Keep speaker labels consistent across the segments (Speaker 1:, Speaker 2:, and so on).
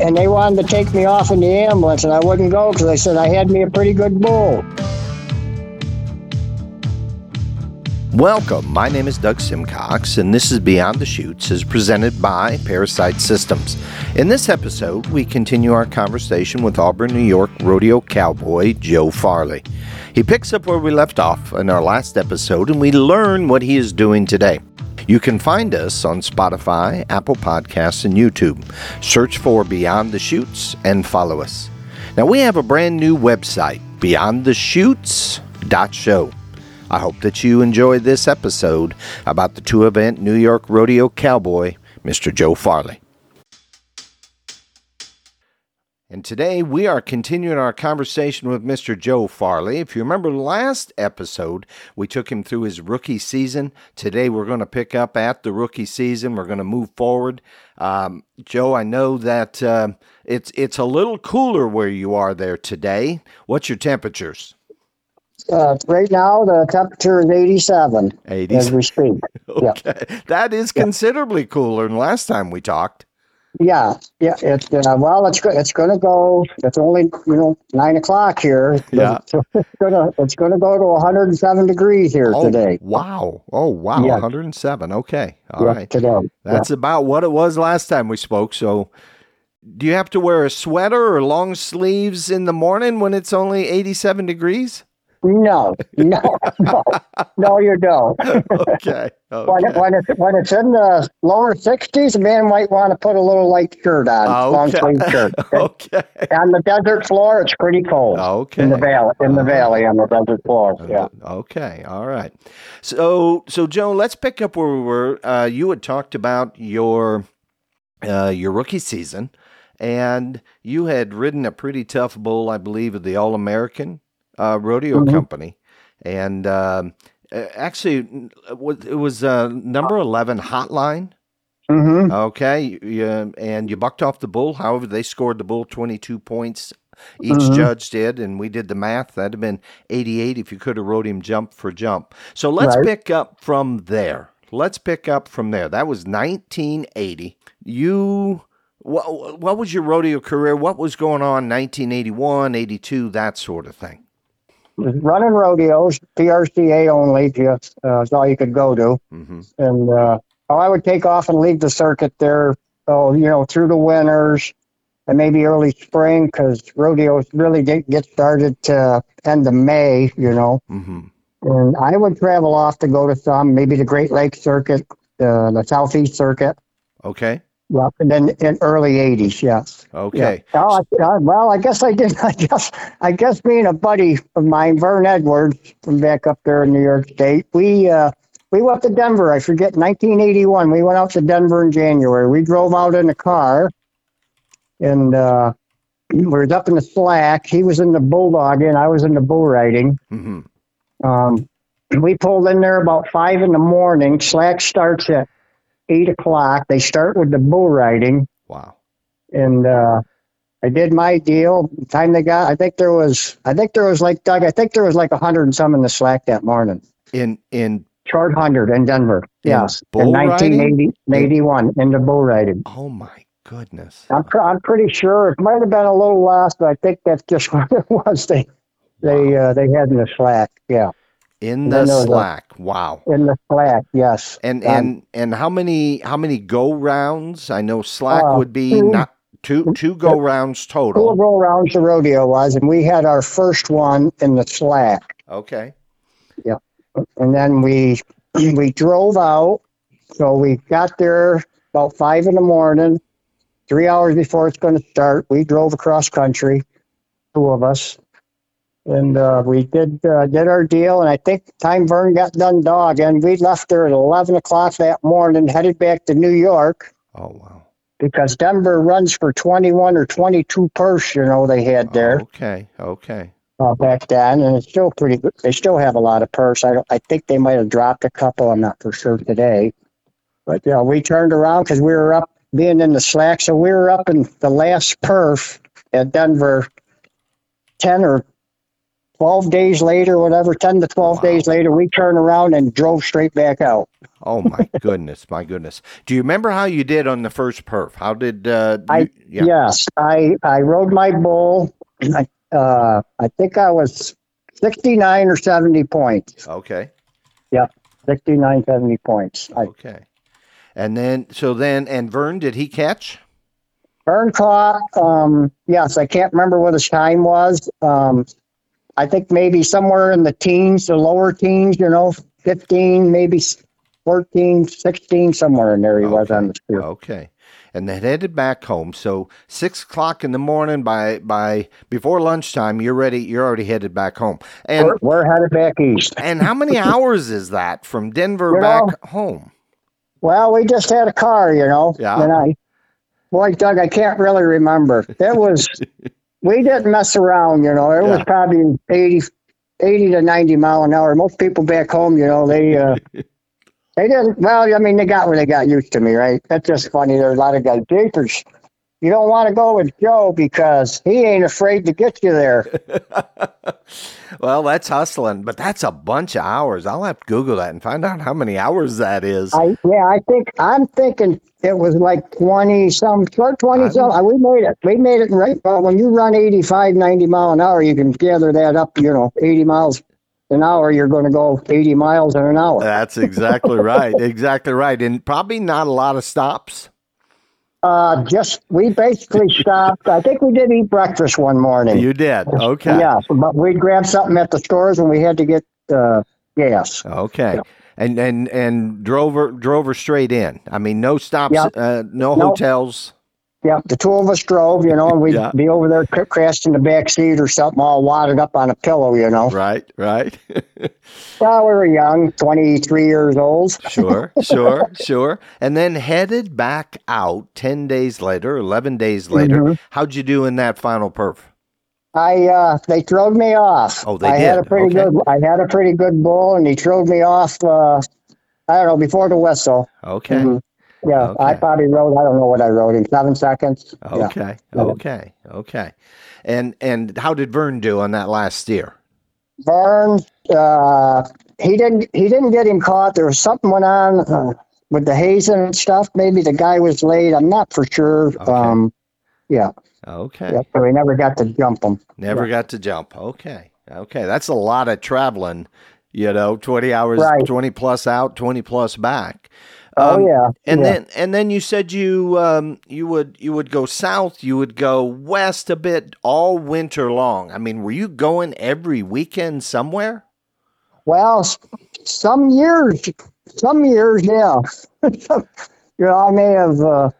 Speaker 1: and they wanted to take me off in the ambulance, and I wouldn't go because I said I had me a pretty good bull.
Speaker 2: Welcome. My name is Doug Simcox, and this is Beyond the Shoots, is presented by Parasite Systems. In this episode, we continue our conversation with Auburn, New York rodeo cowboy Joe Farley. He picks up where we left off in our last episode, and we learn what he is doing today. You can find us on Spotify, Apple Podcasts, and YouTube. Search for Beyond the Shoots and follow us. Now, we have a brand new website, beyondtheshoots.show. I hope that you enjoyed this episode about the two event New York rodeo cowboy, Mr. Joe Farley. And today we are continuing our conversation with Mr. Joe Farley. If you remember last episode, we took him through his rookie season. Today we're going to pick up at the rookie season. We're going to move forward. Um, Joe, I know that um it's it's a little cooler where you are there today. What's your temperatures?
Speaker 1: Uh, right now, the temperature is 87 as
Speaker 2: 80s.
Speaker 1: we speak. Yeah.
Speaker 2: Okay. That is considerably cooler than last time we talked.
Speaker 1: Yeah, yeah. It's uh, well, it's go- it's going to go. It's only you know nine o'clock here. but
Speaker 2: Yeah.
Speaker 1: it's- it's going to it's going to go to 107 degrees here
Speaker 2: Oh,
Speaker 1: today.
Speaker 2: wow. Oh, wow.
Speaker 1: Yeah.
Speaker 2: 107. Okay. all right.
Speaker 1: Yeah, today. Yeah.
Speaker 2: That's about what it was last time we spoke. So, do you have to wear a sweater or long sleeves in the morning when it's only 87 degrees?
Speaker 1: No, no, no, no. You don't.
Speaker 2: Okay.
Speaker 1: When, it,
Speaker 2: okay.
Speaker 1: when, it's, when it's in the lower 60s, a man might want to put a little light shirt on, long sleeve shirt.
Speaker 2: okay.
Speaker 1: on the desert floor, it's pretty cold.
Speaker 2: Oh, Okay. Oh.
Speaker 1: In the valley, in the valley, on the desert floor. Oh, Yeah.
Speaker 2: Uh, Okay. All right. So, so Joan, let's pick up where we were. Uh, you had talked about your uh, your rookie season, and you had ridden a pretty tough bull, I believe, of the All American uh, Rodeo
Speaker 1: Mhm.
Speaker 2: Company, and um, uh, actually, n- it was- it was uh, number eleven Hotline.
Speaker 1: Mm-hmm.
Speaker 2: Okay, yeah, and you bucked off the bull. However, they scored the bull twenty-two points. Each
Speaker 1: Mhm.
Speaker 2: judge did, and we did the math. That'd have been eighty-eight if you could have rode him jump for jump. So let's
Speaker 1: Right.
Speaker 2: pick up from there. Let's pick up from there. That was nineteen eighty. You. What, what was your rodeo career? What was going on 1981, 82, that sort of thing?
Speaker 1: Running rodeos, PRCA only, just, uh, is all you could go to.
Speaker 2: hmm
Speaker 1: And uh, oh, I would take off and leave the circuit there, oh, you know, through the winters and maybe early spring because rodeos really didn't get started to end of May, you know.
Speaker 2: hmm
Speaker 1: And I would travel off to go to some, maybe the Great Lakes Circuit, uh, the Southeast Circuit.
Speaker 2: Okay.
Speaker 1: Yeah, and then in early '80s, yes.
Speaker 2: Okay.
Speaker 1: Yeah. Oh, I, I, well, I guess I did. I guess I guess me and a buddy of mine, Vern Edwards, from back up there in New York State, we uh, we went to Denver. I forget 1981. We went out to Denver in January. We drove out in a car, and uh, we was up in the slack. He was in the bulldog, and I was in the bull riding.
Speaker 2: hmm
Speaker 1: Um, we pulled in there about five in the morning. Slack starts at eight o'clock. They start with the bull riding,
Speaker 2: Wow.
Speaker 1: and uh, I did my deal. The time they got, I think there was, I think there was like Doug, I think there was like a hundred and some in the slack that morning.
Speaker 2: In in
Speaker 1: Short hundred in Denver.
Speaker 2: In
Speaker 1: yes,
Speaker 2: bull
Speaker 1: in 1980, 81 in the bull riding.
Speaker 2: oh my goodness.
Speaker 1: I'm, pr- I'm pretty sure it might have been a little less, but I think that's just what it was. They they uh, they had in the slack, yeah,
Speaker 2: in
Speaker 1: and then
Speaker 2: the
Speaker 1: there was a-
Speaker 2: slack. Wow.
Speaker 1: in the slack, yes.
Speaker 2: And
Speaker 1: Um,
Speaker 2: and and how many how many go rounds? I know slack
Speaker 1: Uh,
Speaker 2: would be
Speaker 1: two.
Speaker 2: not two two go rounds
Speaker 1: Four
Speaker 2: total.
Speaker 1: roll rounds the rodeo was, and we had our first one in the slack,
Speaker 2: Okay.
Speaker 1: and then we we drove out. So we got there about five in the morning, three hours before it's going to start. We drove across country, two of us, and uh, we did uh, did our deal. And I think time Vern got done dogging. We left there at eleven o'clock that morning, headed back to New York
Speaker 2: Oh wow.
Speaker 1: because Denver runs for twenty one or twenty two purse. You know they had there.
Speaker 2: Okay. Okay.
Speaker 1: uh, back then, and it's still pretty good. They still have a lot of purse. I, don't, I think they might have dropped a couple. I'm not for sure today. But, you know, we turned around because we were up being in the slack. So we were up in the last perf at Denver 10 or 12 days later, whatever, 10 to 12
Speaker 2: Wow.
Speaker 1: days later, we turned around and drove straight back out.
Speaker 2: Oh my goodness, my goodness. Do you remember how you did on the first perf? How did uh
Speaker 1: I-
Speaker 2: you- yeah.
Speaker 1: Yes, I, I rode my bull. I, uh, I think I was 69 or 70 points,
Speaker 2: Okay.
Speaker 1: 69, 70 points. I
Speaker 2: Okay. And then so then and Vern did he catch?
Speaker 1: Burn caught, um, yes, I can't remember what his time was. Um, I think maybe somewhere in the teens, the lower teens, you know, 15, maybe s- 14, 16, somewhere in there he was
Speaker 2: Okay.
Speaker 1: on the spear.
Speaker 2: Okay. And then headed back home. So six o'clock in the morning by by before lunchtime, you're ready you're already headed back home. And
Speaker 1: We're, we're headed back east.
Speaker 2: and how many hours is that from Denver
Speaker 1: You
Speaker 2: back
Speaker 1: know-
Speaker 2: home?
Speaker 1: Well, we just had a car, you know.
Speaker 2: Yeah.
Speaker 1: And I, boy, Doug, I can't really remember. It was, we didn't mess around, you know. It was
Speaker 2: Yeah.
Speaker 1: probably 80, 80 to 90 mile an hour. Most people back home, you know, they, uh, they didn't, well, I mean, they got where they got used to me, right? That's just funny. There's a lot of guys, jeepers. You don't want to go with Joe because he ain't afraid to get you there.
Speaker 2: well, that's hustling, but that's a bunch of hours. I'll have to Google that and find out how many hours that is.
Speaker 1: I yeah, I think I'm thinking it was like twenty some, twenty some. uh, We made it. We made it right. Well, when you run 85, 90 mile an hour, you can gather that up. You know, eighty miles an hour, you're going to go eighty miles in an hour.
Speaker 2: That's exactly right. Exactly right. And probably not a lot of stops.
Speaker 1: Uh, just we basically stopped. I think we did eat breakfast one morning.
Speaker 2: You did. Okay.
Speaker 1: yeah, but we grabbed something at the stores and we had to get uh, gas.
Speaker 2: Okay. And and and drove her drove her straight in. I mean, no stops,
Speaker 1: Yeah.
Speaker 2: uh, no
Speaker 1: No.
Speaker 2: hotels.
Speaker 1: Yeah, the two of us drove, you know, and we'd
Speaker 2: Yeah.
Speaker 1: be over there cr- crashed in the back seat or something, all wadded up on a pillow, you know.
Speaker 2: Right. Right.
Speaker 1: Well, we were young, 23 years old.
Speaker 2: sure. Sure. Sure. And then headed back out ten days later, eleven days later.
Speaker 1: Mhm.
Speaker 2: How'd you do in that final perf?
Speaker 1: I uh, they throwed me off.
Speaker 2: Oh, they
Speaker 1: I had
Speaker 2: did.
Speaker 1: a pretty
Speaker 2: Okay.
Speaker 1: good. I had a pretty good bull, and he throwed me off. Uh, I don't know before the whistle.
Speaker 2: Okay.
Speaker 1: Mhm. Yeah, I
Speaker 2: Okay.
Speaker 1: probably rode. I don't know what I rode in seven seconds. Yeah.
Speaker 2: Okay.
Speaker 1: Yeah.
Speaker 2: Okay. Okay. And and how did Vern do on that last steer?
Speaker 1: Burns. Uh, he didn't. He didn't get him caught. There was something went on uh, with the hazing and stuff. Maybe the guy was late. I'm not for sure.
Speaker 2: Okay.
Speaker 1: Um, yeah,
Speaker 2: Okay.
Speaker 1: yeah. So we never got to jump him.
Speaker 2: Never got to jump. Okay. Okay. That's a lot of traveling, you know, 20 hours,
Speaker 1: Right.
Speaker 2: 20 plus out, 20 plus back.
Speaker 1: oh yeah.
Speaker 2: Um, And
Speaker 1: yeah.
Speaker 2: then and then you said you um you would you would go south, you would go west a bit all winter long. I mean, were you going every weekend somewhere?
Speaker 1: Well, s- some years, some years, yeah. you know, I may have. Uh,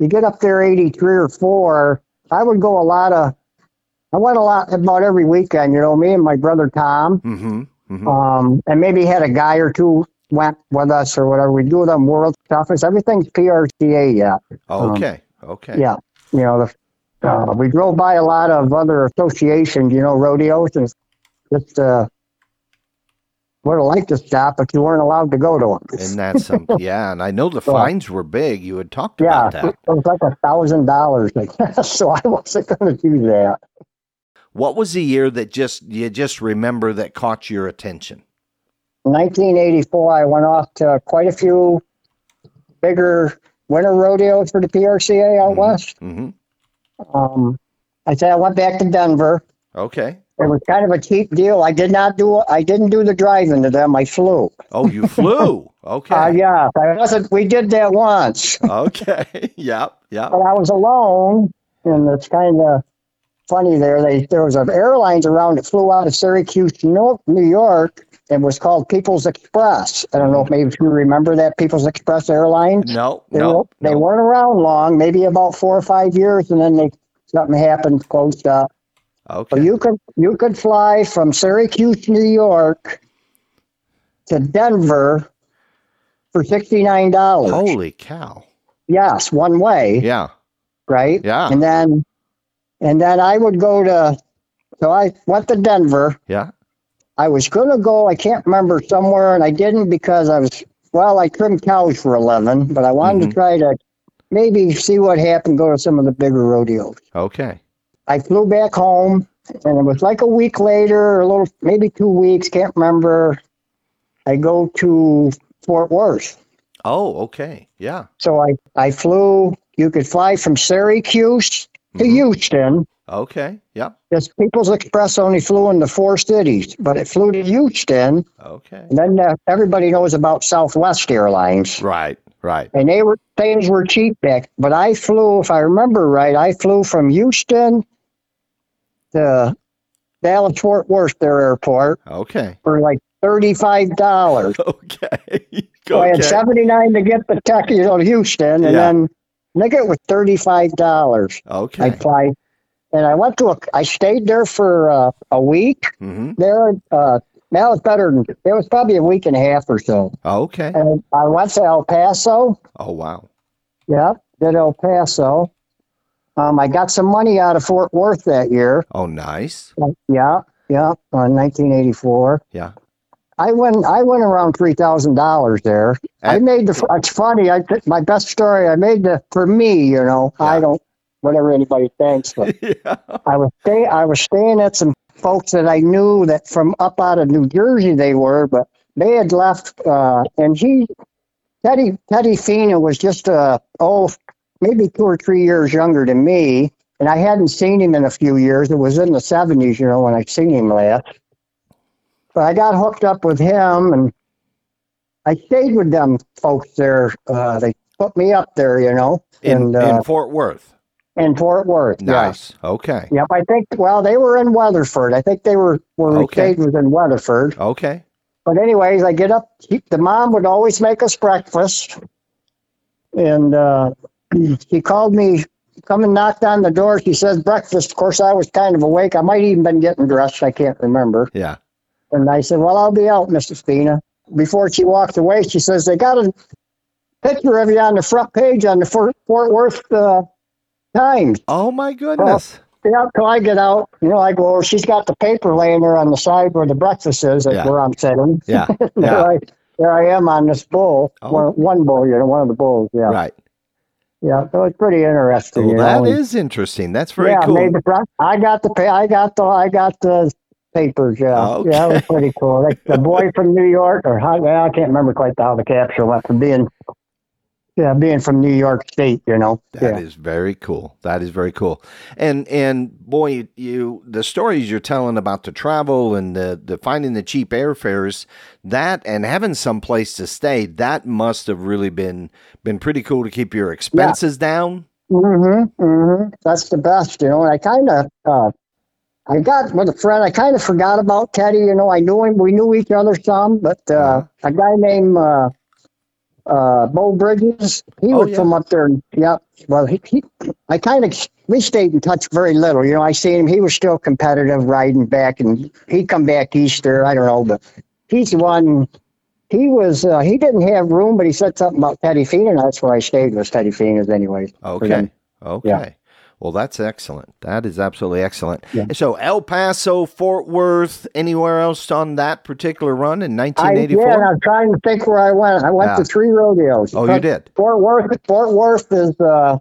Speaker 1: you get up there eighty three or four. I would go a lot of. I went a lot about every weekend. You know, me and my brother Tom,
Speaker 2: Mhm. Mhm.
Speaker 1: um, and maybe had a guy or two went with us or whatever. We do them world toughest. Everything's PRCA yet. um,
Speaker 2: Oh, Okay. Okay.
Speaker 1: Yeah, you know, the, uh, we drove by a lot of other associations, you know, rodeos, and just uh, would have liked to stop, but you weren't allowed to go to them.
Speaker 2: And that's something. Yeah, and I know the
Speaker 1: Yeah.
Speaker 2: fines were big. You had talked
Speaker 1: yeah,
Speaker 2: about that.
Speaker 1: it was like a thousand dollars, I guess, so I wasn't going to do that.
Speaker 2: What was the year that just you just remember that caught your attention?
Speaker 1: 1984, I went off to quite a few bigger winter rodeos for the PRCA out
Speaker 2: Mhm.
Speaker 1: west.
Speaker 2: Mm-hmm.
Speaker 1: Um, I said I went back to Denver.
Speaker 2: Okay.
Speaker 1: It was kind of a cheap deal. I did not do. I didn't do the driving to them. I flew.
Speaker 2: Oh, you flew. Okay.
Speaker 1: Uh, yeah, I wasn't. We did that once,
Speaker 2: Okay. yep. Yep.
Speaker 1: but I was alone, and it's kind of funny. There, they there was an airlines around that flew out of Syracuse, Nor- New York, and was called People's Express. I don't know if maybe if you remember that People's Express airline.
Speaker 2: No.
Speaker 1: They,
Speaker 2: No.
Speaker 1: were, they
Speaker 2: no.
Speaker 1: weren't around long, maybe about four or five years, and then they something happened, closed up. So
Speaker 2: Okay.
Speaker 1: you could you could fly from Syracuse, New York, to Denver for sixty nine dollars.
Speaker 2: Holy cow.
Speaker 1: Yes, one way,
Speaker 2: Yeah.
Speaker 1: right?
Speaker 2: Yeah.
Speaker 1: And then and then I would go to so I went to Denver.
Speaker 2: Yeah.
Speaker 1: I was gonna go, I can't remember somewhere and I didn't because I was well, I trimmed cows for a living, but I wanted
Speaker 2: Mhm.
Speaker 1: to try to maybe see what happened, go to some of the bigger rodeos.
Speaker 2: Okay.
Speaker 1: I flew back home and it was like a week later, a little maybe two weeks, can't remember. I go to Fort Worth,
Speaker 2: Oh, okay. Yeah.
Speaker 1: so I I flew. You could fly from Syracuse to
Speaker 2: Mhm.
Speaker 1: Houston.
Speaker 2: Okay. Yep.
Speaker 1: This People's Express only flew into four cities, but it flew to Houston.
Speaker 2: Okay.
Speaker 1: And then uh, everybody knows about Southwest Airlines,
Speaker 2: Right. Right.
Speaker 1: and they were things were cheap back. But I flew, if I remember right, I flew from Houston to Dallas Fort Worth, their airport,
Speaker 2: Okay.
Speaker 1: for like thirty-five dollars.
Speaker 2: Okay.
Speaker 1: So I had
Speaker 2: okay.
Speaker 1: seventy-nine to get the tech, you know, to Houston, and
Speaker 2: Yeah.
Speaker 1: then I think it was thirty-five dollars. I
Speaker 2: Okay.
Speaker 1: applied, and I went to a. I stayed there for uh, a week.
Speaker 2: Mm-hmm.
Speaker 1: There, uh, that was better than it was probably a week and a half or so.
Speaker 2: Okay.
Speaker 1: And I went to El Paso.
Speaker 2: Oh wow.
Speaker 1: Yeah, did El Paso. Um, I got some money out of Fort Worth that year.
Speaker 2: Oh nice.
Speaker 1: Yeah, yeah, uh, 1984.
Speaker 2: Yeah.
Speaker 1: I went. I went around three thousand dollars there. I
Speaker 2: And-
Speaker 1: made the. It's funny. I my best story. I made the for me. You know.
Speaker 2: Yeah.
Speaker 1: I don't. Whatever anybody thinks, but
Speaker 2: yeah.
Speaker 1: I was stay. I was staying at some folks that I knew that from up out of New Jersey they were, but they had left. Uh, and he, Teddy Teddy Fina was just uh oh maybe two or three years younger than me, and I hadn't seen him in a few years. It was in the seventies, you know, when I seen him last. But I got hooked up with him, and I stayed with them folks there. Uh, they put me up there, you know,
Speaker 2: In
Speaker 1: and uh,
Speaker 2: in Fort Worth.
Speaker 1: in Fort Worth. yeah.
Speaker 2: Nice. Okay.
Speaker 1: Yep, I think. Well, they were in Weatherford. I think they were where we
Speaker 2: Okay.
Speaker 1: stayed was in Weatherford.
Speaker 2: Okay.
Speaker 1: But anyways, I get up. he- The mom would always make us breakfast, and uh, she called me, come and knocked on the door. She says breakfast. Of course, I was kind of awake. I might even been getting dressed. I can't remember.
Speaker 2: Yeah.
Speaker 1: And I said, well, I'll be out, Mrs. Fina. Before she walked away, she says they got a picture of you on the front page on the Fort Fort Worth uh, Times.
Speaker 2: Oh my goodness.
Speaker 1: Yeah, so I get out, you know, I go over. She's got the paper laying there on the side where the breakfast is, that's
Speaker 2: Yeah.
Speaker 1: where I'm sitting.
Speaker 2: Yeah.
Speaker 1: there,
Speaker 2: Yeah.
Speaker 1: I, there I am on this bowl,
Speaker 2: Oh.
Speaker 1: one, one bowl, you know, one of the bowls. Yeah.
Speaker 2: Right.
Speaker 1: Yeah. So it's pretty interesting.
Speaker 2: Well,
Speaker 1: you
Speaker 2: that
Speaker 1: know, and-
Speaker 2: is interesting. That's very
Speaker 1: yeah,
Speaker 2: cool.
Speaker 1: made the breakfast. I got the, pa- I got the, I got the papers. Yeah.
Speaker 2: Oh, Okay.
Speaker 1: Yeah. It was pretty cool. Like the boy from New York or how, well, I can't remember quite how the caption went from being, yeah, being from New York State, you know.
Speaker 2: That is
Speaker 1: yeah.
Speaker 2: very cool. That is very cool. And and boy, you, you the stories you're telling about the travel and the the finding the cheap airfares, that and having some place to stay, that must have really been been pretty cool to keep your expenses down.
Speaker 1: Mm-hmm. Mm-hmm. That's the best, you know. And I kind of, uh, I got with a friend. I kind of forgot about Teddy. You know, I knew him. We knew each other some, but uh,
Speaker 2: Uh-huh.
Speaker 1: a guy named uh, uh, Bo Bridges. He
Speaker 2: Oh,
Speaker 1: was
Speaker 2: yeah.
Speaker 1: from up there. Yeah. Well, he, he I kind of we stayed in touch very little. You know, I seen him. He was still competitive riding back, and he'd come back Easter. I don't know, but he's the one. He was uh, he didn't have room, but he said something about Teddy Feenan. That's where I stayed was Teddy Feenan's, anyways. for them.
Speaker 2: Okay. Okay. Well, that's excellent. That is absolutely excellent.
Speaker 1: Yeah.
Speaker 2: So, El Paso, Fort Worth, anywhere else on that particular run in
Speaker 1: I did.
Speaker 2: 1984?
Speaker 1: I'm trying to think where I went. I went
Speaker 2: Yeah.
Speaker 1: to three rodeos.
Speaker 2: Oh, you did.
Speaker 1: Fort Worth. Fort Worth is uh,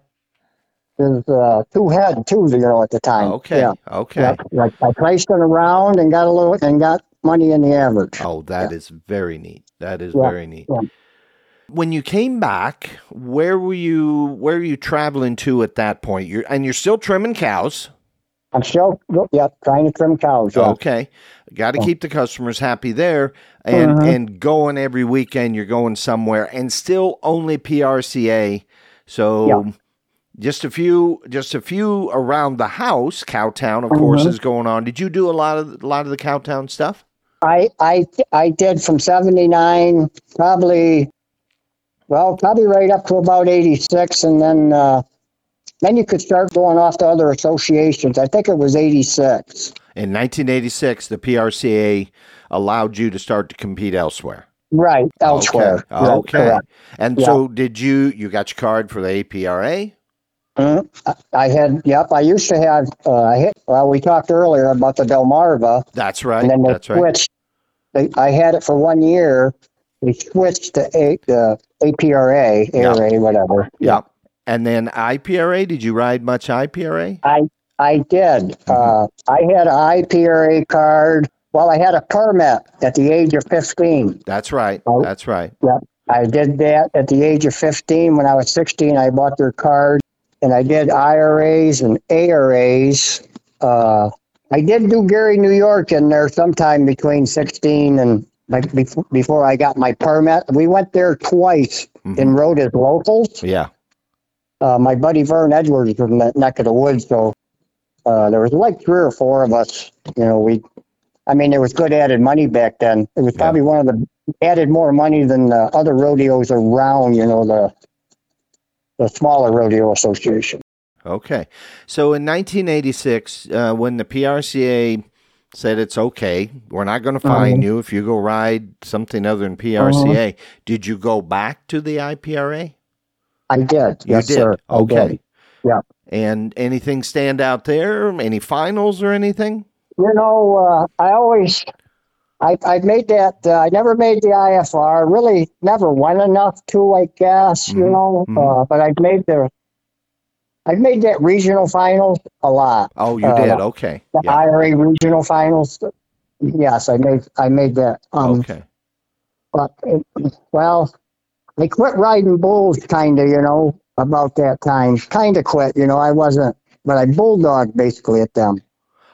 Speaker 1: is uh, two head two. You know, at the time.
Speaker 2: Oh, Okay.
Speaker 1: Yeah.
Speaker 2: Okay.
Speaker 1: Yep. Like I placed it around and got a little and got money in the average.
Speaker 2: Oh, that is very neat. That is
Speaker 1: Yeah,
Speaker 2: very neat.
Speaker 1: yeah.
Speaker 2: When you came back, where were you? Where were you traveling to at that point? You're and you're still trimming cows.
Speaker 1: I'm still yeah trying to trim cows. Yeah.
Speaker 2: Oh, Okay, got to
Speaker 1: Yeah.
Speaker 2: keep the customers happy there, and
Speaker 1: Mhm.
Speaker 2: and going every weekend. You're going somewhere, and still only PRCA. So. Just a few, just a few around the house. Cowtown, of course,
Speaker 1: Mhm.
Speaker 2: is going on. Did you do a lot of a lot of the Cowtown stuff?
Speaker 1: I I I did from '79 probably, well probably right up to about '86, and then uh, then you could start going off to other associations. I think it was '86.
Speaker 2: In 1986, the PRCA allowed you to start to compete elsewhere.
Speaker 1: Right, elsewhere.
Speaker 2: Okay.
Speaker 1: Right,
Speaker 2: okay.
Speaker 1: correct.
Speaker 2: And
Speaker 1: Yeah.
Speaker 2: so did you you got your card for the APRA?
Speaker 1: Mhm. I- I had, yep, I used to have, uh, I had, well, we talked earlier about the Delmarva,
Speaker 2: That's right.
Speaker 1: and then they
Speaker 2: That's right.
Speaker 1: switched. They, I had it for one year. They switched to A, uh, APRA,
Speaker 2: Yeah.
Speaker 1: ARA, whatever.
Speaker 2: Yep. And then IPRA, did you ride much IPRA?
Speaker 1: I I did. Uh,
Speaker 2: Mm-hmm.
Speaker 1: I had an IPRA card. Well, I had a permit at the age of 15.
Speaker 2: That's right.
Speaker 1: Oh.
Speaker 2: That's right.
Speaker 1: I did that at the age of 15. When I was 16, I bought their card and I did IRAs and ARAs. Uh, I did do Gary, New York in there sometime between 16 and like before, before I got my permit. We went there twice
Speaker 2: Mhm.
Speaker 1: and rode as locals.
Speaker 2: Yeah.
Speaker 1: Uh, my buddy Vern Edwards was from that neck of the woods, so uh, there was like three or four of us. You know, we, I mean, there was good added money back then. It was
Speaker 2: Yeah.
Speaker 1: probably one of the added more money than the other rodeos around. You know, the the smaller rodeo association.
Speaker 2: Okay. So in 1986, uh, when the PRCA said it's okay, we're not going to fine
Speaker 1: Mhm.
Speaker 2: you if you go ride something other than PRCA,
Speaker 1: Uh-huh.
Speaker 2: did you go back to the IPRA?
Speaker 1: I did,
Speaker 2: You
Speaker 1: yes,
Speaker 2: did.
Speaker 1: sir. I
Speaker 2: Okay.
Speaker 1: did. Yeah.
Speaker 2: And anything stand out there? Any finals or anything?
Speaker 1: You know, uh, I always, I I made that. Uh, I never made the IFR. Really, never won enough to. I guess you
Speaker 2: Mhm,
Speaker 1: know,
Speaker 2: mhm.
Speaker 1: uh, but I've made the. I've made that regional finals a lot.
Speaker 2: Oh, you
Speaker 1: Uh,
Speaker 2: did. Okay.
Speaker 1: The
Speaker 2: Yeah.
Speaker 1: IRA regional finals. Yes, I made I made that. Um,
Speaker 2: okay.
Speaker 1: but it, well, I quit riding bulls, kind of, you know, about that time. Kind of quit, you know. I wasn't, but I bulldogged basically at them.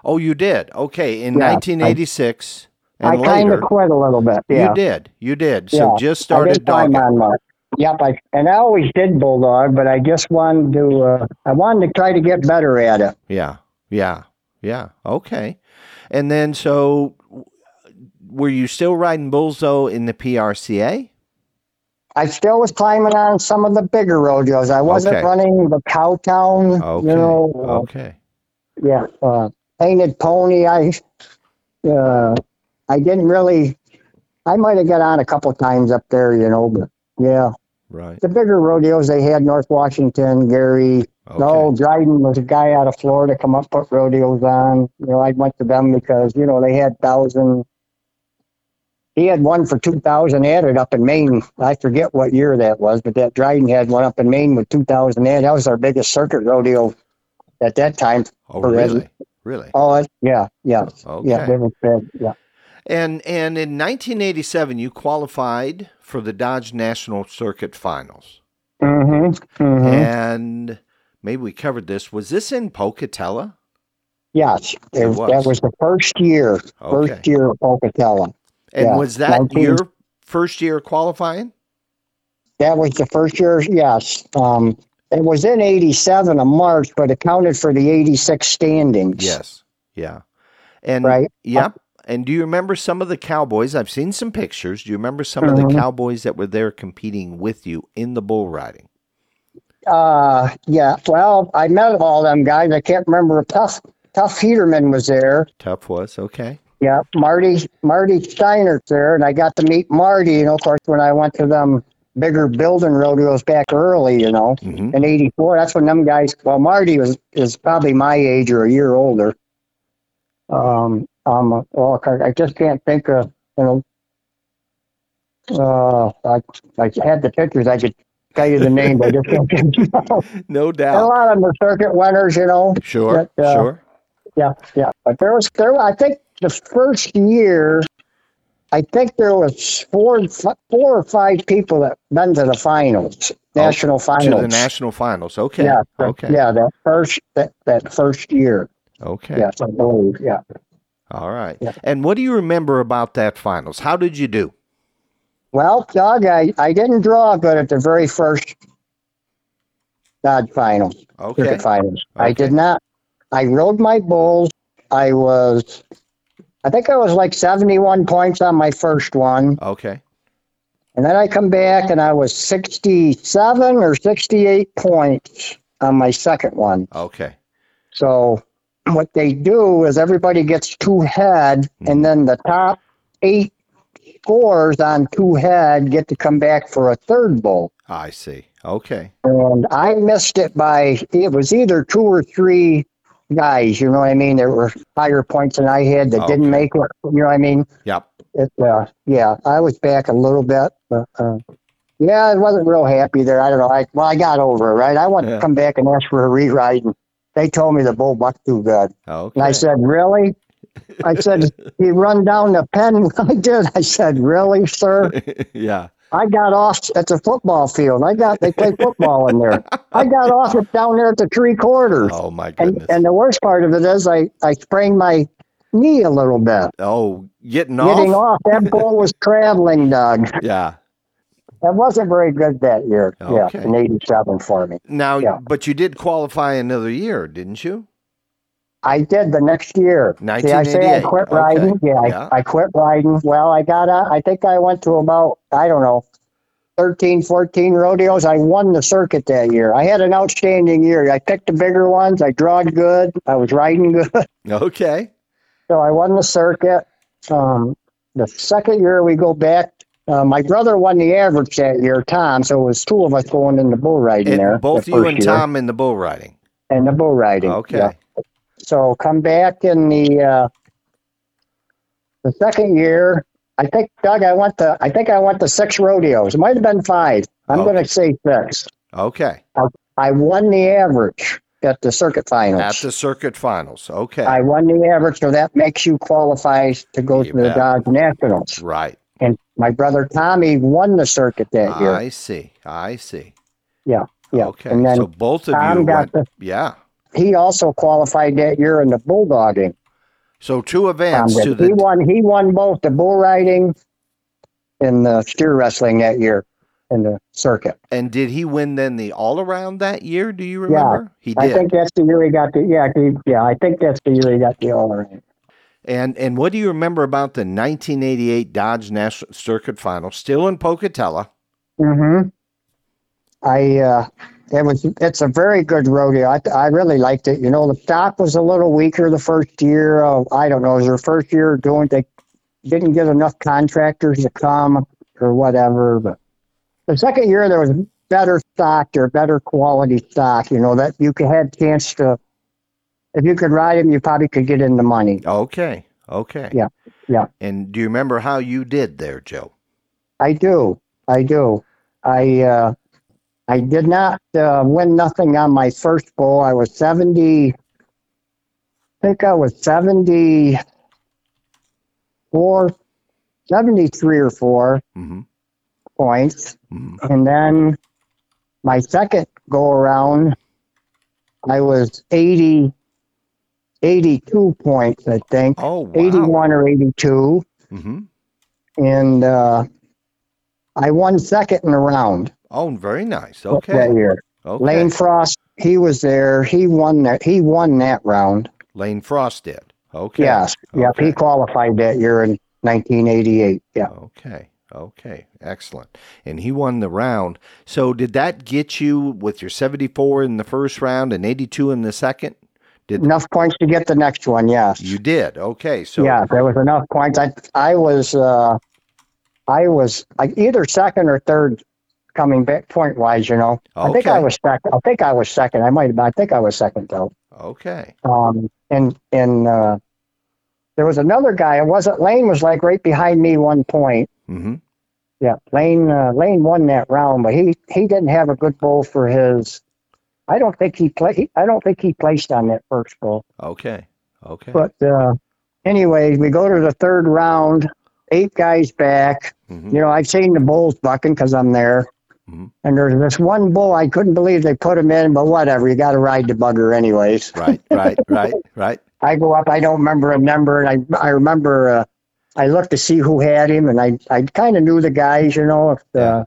Speaker 2: Oh, you did. Okay. In
Speaker 1: Yeah, I-
Speaker 2: 1986 and
Speaker 1: I kind of
Speaker 2: later,
Speaker 1: quit a little bit. Yeah.
Speaker 2: you did. You did. So
Speaker 1: Yeah,
Speaker 2: just
Speaker 1: I
Speaker 2: started
Speaker 1: did climb
Speaker 2: dogging.
Speaker 1: on that. Yep, I, and I always did bulldog, but I just wanted to. Uh, I wanted to try to get better at it.
Speaker 2: Yeah. Yeah. Yeah. Okay. And then so w- were you still riding bulls though in the PRCA?
Speaker 1: I still was climbing on some of the bigger rodeos. I wasn't
Speaker 2: Okay.
Speaker 1: running the Cowtown,
Speaker 2: Okay.
Speaker 1: you know. uh,
Speaker 2: okay.
Speaker 1: Yeah, uh, painted pony. I, uh, I didn't really. I might have got on a couple times up there, you know. But yeah,
Speaker 2: Right.
Speaker 1: the bigger rodeos they had North Washington, Gary,
Speaker 2: Okay.
Speaker 1: No, Dryden was a guy out of Florida come up put rodeos on. You know, I went to them because you know they had thousand. He had one for two thousand added up in Maine. I forget what year that was, but that Dryden had one up in Maine with two thousand added. That was our biggest circuit rodeo at that time.
Speaker 2: Oh,
Speaker 1: for res-
Speaker 2: really? Really?
Speaker 1: Oh, it- yeah, yeah,
Speaker 2: Okay.
Speaker 1: yeah. They were big. Yeah,
Speaker 2: And and in 1987 you qualified for the Dodge National Circuit Finals.
Speaker 1: mm-hmm, mm-hmm.
Speaker 2: And maybe we covered this. Was this in Pocatello?
Speaker 1: yes. It,
Speaker 2: was.
Speaker 1: That was the first year,
Speaker 2: Okay.
Speaker 1: first year of Pocatello.
Speaker 2: and
Speaker 1: yeah,
Speaker 2: was that
Speaker 1: 19.
Speaker 2: your first year qualifying?
Speaker 1: That was the first year, yes. Um, it was in 87 of March, but it counted for the 86 standings.
Speaker 2: Yes. Yeah. And
Speaker 1: Right?
Speaker 2: Yep. And do you remember some of the cowboys? I've seen some pictures. Do you remember some of the
Speaker 1: Mhm.
Speaker 2: cowboys that were there competing with you in the bull riding?
Speaker 1: Uh, yeah. Well, I met all them guys. I can't remember. Tough, Tough Peterman was there.
Speaker 2: Tough was okay.
Speaker 1: Yeah. Marty, Marty Steiner's there. And I got to meet Marty, you know, of course, when I went to them bigger building rodeos back early, you know,
Speaker 2: hmm
Speaker 1: in 84. That's when them guys, well, Marty was, is probably my age or a year older. Um, um, well, I just can't think of, you know, uh, I, I had the pictures. I could tell you the name, but I just can't think.
Speaker 2: No
Speaker 1: And a
Speaker 2: doubt.
Speaker 1: lot of them are circuit winners, you know.
Speaker 2: Sure.
Speaker 1: that, uh,
Speaker 2: sure.
Speaker 1: Yeah, yeah. But there was there. I think the first year, I think there was four, four or five people that been to the finals, national
Speaker 2: Oh, To
Speaker 1: finals.
Speaker 2: the national finals. Okay.
Speaker 1: Yeah, the-
Speaker 2: okay.
Speaker 1: yeah. That first that, that first year.
Speaker 2: Okay.
Speaker 1: Yes, I believe. Yeah.
Speaker 2: All right.
Speaker 1: Yeah.
Speaker 2: And what do you remember about that finals? How did you do?
Speaker 1: Well, Doug, I, I didn't draw good at the very first Dodge finals,
Speaker 2: Okay.
Speaker 1: circuit finals. I
Speaker 2: Okay.
Speaker 1: did not. I rode my bulls. I was, I think I was like 71 points on my first one.
Speaker 2: Okay.
Speaker 1: And then I come back and I was 67 or 68 points on my second one.
Speaker 2: Okay.
Speaker 1: So what they do is everybody gets two head,
Speaker 2: Mhm.
Speaker 1: and then the top eight scores on two head get to come back for a third bowl.
Speaker 2: I see. Okay.
Speaker 1: And I missed it by it was either two or three guys. You know what I mean? There were higher points than I had that
Speaker 2: Okay.
Speaker 1: didn't make it. You know what I mean?
Speaker 2: Yep.
Speaker 1: It, uh, yeah, I was back a little bit. But, uh, yeah, I wasn't real happy there. I don't know. I well, I got over it, right? I want
Speaker 2: Yeah.
Speaker 1: to come back and ask for a rewrite. And They told me the bull bucked too good.
Speaker 2: Okay.
Speaker 1: And I said, Really? I said, He run down the pen. I did. I said, Really, sir?
Speaker 2: yeah.
Speaker 1: I got off at the football field. I got they play football in there. I got off at, down there at the three quarters.
Speaker 2: Oh my
Speaker 1: and
Speaker 2: goodness.
Speaker 1: and the worst part of it is I, I sprained my knee a little bit.
Speaker 2: oh, getting,
Speaker 1: Getting off. That ball was traveling, Doug.
Speaker 2: Yeah.
Speaker 1: That wasn't very good that year.
Speaker 2: Okay.
Speaker 1: Yeah, in eighty seven for me.
Speaker 2: Now,
Speaker 1: Yeah.
Speaker 2: but you did qualify another year, didn't you?
Speaker 1: I did the next year. See, I say I
Speaker 2: 1988.
Speaker 1: quit
Speaker 2: Okay.
Speaker 1: riding. Yeah,
Speaker 2: Yeah.
Speaker 1: I, I quit riding. Well, I got out. I think I went to about, I don't know, 13, 14 rodeos. I won the circuit that year. I had an outstanding year. I picked the bigger ones. I drawed good. I was riding good.
Speaker 2: Okay.
Speaker 1: So I won the circuit. Um, the second year we go back, uh, my brother won the average that year, Tom. So it was two of us going in the bull riding
Speaker 2: And
Speaker 1: there.
Speaker 2: both
Speaker 1: the
Speaker 2: you
Speaker 1: first
Speaker 2: and
Speaker 1: year.
Speaker 2: Tom in the bull riding.
Speaker 1: And the bull riding.
Speaker 2: Okay.
Speaker 1: yeah. So come back in the uh, the second year. I think Doug, I went to I think I went to six rodeos. It might have been five. I'm
Speaker 2: Okay.
Speaker 1: going to say six.
Speaker 2: Okay.
Speaker 1: I won the average at the circuit finals.
Speaker 2: At the circuit finals. Okay.
Speaker 1: I won the average, so that makes you qualify to go
Speaker 2: You
Speaker 1: to the
Speaker 2: bet.
Speaker 1: Dodge Nationals.
Speaker 2: right.
Speaker 1: And my brother Tommy won the circuit that year.
Speaker 2: I see. I see.
Speaker 1: Yeah.
Speaker 2: Okay.
Speaker 1: And then
Speaker 2: so both of you
Speaker 1: Tom
Speaker 2: went.
Speaker 1: got the,
Speaker 2: yeah.
Speaker 1: he also qualified that year in the bulldogging.
Speaker 2: So two
Speaker 1: Tom
Speaker 2: events
Speaker 1: did.
Speaker 2: to
Speaker 1: he
Speaker 2: the
Speaker 1: won. He won both the bull riding and the steer wrestling that year in the circuit.
Speaker 2: and did he win then the all around that year? Do you remember? He
Speaker 1: I
Speaker 2: did.
Speaker 1: think that's the year he got the yeah he, yeah. I think that's the year he got the all around.
Speaker 2: And and what do you remember about the 1988 Dodge National Circuit Final, still in Pocatello?
Speaker 1: Mm-hmm. I uh, it was it's a very good rodeo. I I really liked it. You know the stock was a little weaker the first year. Uh, I don't know. It was their first year doing. They didn't get enough contractors to come or whatever. But the second year there was better stock. There better quality stock. You know that you could had chance to. If you could ride him, you probably could get in the money.
Speaker 2: Okay. Okay.
Speaker 1: Yeah, yeah.
Speaker 2: And do you remember how you did there, Joe?
Speaker 1: I do. I do. I uh, I did not uh, win nothing on my first bowl. I was seventy. I think I was seventy four, seventy three or four
Speaker 2: hmm
Speaker 1: points,
Speaker 2: hmm
Speaker 1: and then my second go around, I was 80, 82 points, I think,
Speaker 2: Oh, wow.
Speaker 1: eighty one or eighty two
Speaker 2: hmm
Speaker 1: and uh, I won second in the round
Speaker 2: Oh, very nice.
Speaker 1: that
Speaker 2: Okay.
Speaker 1: year.
Speaker 2: Okay.
Speaker 1: Lane Frost, he was there. He won that. He won that round.
Speaker 2: Lane Frost did. Okay.
Speaker 1: Yes, yep.
Speaker 2: Okay.
Speaker 1: He qualified that year in 1988. Yeah,
Speaker 2: Okay. Okay. Excellent. And he won the round. So did that get you with your 74 in the first round and 82 in the second? Did
Speaker 1: enough points to get the next one. Yes.
Speaker 2: you did? Okay. So
Speaker 1: yeah, there was enough points. I I was uh, I was like either second or third coming back point wise. You know, I think I
Speaker 2: Okay.
Speaker 1: was second. I think I was second. I might. have I think I was second though.
Speaker 2: okay.
Speaker 1: um, and and uh, there was another guy. It wasn't Lane was like right behind me one point.
Speaker 2: Mhm.
Speaker 1: Yeah, Lane uh, Lane won that round, but he he didn't have a good bowl for his. I don't think he play. I don't think he placed on that first bowl.
Speaker 2: Okay. Okay.
Speaker 1: But uh, anyways, we go to the third round. Eight guys back.
Speaker 2: Mhm.
Speaker 1: You know, I've seen the bulls bucking because I'm there.
Speaker 2: Mhm.
Speaker 1: And there's this one bull I couldn't believe they put him in, but whatever. You got to ride the bugger anyways.
Speaker 2: right, right, right, right.
Speaker 1: I go up. I don't remember a number, and I I remember uh, I looked to see who had him, and I I kind of knew the guys, you know. If the,
Speaker 2: Yeah.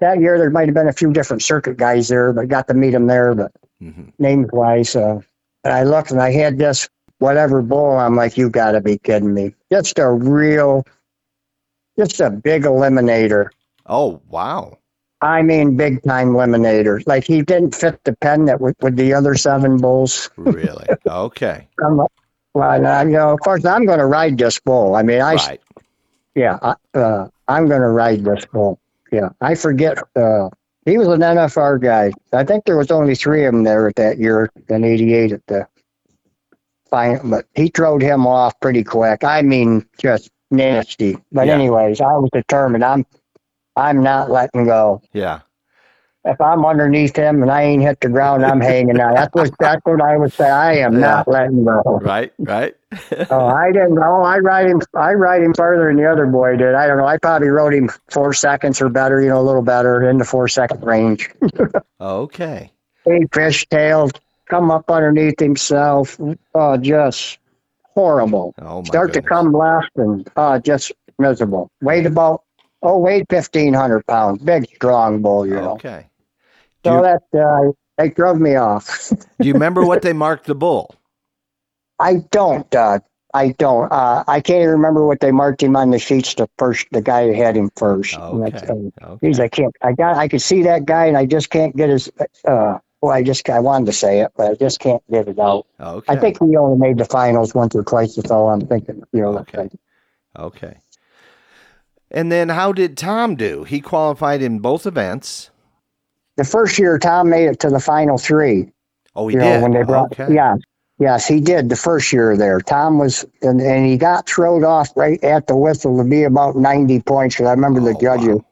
Speaker 1: That year there might have been a few different circuit guys there, but got to meet them there, but
Speaker 2: Mhm.
Speaker 1: names wise. Uh, and I looked, and I had this whatever bull. I'm like, you got to be kidding me! Just a real, just a big eliminator.
Speaker 2: Oh, wow.
Speaker 1: I mean, big time eliminator. Like he didn't fit the pen that with, with the other seven bulls.
Speaker 2: Really? Okay.
Speaker 1: I'm like, well, and I, you know, of course, I'm going to ride this bull. I mean, I,
Speaker 2: right.
Speaker 1: yeah, I, uh, I'm going to ride this bull. Yeah, I forget. Uh, he was an NFR guy. I think there was only three of them there at that year in '88 at the final, but he throwed him off pretty quick. I mean, just nasty. But
Speaker 2: Yeah.
Speaker 1: anyways, I was determined. I'm, I'm not letting go.
Speaker 2: Yeah.
Speaker 1: if I'm underneath him and I ain't hit the ground, I'm hanging out. That's what that's what I would say. I am
Speaker 2: Yeah.
Speaker 1: not letting go.
Speaker 2: Right, right.
Speaker 1: Oh, I didn't. Oh, I ride him. I ride him farther than the other boy did. I don't know. I probably rode him four seconds or better. You know, a little better in the four second range.
Speaker 2: Okay.
Speaker 1: He fishtailed, come up underneath himself. Oh, just horrible.
Speaker 2: Oh my
Speaker 1: Start to
Speaker 2: goodness.
Speaker 1: come last and oh, just miserable. Weighed about oh, weighed fifteen hundred pounds. Big strong bull, you know.
Speaker 2: Okay. Do
Speaker 1: So
Speaker 2: you,
Speaker 1: that uh, that drove me off.
Speaker 2: do you remember what they marked the bull?
Speaker 1: I don't. Uh, I don't. Uh, I can't even remember what they marked him on the sheets. The first, the guy who had him first. And that's,
Speaker 2: Okay.
Speaker 1: uh,
Speaker 2: Okay.
Speaker 1: Geez, I can't. I got. I could see that guy, and I just can't get his. Uh, well, I just. I wanted to say it, but I just can't get it out.
Speaker 2: Okay.
Speaker 1: I think we only made the finals once or twice. That's all I'm thinking. You know.
Speaker 2: Okay. Okay. And then how did Tom do? He qualified in both events.
Speaker 1: The first year, Tom made it to the final three.
Speaker 2: Oh, he
Speaker 1: you
Speaker 2: did.
Speaker 1: know, when they brought,
Speaker 2: okay.
Speaker 1: yeah, yes, he did the first year there. Tom was, and, and he got thrown off right at the whistle to be about 90 points. Cause I remember the
Speaker 2: Oh,
Speaker 1: judges
Speaker 2: wow.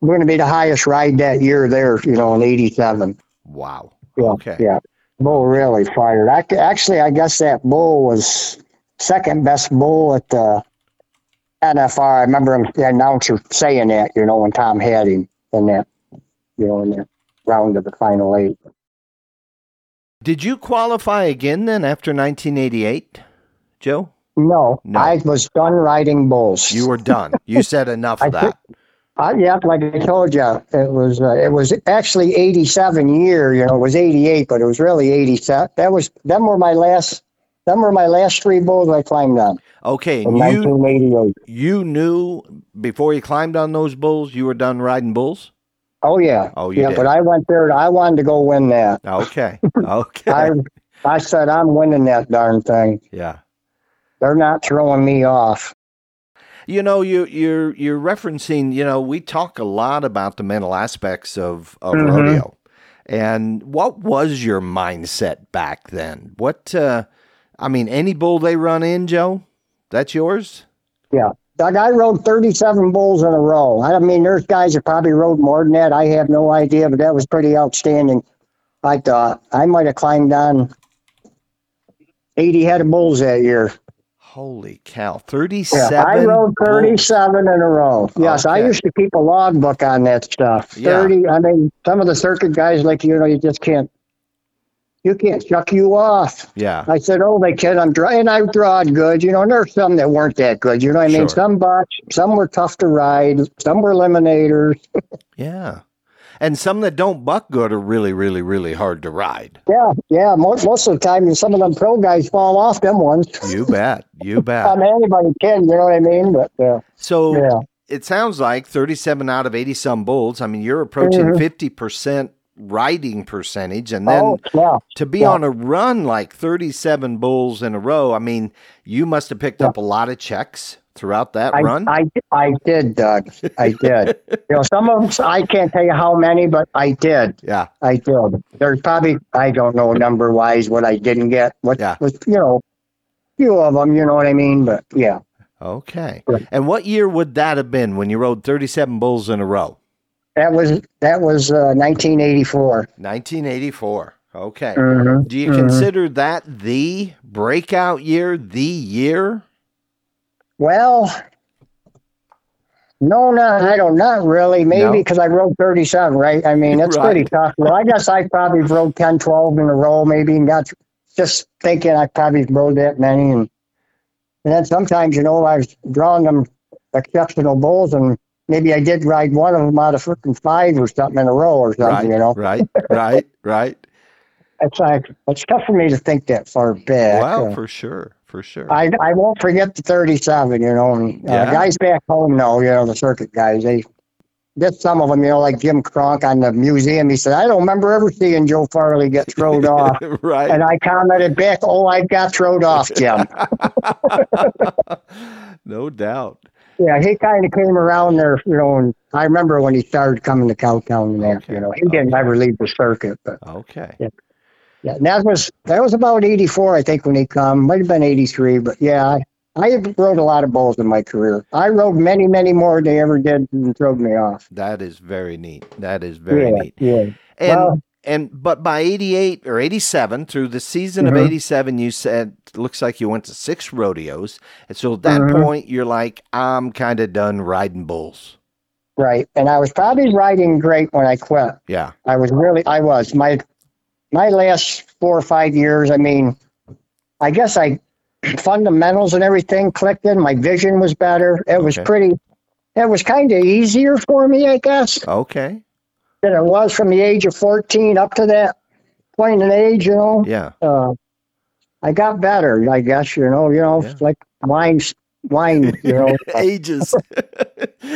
Speaker 1: we're going to be the highest ride that year there, you know, in 87.
Speaker 2: Wow.
Speaker 1: Yeah,
Speaker 2: Okay.
Speaker 1: Yeah. Bull really fired. I, actually, I guess that bull was second best bull at the NFR. I remember him, the announcer saying that, you know, when Tom had him in that, you know, in that round of the final eight.
Speaker 2: Did you qualify again then after 1988, Joe?
Speaker 1: No,
Speaker 2: No.
Speaker 1: I was done riding bulls.
Speaker 2: You were done. You said enough
Speaker 1: I
Speaker 2: of that.
Speaker 1: Uh, yeah, like I told you, it was uh, it was actually '87 year. You know, it was '88, but it was really '87. That was them were my last. Them were my last three bulls I climbed on
Speaker 2: Okay.
Speaker 1: in
Speaker 2: And you
Speaker 1: 1988.
Speaker 2: you knew before you climbed on those bulls, you were done riding bulls?
Speaker 1: Oh yeah,
Speaker 2: Oh, you
Speaker 1: yeah.
Speaker 2: did. Ah,
Speaker 1: But I went there. I wanted to go win that.
Speaker 2: Okay. Okay.
Speaker 1: I I said I'm winning that darn thing.
Speaker 2: yeah.
Speaker 1: They're not throwing me off.
Speaker 2: You know, you you're you're referencing, you know, we talk a lot about the mental aspects of, of
Speaker 1: Mhm.
Speaker 2: rodeo. And what was your mindset back then? What uh I mean, any bull they run in, Joe? That's yours?
Speaker 1: Doug, I rode 37 bulls in a row. I mean, there's guys that probably rode more than that. I have no idea, but that was pretty outstanding. I thought I might have climbed on 80 head of bulls that year.
Speaker 2: Holy cow. 37.
Speaker 1: Yeah, I rode
Speaker 2: bulls.
Speaker 1: 37 in a row. Yes, I
Speaker 2: Okay.
Speaker 1: used to keep a log book on that stuff.
Speaker 2: Yeah.
Speaker 1: 30, I mean, some of the circuit guys, like, you know, you just can't, you can't chuck you off.
Speaker 2: Yeah.
Speaker 1: I said, "Oh, they kid, I'm dry, and I drawed good, you know." And there's some that weren't that good, you know. What I mean,
Speaker 2: Sure.
Speaker 1: some bucks, some were tough to ride, some were eliminators.
Speaker 2: Yeah. And some that don't buck good are really, really, really hard to ride.
Speaker 1: Yeah, yeah. Most, most of the time, some of them pro guys fall off them ones.
Speaker 2: You bet. You
Speaker 1: I
Speaker 2: bet.
Speaker 1: mean, anybody can, you know what I mean? But uh,
Speaker 2: So
Speaker 1: yeah,
Speaker 2: it sounds like 37 out of 80 some bulls. I mean, you're approaching
Speaker 1: Mhm.
Speaker 2: 50% riding percentage. And then
Speaker 1: oh yeah,
Speaker 2: to be
Speaker 1: yeah.
Speaker 2: on a run like 37 bulls in a row, I mean, you must have picked
Speaker 1: Yeah.
Speaker 2: up a lot of checks throughout that
Speaker 1: I,
Speaker 2: run.
Speaker 1: I, I did, Doug. I did. you know, some of them I can't tell you how many, but I did.
Speaker 2: yeah.
Speaker 1: I did. There's probably I don't know number wise what I didn't get. What
Speaker 2: Yeah.
Speaker 1: was you know, few of them. You know what I mean? But yeah.
Speaker 2: Okay.
Speaker 1: Yeah.
Speaker 2: And what year would that have been when you rode 37 bulls in a row?
Speaker 1: That was that was uh, 1984.
Speaker 2: 1984. Okay.
Speaker 1: Mm-hmm.
Speaker 2: Do you
Speaker 1: Mhm.
Speaker 2: consider that the breakout year, the year?
Speaker 1: Well, no, not I don't not really. Maybe
Speaker 2: No.
Speaker 1: because I rode 37, right? I mean, it's pretty
Speaker 2: Right.
Speaker 1: tough. Well, I guess I probably rode 10, 12 in a row, maybe, and got just thinking I probably rode that many. And, and then sometimes, you know, I was drawing them exceptional bulls, and maybe I did ride one of them out of freaking five or something in a row or something.
Speaker 2: right,
Speaker 1: You know,
Speaker 2: right, right, right.
Speaker 1: it's like it's tough for me to think that far back.
Speaker 2: Wow,
Speaker 1: uh,
Speaker 2: for sure, for sure.
Speaker 1: I, I won't forget the 37, you know. And, uh,
Speaker 2: Yeah.
Speaker 1: Guys back home know, you know, the circuit guys. They just some of them, you know, like Jim Cronk on the museum. He said, I don't remember ever seeing Joe Farley get thrown off.
Speaker 2: right.
Speaker 1: And I commented back, oh, I got thrown off, Jim.
Speaker 2: no doubt.
Speaker 1: yeah, he kind of came around there, you know. And I remember when he started coming to Cowtown and that,
Speaker 2: Okay,
Speaker 1: you know, he didn't ever leave the circuit. But
Speaker 2: Okay.
Speaker 1: yeah, and that was that was about 84, I think, when he come. Might have been 83, but yeah, I, I rode a lot of bulls in my career. I rode many, many more than they ever did and rode me off.
Speaker 2: That is very neat. That is very
Speaker 1: yeah,
Speaker 2: neat.
Speaker 1: yeah.
Speaker 2: And
Speaker 1: Well-
Speaker 2: and but by 88 or 87 through the season
Speaker 1: Mhm.
Speaker 2: of 87 you said looks like you went to six rodeos. And so at that
Speaker 1: Mhm.
Speaker 2: point you're like I'm kind of done riding bulls.
Speaker 1: Right. And I was probably riding great when I quit.
Speaker 2: Yeah.
Speaker 1: I was really I was. My my last four or five years, I mean, I guess I fundamentals and everything clicked in. My vision was better. It was
Speaker 2: Okay.
Speaker 1: pretty it was kind of easier for me, I guess,
Speaker 2: Okay.
Speaker 1: than it was from the age of 14 up to that point in age, you know.
Speaker 2: Yeah.
Speaker 1: Uh, I got better, I guess, you know, you know,
Speaker 2: Yeah.
Speaker 1: like wine wine, you know.
Speaker 2: Ages.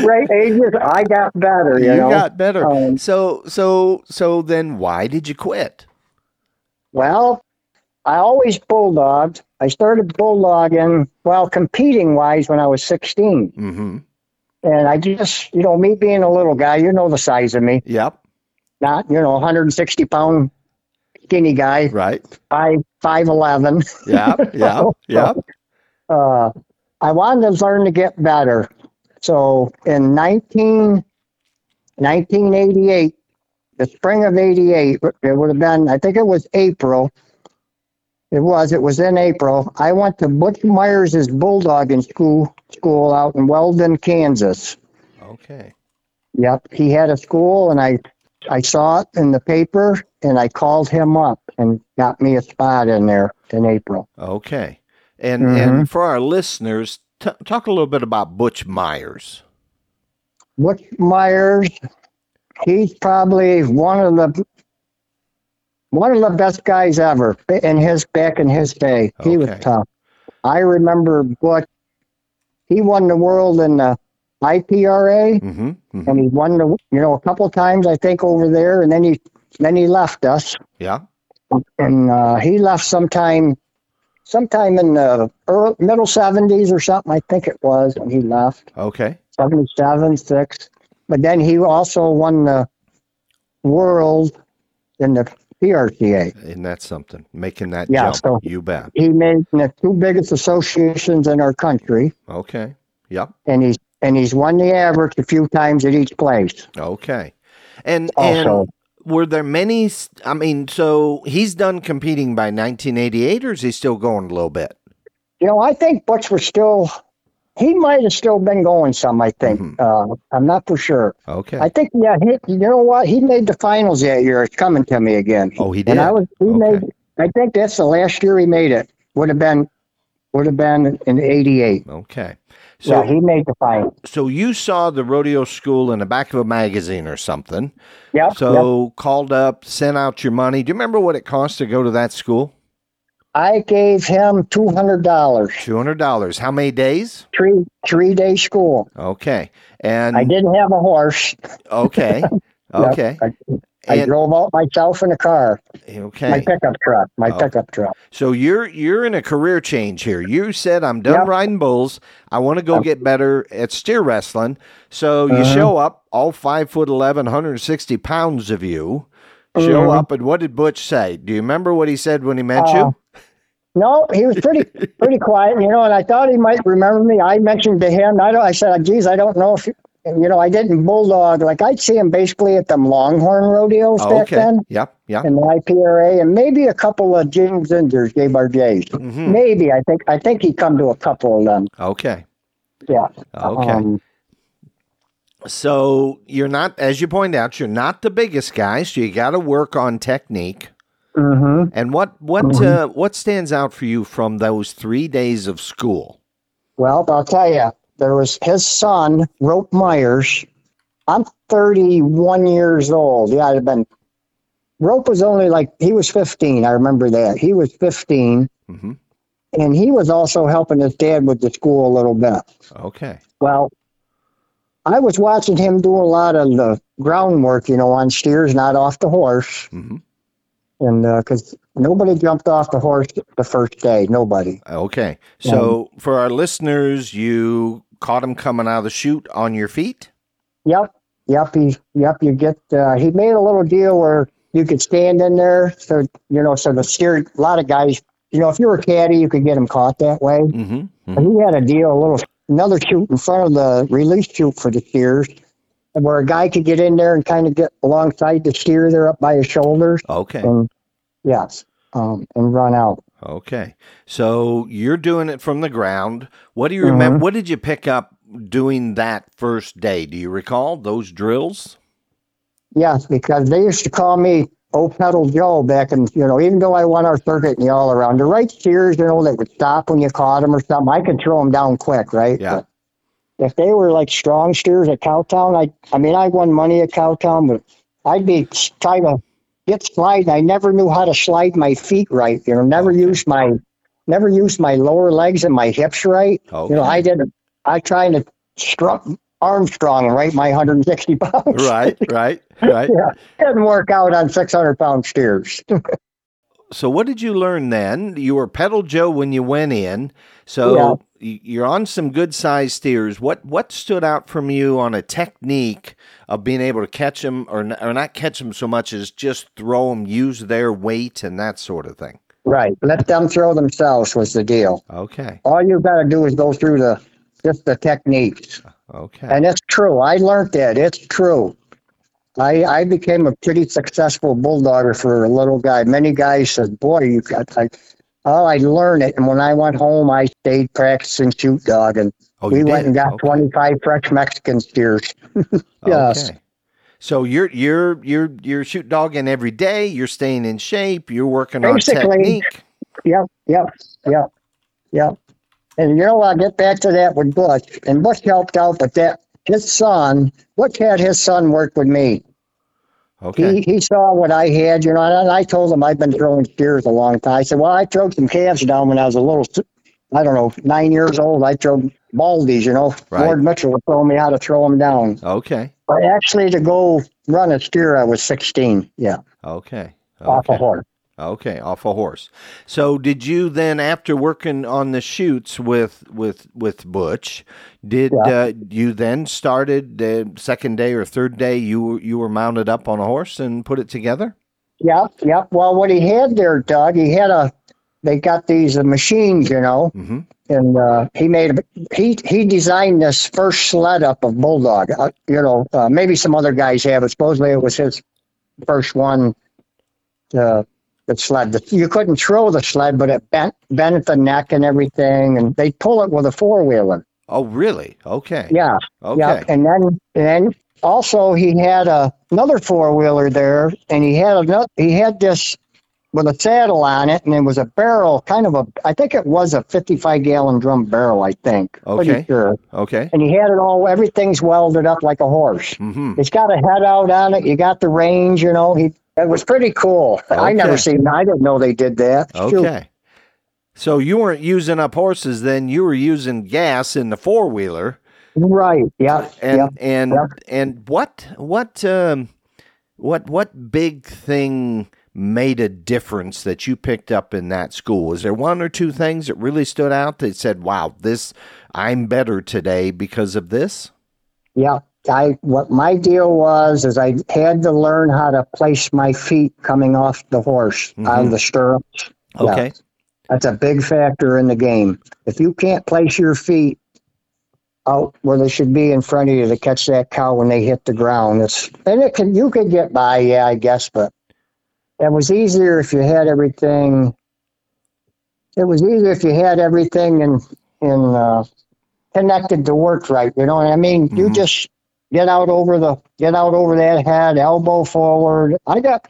Speaker 1: Right ages, I got better, you,
Speaker 2: you
Speaker 1: know.
Speaker 2: got better.
Speaker 1: Um,
Speaker 2: so so so then why did you quit?
Speaker 1: Well, I always bulldogged. I started bulldogging, well, competing wise, when I was 16.
Speaker 2: Mhm.
Speaker 1: And I just, you know, me being a little guy, you know the size of me,
Speaker 2: Yep.
Speaker 1: not, you know, 160 pound skinny guy,
Speaker 2: Right.
Speaker 1: five, 5'11.
Speaker 2: Yep. Yep.
Speaker 1: Oh.
Speaker 2: Yep.
Speaker 1: Uh, I wanted to learn to get better. So in 19, 1988, the spring of 88, it would have been, I think it was April. It was, it was in April. I went to Butch Myers' Bulldogging School, school out in Weldon, Kansas.
Speaker 2: Okay.
Speaker 1: Yep, he had a school and I, I saw it in the paper and I called him up and got me a spot in there in April.
Speaker 2: Okay. And
Speaker 1: Mhm.
Speaker 2: and for our listeners, t- talk a little bit about Butch Myers.
Speaker 1: Butch Myers, he's probably one of the one of the best guys ever in his back in his day. He was
Speaker 2: Okay.
Speaker 1: tough. I remember Butch. He won the world in the IPRA,
Speaker 2: Mm-hmm.
Speaker 1: and he won the you know a couple times I think over there, and then he then he left us,
Speaker 2: Yeah.
Speaker 1: and uh, he left sometime sometime in the early, middle seventies or something I think it was when he left.
Speaker 2: Okay.
Speaker 1: 77, 6. But then he also won the world in the PRCA.
Speaker 2: And that's something. Making that
Speaker 1: Yeah,
Speaker 2: jump.
Speaker 1: so-
Speaker 2: you bet.
Speaker 1: He made the two biggest associations in our country,
Speaker 2: Okay. Yep.
Speaker 1: and he's and he's won the average a few times at each place.
Speaker 2: Okay. And
Speaker 1: Also-
Speaker 2: and were there many? s- I mean, so he's done competing by 1988, or is he still going a little bit?
Speaker 1: You know, I think Butch was still. He might have still been going some. I think. Uh, I'm not for sure.
Speaker 2: Okay.
Speaker 1: I think. Yeah. He, you know what? He made the finals that year. It's coming to me again.
Speaker 2: oh, he did.
Speaker 1: And I was he
Speaker 2: Okay.
Speaker 1: made I think that's the last year he made it. Would have been would have been in eighty eight.
Speaker 2: okay.
Speaker 1: So
Speaker 2: So
Speaker 1: he made the final.
Speaker 2: so you saw the rodeo school in the back of a magazine or something.
Speaker 1: Yep. yep.
Speaker 2: So called up, sent out your money. Do you remember what it cost to go to that school?
Speaker 1: I gave him two hundred dollars.
Speaker 2: Two hundred dollars. How many days?
Speaker 1: Three three day school.
Speaker 2: Okay. And
Speaker 1: I didn't have a horse.
Speaker 2: okay.
Speaker 1: Yep.
Speaker 2: Okay.
Speaker 1: I, I
Speaker 2: And
Speaker 1: drove out myself in a car. My
Speaker 2: okay.
Speaker 1: pickup truck. My
Speaker 2: Oh.
Speaker 1: pickup truck.
Speaker 2: So you're you're in a career change here. You said I'm done
Speaker 1: Yep.
Speaker 2: riding bulls. I want to go get better at steer wrestling. So you
Speaker 1: Uh-huh.
Speaker 2: show up, all five foot 11, 160 pounds of you. Show
Speaker 1: Mhm.
Speaker 2: up, and what did Butch say? Do you remember what he said when he met
Speaker 1: Uh,
Speaker 2: you?
Speaker 1: No, he was pretty pretty quiet, you know, and I thought he might remember me. I mentioned to him, I don't I said, geez, I don't know if you you know, I didn't bulldog like I'd see him basically at them longhorn rodeos
Speaker 2: Oh,
Speaker 1: back
Speaker 2: okay.
Speaker 1: then.
Speaker 2: Yep. Yep.
Speaker 1: and the IPRA, and maybe a couple of James Inders, J Bar J's.
Speaker 2: hmm
Speaker 1: Maybe I think I think he come to a couple of them.
Speaker 2: Okay.
Speaker 1: Yeah.
Speaker 2: Okay.
Speaker 1: Um,
Speaker 2: So you're not, as you point out, you're not the biggest guy, so you got to work on technique.
Speaker 1: mhm.
Speaker 2: And what what uh,
Speaker 1: Mhm.
Speaker 2: what stands out for you from those three days of school?
Speaker 1: Well, I'll tell you, there was his son, Rope Myers. I'm 31 years old. Yeah, I'd have been. Rope was only like he was 15. I remember that he was 15,
Speaker 2: hmm
Speaker 1: and he was also helping his dad with the school a little bit.
Speaker 2: Okay.
Speaker 1: Well, I was watching him do a lot of the groundwork, you know, on steers, not off the horse.
Speaker 2: hmm
Speaker 1: And because nobody jumped off the horse the first day, nobody.
Speaker 2: Okay. So for our listeners, you caught him coming out of the chute on your feet.
Speaker 1: Yep, yep, he, yep, you get, uh, he made a little deal where you could stand in there. So, you know, so the steer, a lot of guys, you know, if you were a caddy, you could get him caught that way.
Speaker 2: Mm-hmm.
Speaker 1: And he had a deal, a little another shoot in front of the release chute for the steers, where a guy could get in there and kind of get alongside the steer there up by his shoulders,
Speaker 2: Okay.
Speaker 1: and yes, um, and run out.
Speaker 2: Okay. So you're doing it from the ground. What do you remember?
Speaker 1: Mhm.
Speaker 2: What did you pick up doing that first day? Do you recall those drills?
Speaker 1: Yes, because they used to call me O Pedal Joe back in, you know, even though I won our circuit and the all around. The right steers, you know, that would stop when you caught them or something. I could throw them down quick, right?
Speaker 2: Yeah.
Speaker 1: But if they were like strong steers at Cowtown, I, I mean, I won money at Cowtown, but I'd be trying to get sliding. I never knew how to slide my feet right. You know, never used my, never used my lower legs and my hips right.
Speaker 2: Okay.
Speaker 1: You know, I did. I trying to strut Armstrong right my 160 pounds.
Speaker 2: right, right, right.
Speaker 1: Yeah, didn't work out on 600 pound steers.
Speaker 2: So what did you learn then? You were pedal Joe when you went in. So y you're on some good sized steers. What what stood out from you on a technique of being able to catch them or, n- or not catch them so much as just throw them, use their weight and that sort of thing?
Speaker 1: right. Let them throw themselves was the deal.
Speaker 2: Okay.
Speaker 1: All you got to do is go through the just the techniques.
Speaker 2: Uh-huh. Okay.
Speaker 1: And it's true. I learned that. It's true. I, I became a pretty successful bulldogger for a little guy. Many guys said, "Boy, you got." I, oh, I learned it. And when I went home, I stayed practicing shoot dog, and
Speaker 2: oh,
Speaker 1: we
Speaker 2: you
Speaker 1: went
Speaker 2: did?
Speaker 1: and got
Speaker 2: Okay.
Speaker 1: 25 fresh Mexican steers. Yes.
Speaker 2: Okay. So you're you're you're you're shoot dogging every day. You're staying in shape. You're working on
Speaker 1: Basically-
Speaker 2: technique.
Speaker 1: Yep, yep, yep, yep. And you know, I'll get back to that with Bush, and Bush helped out, but that his son, Bush had his son work with me.
Speaker 2: Okay.
Speaker 1: He he saw what I had, you know, and I told him I've been throwing steers a long time. I said, well, I throwed some calves down when I was a little, s- I don't know, nine years old. I threw baldies, you know.
Speaker 2: Right.
Speaker 1: Lord Mitchell was telling me how to throw them down.
Speaker 2: okay.
Speaker 1: But actually, to go run a steer, I was 16. Yeah,
Speaker 2: Okay.
Speaker 1: off a
Speaker 2: Okay.
Speaker 1: horse.
Speaker 2: Okay, off a horse. So did you then after working on the shoots with with with Butch, did
Speaker 1: Yeah.
Speaker 2: uh, you then started the second day or third day you were- you were mounted up on a horse and put it together?
Speaker 1: Yep, yep. Well, what he had there, Doug, he had a. They got these uh, machines, you know,
Speaker 2: Mhm.
Speaker 1: and uh, he made a, he he designed this first sled up of Bulldog. Uh, you know, uh, maybe some other guys have it. Supposedly, it was his first one. The the sled. The, you couldn't throw the sled, but it bent bent at the neck and everything, and they pull it with a four wheeler.
Speaker 2: Oh, really? Okay.
Speaker 1: Yeah.
Speaker 2: Okay.
Speaker 1: Yeah, and then and then also he had a, another four wheeler there, and he had another, he had this with a saddle on it, and it was a barrel, kind of a I think it was a fifty five gallon drum barrel, I think.
Speaker 2: Okay.
Speaker 1: Pretty sure.
Speaker 2: Okay.
Speaker 1: And he had it all. Everything's welded up like a horse.
Speaker 2: Mhm.
Speaker 1: It's got a head out on it. You got the range. You know, he it was pretty cool. I never
Speaker 2: Okay.
Speaker 1: seen. I didn't know they did that. Shoot.
Speaker 2: Okay. So you weren't using up horses then, you were using gas in the four wheeler.
Speaker 1: Right. Yeah.
Speaker 2: And
Speaker 1: yeah.
Speaker 2: and
Speaker 1: yeah.
Speaker 2: and what what um what what big thing made a difference that you picked up in that school? Is there one or two things that really stood out that said, Wow, this I'm better today because of this?
Speaker 1: Yeah, I what my deal was is I had to learn how to place my feet coming off the horse out of the stirrups. Yeah.
Speaker 2: Okay.
Speaker 1: That's a big factor in the game. If you can't place your feet out where they should be in front of you to catch that cow when they hit the ground, it's and it can you could get by, yeah, I guess, but it was easier if you had everything. It was easier if you had everything in in uh, connected to work right. You know what I mean? You
Speaker 2: Mhm.
Speaker 1: just get out over the get out over that head, elbow forward. I got.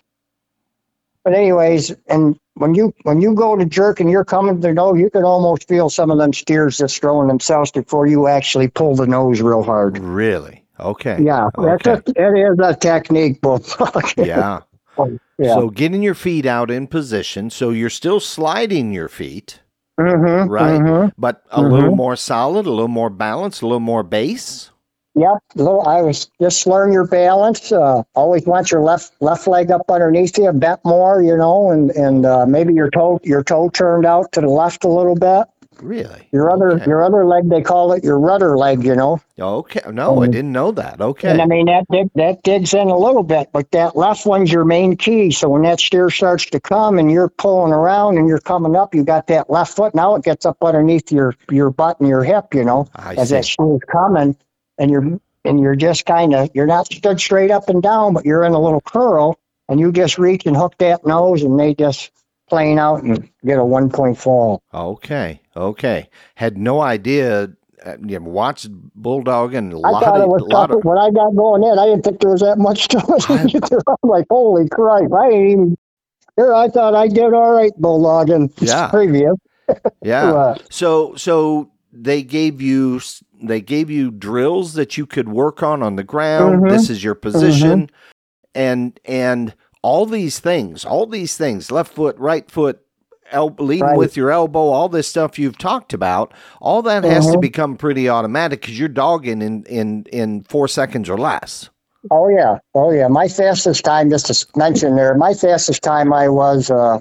Speaker 1: But anyways, and when you when you go to jerk and you're coming to know, you can almost feel some of them steers just throwing themselves before you actually pull the nose real hard.
Speaker 2: Really? Okay.
Speaker 1: Yeah, that's
Speaker 2: Okay.
Speaker 1: a, it is a technique, but
Speaker 2: Yeah.
Speaker 1: yeah.
Speaker 2: So getting your feet out in position. So you're still sliding your feet.
Speaker 1: Mhm,
Speaker 2: Right.
Speaker 1: mhm.
Speaker 2: but a
Speaker 1: Mhm.
Speaker 2: little more solid, a little more balanced, a little more base.
Speaker 1: Yep. Lo- I was just learn your balance. Uh, always want your left left leg up underneath you, bent more, you know, and and uh, maybe your toe your toe turned out to the left a little bit.
Speaker 2: Really?
Speaker 1: Your other
Speaker 2: Okay.
Speaker 1: your other leg, they call it your rudder leg, you know.
Speaker 2: Okay. No, I
Speaker 1: Um,
Speaker 2: didn't know that. Okay.
Speaker 1: And I mean that dig, that digs in a little bit, but that left one's your main key. So when that steer starts to come and you're pulling around and you're coming up, you got that left foot. Now it gets up underneath your your butt and your hip, you know,
Speaker 2: I
Speaker 1: as
Speaker 2: see.
Speaker 1: that steer's coming, and you're and you're just kind of you're not stood straight up and down, but you're in a little curl, and you just reach and hook that nose, and they just plane out and get a one point fall.
Speaker 2: Okay. Okay. Had no idea. uh, You know, watched Bulldog and a
Speaker 1: I
Speaker 2: lot
Speaker 1: thought it
Speaker 2: of.
Speaker 1: was
Speaker 2: Lot
Speaker 1: tough.
Speaker 2: of
Speaker 1: When I got going in, I didn't think there was that much to
Speaker 2: I-
Speaker 1: it. either. I'm like, holy crap! I ain't even. Here, I thought I did all right, Bulldog, and
Speaker 2: Yeah.
Speaker 1: previous.
Speaker 2: yeah.
Speaker 1: Uh,
Speaker 2: So so they gave you s- they gave you drills that you could work on on the ground.
Speaker 1: Mhm.
Speaker 2: This is your position, and and all these things, all these things, left foot, right foot, el- leading
Speaker 1: Right.
Speaker 2: with your elbow, all this stuff you've talked about, all that has to
Speaker 1: Mhm.
Speaker 2: become pretty automatic because you're dogging in in in four seconds or less.
Speaker 1: oh yeah, oh yeah. My fastest time, just to s- mention there, my fastest time, I was, uh,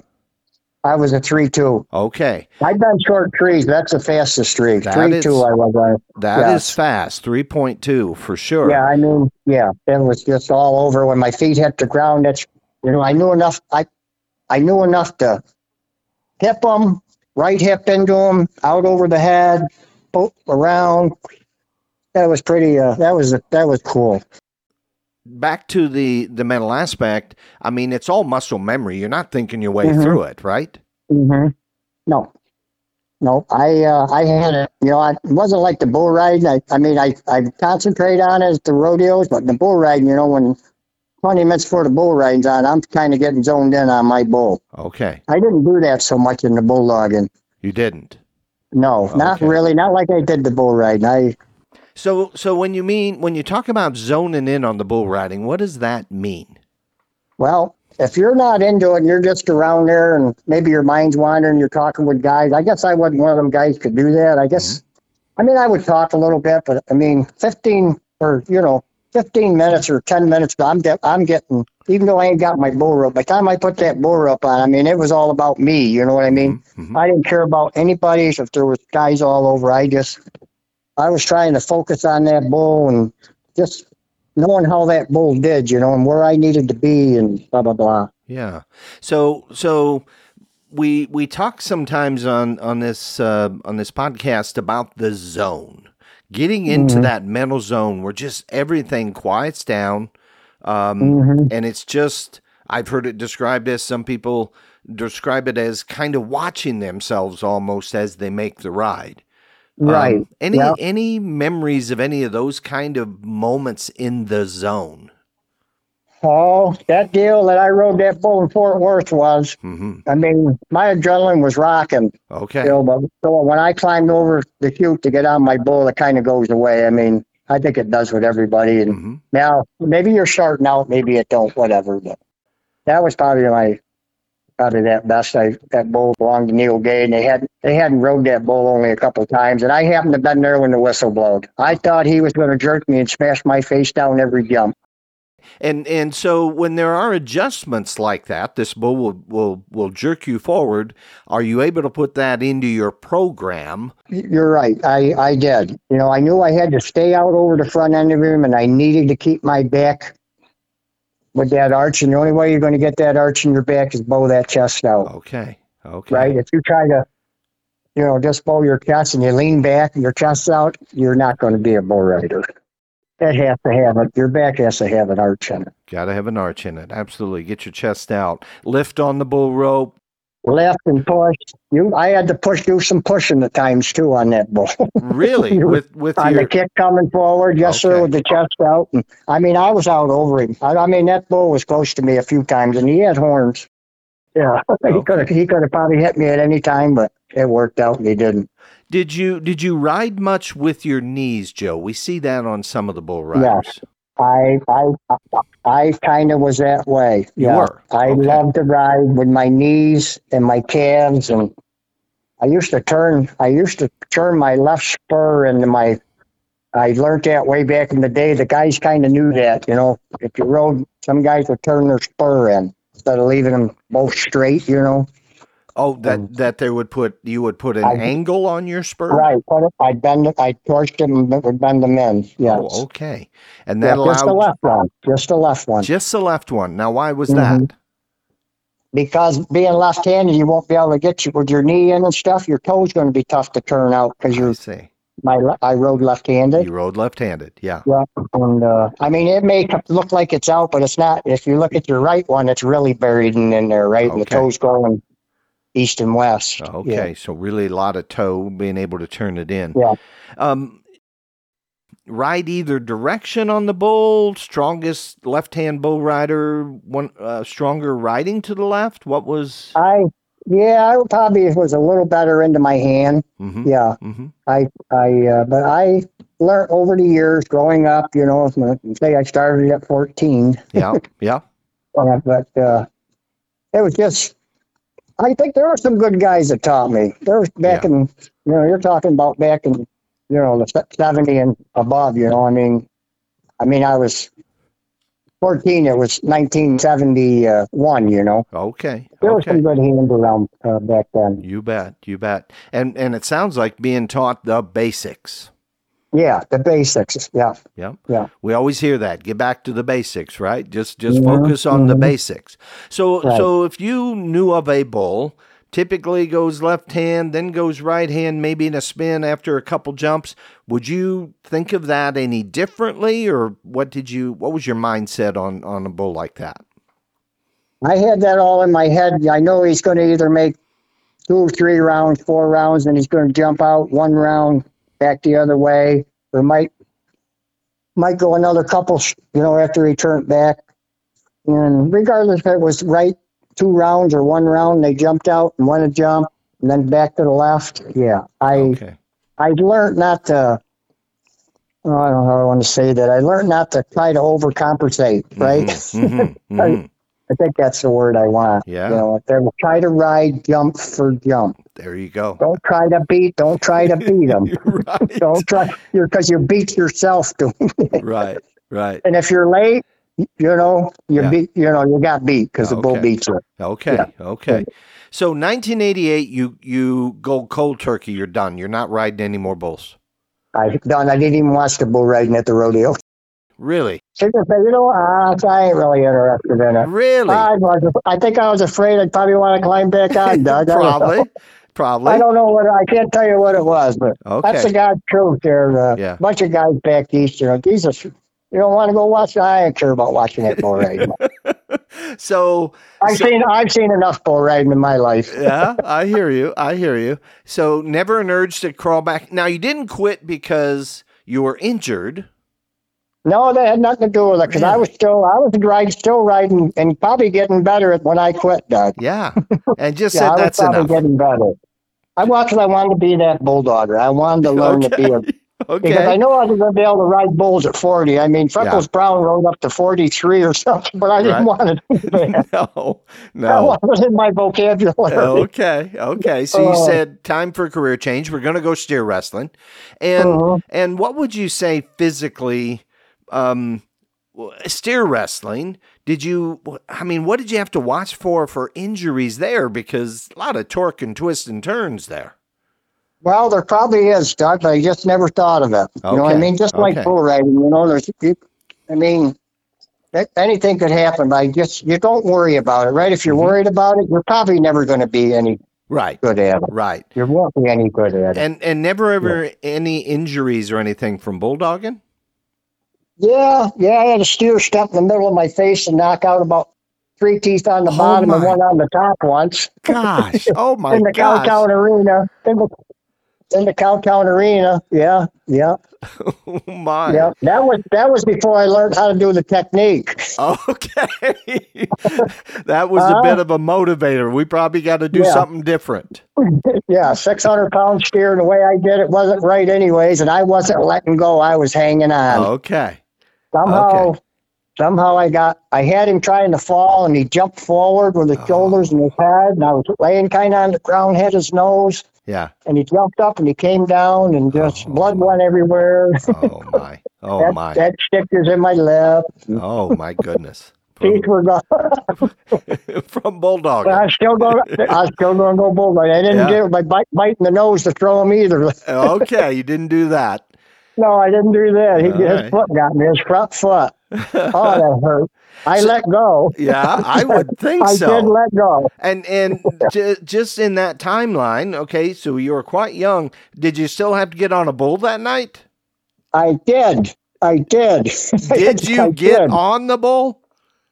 Speaker 1: I was a three two.
Speaker 2: Okay,
Speaker 1: I've done short trees. That's the fastest three.
Speaker 2: That
Speaker 1: three
Speaker 2: is-
Speaker 1: two. I was. on.
Speaker 2: that is
Speaker 1: Yes.
Speaker 2: fast, three point two for sure.
Speaker 1: Yeah, I mean, yeah, it was just all over when my feet hit the ground. That's you know, I knew enough. I I knew enough to hip them, right hip into them, out over the head, boop, around. That was pretty. Uh, that was that was cool.
Speaker 2: back to the the mental aspect i mean it's all muscle memory you're not thinking your way
Speaker 1: Mhm.
Speaker 2: through it right
Speaker 1: Mm-hmm. No, no, I uh, I had it. You know, I, it wasn't like the bull riding. I, I mean, I I concentrate on it at the rodeos, but the bull riding, you know, when twenty minutes before the bull riding's on, I'm kind of getting zoned in on my bull.
Speaker 2: okay
Speaker 1: I didn't do that so much in the bull logging.
Speaker 2: you didn't
Speaker 1: No,
Speaker 2: Oh,
Speaker 1: not
Speaker 2: okay.
Speaker 1: really. Not like I did the bull riding. I
Speaker 2: so so when you mean when you talk about zoning in on the bull riding what does that mean
Speaker 1: well, if you're not into it and you're just around there and maybe your mind's wandering, you're talking with guys. I guess I wasn't one of them guys could do that. I guess I mean I would talk a little bit, but I mean fifteen or you know fifteen minutes or ten minutes. I'm get, I'm getting even though I ain't got my bull rope. By the time I put that bull rope on, I mean it was all about me. You know what I mean?
Speaker 2: Mhm.
Speaker 1: I didn't care about anybody's. If there was guys all over, I just I was trying to focus on that bull and just knowing how that bull did, you know, and where I needed to be and blah blah blah.
Speaker 2: yeah so so we we talk sometimes on on this uh, on this podcast about the zone getting into
Speaker 1: Mhm.
Speaker 2: that mental zone where just everything quiets down um
Speaker 1: hmm
Speaker 2: and it's just I've heard it described as some people describe it as kind of watching themselves almost as they make the ride. Um,
Speaker 1: Right.
Speaker 2: any
Speaker 1: yeah.
Speaker 2: any memories of any of those kind of moments in the zone?
Speaker 1: Oh, that deal that I rode that bull in Fort Worth was,
Speaker 2: hmm
Speaker 1: I mean, my adrenaline was rocking,
Speaker 2: Okay.
Speaker 1: you know, but so when I climbed over the chute to get on my bull, it kind of goes away. I mean, I think it does with everybody. And
Speaker 2: hmm
Speaker 1: Now, maybe you're starting out, maybe it don't, whatever. But that was probably my probably that best. I that bull belonged to Neil Gay, and they had they hadn't rode that bull only a couple times, and I happened to been there when the whistle blowed. I thought he was going to jerk me and smash my face down every jump.
Speaker 2: And and so when there are adjustments like that, this bull will will will jerk you forward. Are you able to put that into your program?
Speaker 1: You're right. I I did. You know, I knew I had to stay out over the front end of him, and I needed to keep my back with that arch. And the only way you're going to get that arch in your back is bow that chest out.
Speaker 2: Okay. Okay.
Speaker 1: right? If you try to, you know, just bow your chest and you lean back and your chest's out, you're not going to be a bull rider. That has to have it. Your back has to have an arch in it.
Speaker 2: Got to have an arch in it. Absolutely. Get your chest out. Lift on the bull rope.
Speaker 1: Left and push. You, I had to push, do some pushing at times too on that bull.
Speaker 2: Really?
Speaker 1: You-
Speaker 2: with with
Speaker 1: on
Speaker 2: your
Speaker 1: the kick coming forward, yes
Speaker 2: Okay.
Speaker 1: sir, with the chest out. And I mean, I was out over him. I, I mean, that bull was close to me a few times, and he had horns. Yeah, he could have he could have probably hit me at any time, but it worked out, and he didn't.
Speaker 2: did you did you ride much with your knees, Joe? We see that on some of the bull
Speaker 1: Yeah.
Speaker 2: riders.
Speaker 1: I I I kind of was that way.
Speaker 2: You
Speaker 1: yeah.
Speaker 2: were.
Speaker 1: I
Speaker 2: Okay.
Speaker 1: loved to ride with my knees and my calves, and I used to turn. I used to turn my left spur into my. I learned that way back in the day. The guys kind of knew that, you know. If you rode, some guys would turn their spur in instead of leaving them both straight, you know.
Speaker 2: Oh, that that they would put you would put an
Speaker 1: I-
Speaker 2: angle on your spur.
Speaker 1: Right. Put it- I'd bend it. I torched them. It would bend them in. Yes.
Speaker 2: Oh, okay. And
Speaker 1: Yeah,
Speaker 2: that
Speaker 1: just the
Speaker 2: allowed
Speaker 1: left one. Just the left one.
Speaker 2: just the left one. Now, why was
Speaker 1: Mhm.
Speaker 2: that?
Speaker 1: because being left-handed, you won't be able to get you with your knee in and stuff. Your toe's going to be tough to turn out because
Speaker 2: I
Speaker 1: you're
Speaker 2: see.
Speaker 1: my le- I rode left-handed,
Speaker 2: You rode left-handed. Yeah.
Speaker 1: and uh, I mean it may co- look like it's out, but it's not. If you look at your right one, it's really buried in, in there, right? And the
Speaker 2: Okay. Oh,
Speaker 1: toe's going east and west. Yeah.
Speaker 2: Okay. So really, a lot of toe being able to turn it in.
Speaker 1: Yeah.
Speaker 2: Um, ride either direction on the bull. Strongest left-hand bull rider. One uh, stronger riding to the left. What was?
Speaker 1: I yeah, I probably was a little better into my hand.
Speaker 2: Mhm,
Speaker 1: Yeah.
Speaker 2: mhm.
Speaker 1: I, I, uh, but I learned over the years growing up, you know, say I started at 14,
Speaker 2: Yeah. Yeah.
Speaker 1: uh, but, uh, it was just, I think there were some good guys that taught me. There was back
Speaker 2: Yeah.
Speaker 1: in, you know, you're talking about back in, you know, the se- 70 and above, you know, I mean, I mean, I was 14, it was 1971, you know,
Speaker 2: Okay.
Speaker 1: there were
Speaker 2: okay.
Speaker 1: some good hands around uh, back then.
Speaker 2: You bet. You bet. And and it sounds like being taught the basics.
Speaker 1: Yeah. The basics. Yeah.
Speaker 2: Yep.
Speaker 1: Yeah.
Speaker 2: We always hear that. Get back to the basics, right? Just just
Speaker 1: Mhm,
Speaker 2: focus on the
Speaker 1: mhm.
Speaker 2: basics. So
Speaker 1: Right.
Speaker 2: so if you knew of a bull, typically goes left hand, then goes right hand, maybe in a spin after a couple jumps, would you think of that any differently or what did you what was your mindset on on a bull like that?
Speaker 1: I had that all in my head. I know he's going to either make two or three rounds, four rounds, and he's going to jump out one round back the other way, or might might go another couple, sh- you know, after he turned back. And regardless if it was right two rounds or one round, they jumped out and one to jump, and then back to the left. Yeah, I
Speaker 2: Okay.
Speaker 1: I learned not to. oh, I don't know how I want to say that. I learned not to try to overcompensate. Right.
Speaker 2: Mhm, mhm, mhm.
Speaker 1: I think that's the word I want.
Speaker 2: Yeah.
Speaker 1: You know, if they're try to ride jump for jump.
Speaker 2: There you go.
Speaker 1: Don't try to beat. Don't try to beat them.
Speaker 2: right.
Speaker 1: don't try you're because you beat yourself doing. it.
Speaker 2: Right. Right.
Speaker 1: And if you're late, you know you
Speaker 2: Yeah. Oh,
Speaker 1: beat. You know you got beat because the bull
Speaker 2: Okay.
Speaker 1: beats you.
Speaker 2: Okay. Okay. So 1988, you you go cold turkey. You're done. You're not riding any more bulls.
Speaker 1: I done. I didn't even watch the bull riding at the rodeo.
Speaker 2: Really?
Speaker 1: So I said, you know, uh, I ain't really interested in it.
Speaker 2: Really?
Speaker 1: I, was, I think I was afraid I'd probably want to climb back on, Doug. I don't know.
Speaker 2: probably. Probably.
Speaker 1: I don't know what I can't tell you what it was, but
Speaker 2: Okay.
Speaker 1: that's the God's truth there. Uh,
Speaker 2: Yeah.
Speaker 1: bunch of guys back east, you know, Jesus, you don't want to go watch. I don't care about watching that bull riding.
Speaker 2: so
Speaker 1: I've seen I've seen enough bull riding in my life.
Speaker 2: yeah, I hear you. I hear you. So never an urge to crawl back. Now you didn't quit because you were injured.
Speaker 1: No, that had nothing to do with it because I was still I was riding, still riding, and probably getting better at when I quit, Doug.
Speaker 2: Yeah. And just
Speaker 1: I
Speaker 2: said
Speaker 1: was
Speaker 2: that's
Speaker 1: probably
Speaker 2: enough.
Speaker 1: getting better. I watched. I wanted to be that bulldogger. I wanted to learn to be a Because I
Speaker 2: Okay.
Speaker 1: know I was going to be able to ride bulls at 40. I mean, Freckles Brown rode up to 43 or something, but I didn't
Speaker 2: Right.
Speaker 1: want to do that.
Speaker 2: No.
Speaker 1: That
Speaker 2: No.
Speaker 1: wasn't in my vocabulary.
Speaker 2: okay okay so you
Speaker 1: Oh.
Speaker 2: said time for a career change we're going to go steer wrestling and
Speaker 1: Mhm.
Speaker 2: and what would you say physically um w- steer wrestling did you i mean what did you have to watch for for injuries there because a lot of torque and twists and turns there
Speaker 1: Well, there probably is, Doug, but I just never thought of it. You know what I
Speaker 2: Okay.
Speaker 1: mean? Just
Speaker 2: Okay.
Speaker 1: like bull riding, you know, there's, you, I mean, a- anything could happen. I just, you don't worry about it, right? If you're
Speaker 2: Mhm.
Speaker 1: worried about it, you're probably never going to be any
Speaker 2: right
Speaker 1: good at it.
Speaker 2: right
Speaker 1: You won't be any good at it.
Speaker 2: and and never ever any injuries or anything from bulldogging
Speaker 1: Yeah, yeah, I had a steer step in the middle of my face and knock out about three teeth on the
Speaker 2: Oh,
Speaker 1: bottom and
Speaker 2: my.
Speaker 1: one on the top once
Speaker 2: gosh oh my
Speaker 1: in the
Speaker 2: gosh
Speaker 1: Cowtown Arena. In the, in the Cowtown Arena, yeah, yeah,
Speaker 2: oh my
Speaker 1: yeah. That was that was before I learned how to do the technique.
Speaker 2: Okay. that was a bit of a motivator. We probably got to do
Speaker 1: Uh. Yeah.
Speaker 2: something different.
Speaker 1: Yeah, six hundred pound steer, and the way I did it wasn't right, anyways. And I wasn't letting go; I was hanging on.
Speaker 2: Okay.
Speaker 1: Somehow,
Speaker 2: Oh, Okay.
Speaker 1: somehow I got. I had him trying to fall, and he jumped forward with his
Speaker 2: Oh.
Speaker 1: shoulders and his head, and I was laying kind of on the ground, had his nose,
Speaker 2: Yeah.
Speaker 1: and he jumped up and he came down, and just
Speaker 2: Oh.
Speaker 1: blood went everywhere.
Speaker 2: Oh my. Oh
Speaker 1: that,
Speaker 2: my.
Speaker 1: that stick is in my lip.
Speaker 2: Oh my goodness.
Speaker 1: teeth were gone.
Speaker 2: from Bulldog.
Speaker 1: But I still going. I still going to go bulldog. I didn't
Speaker 2: Yeah.
Speaker 1: do my bite, bite in the nose to throw him either.
Speaker 2: okay, you didn't do that.
Speaker 1: No, I didn't do that. He,
Speaker 2: All
Speaker 1: his
Speaker 2: right.
Speaker 1: foot got me. His front foot. Oh, that hurt. I
Speaker 2: So-
Speaker 1: let go.
Speaker 2: Yeah, I would think
Speaker 1: I
Speaker 2: so.
Speaker 1: did let go.
Speaker 2: and and ju- just in that timeline, okay, so you were quite young. Did you still have to get on a bull that night?
Speaker 1: I did. I did.
Speaker 2: Did you
Speaker 1: I
Speaker 2: get
Speaker 1: Did.
Speaker 2: on the bull?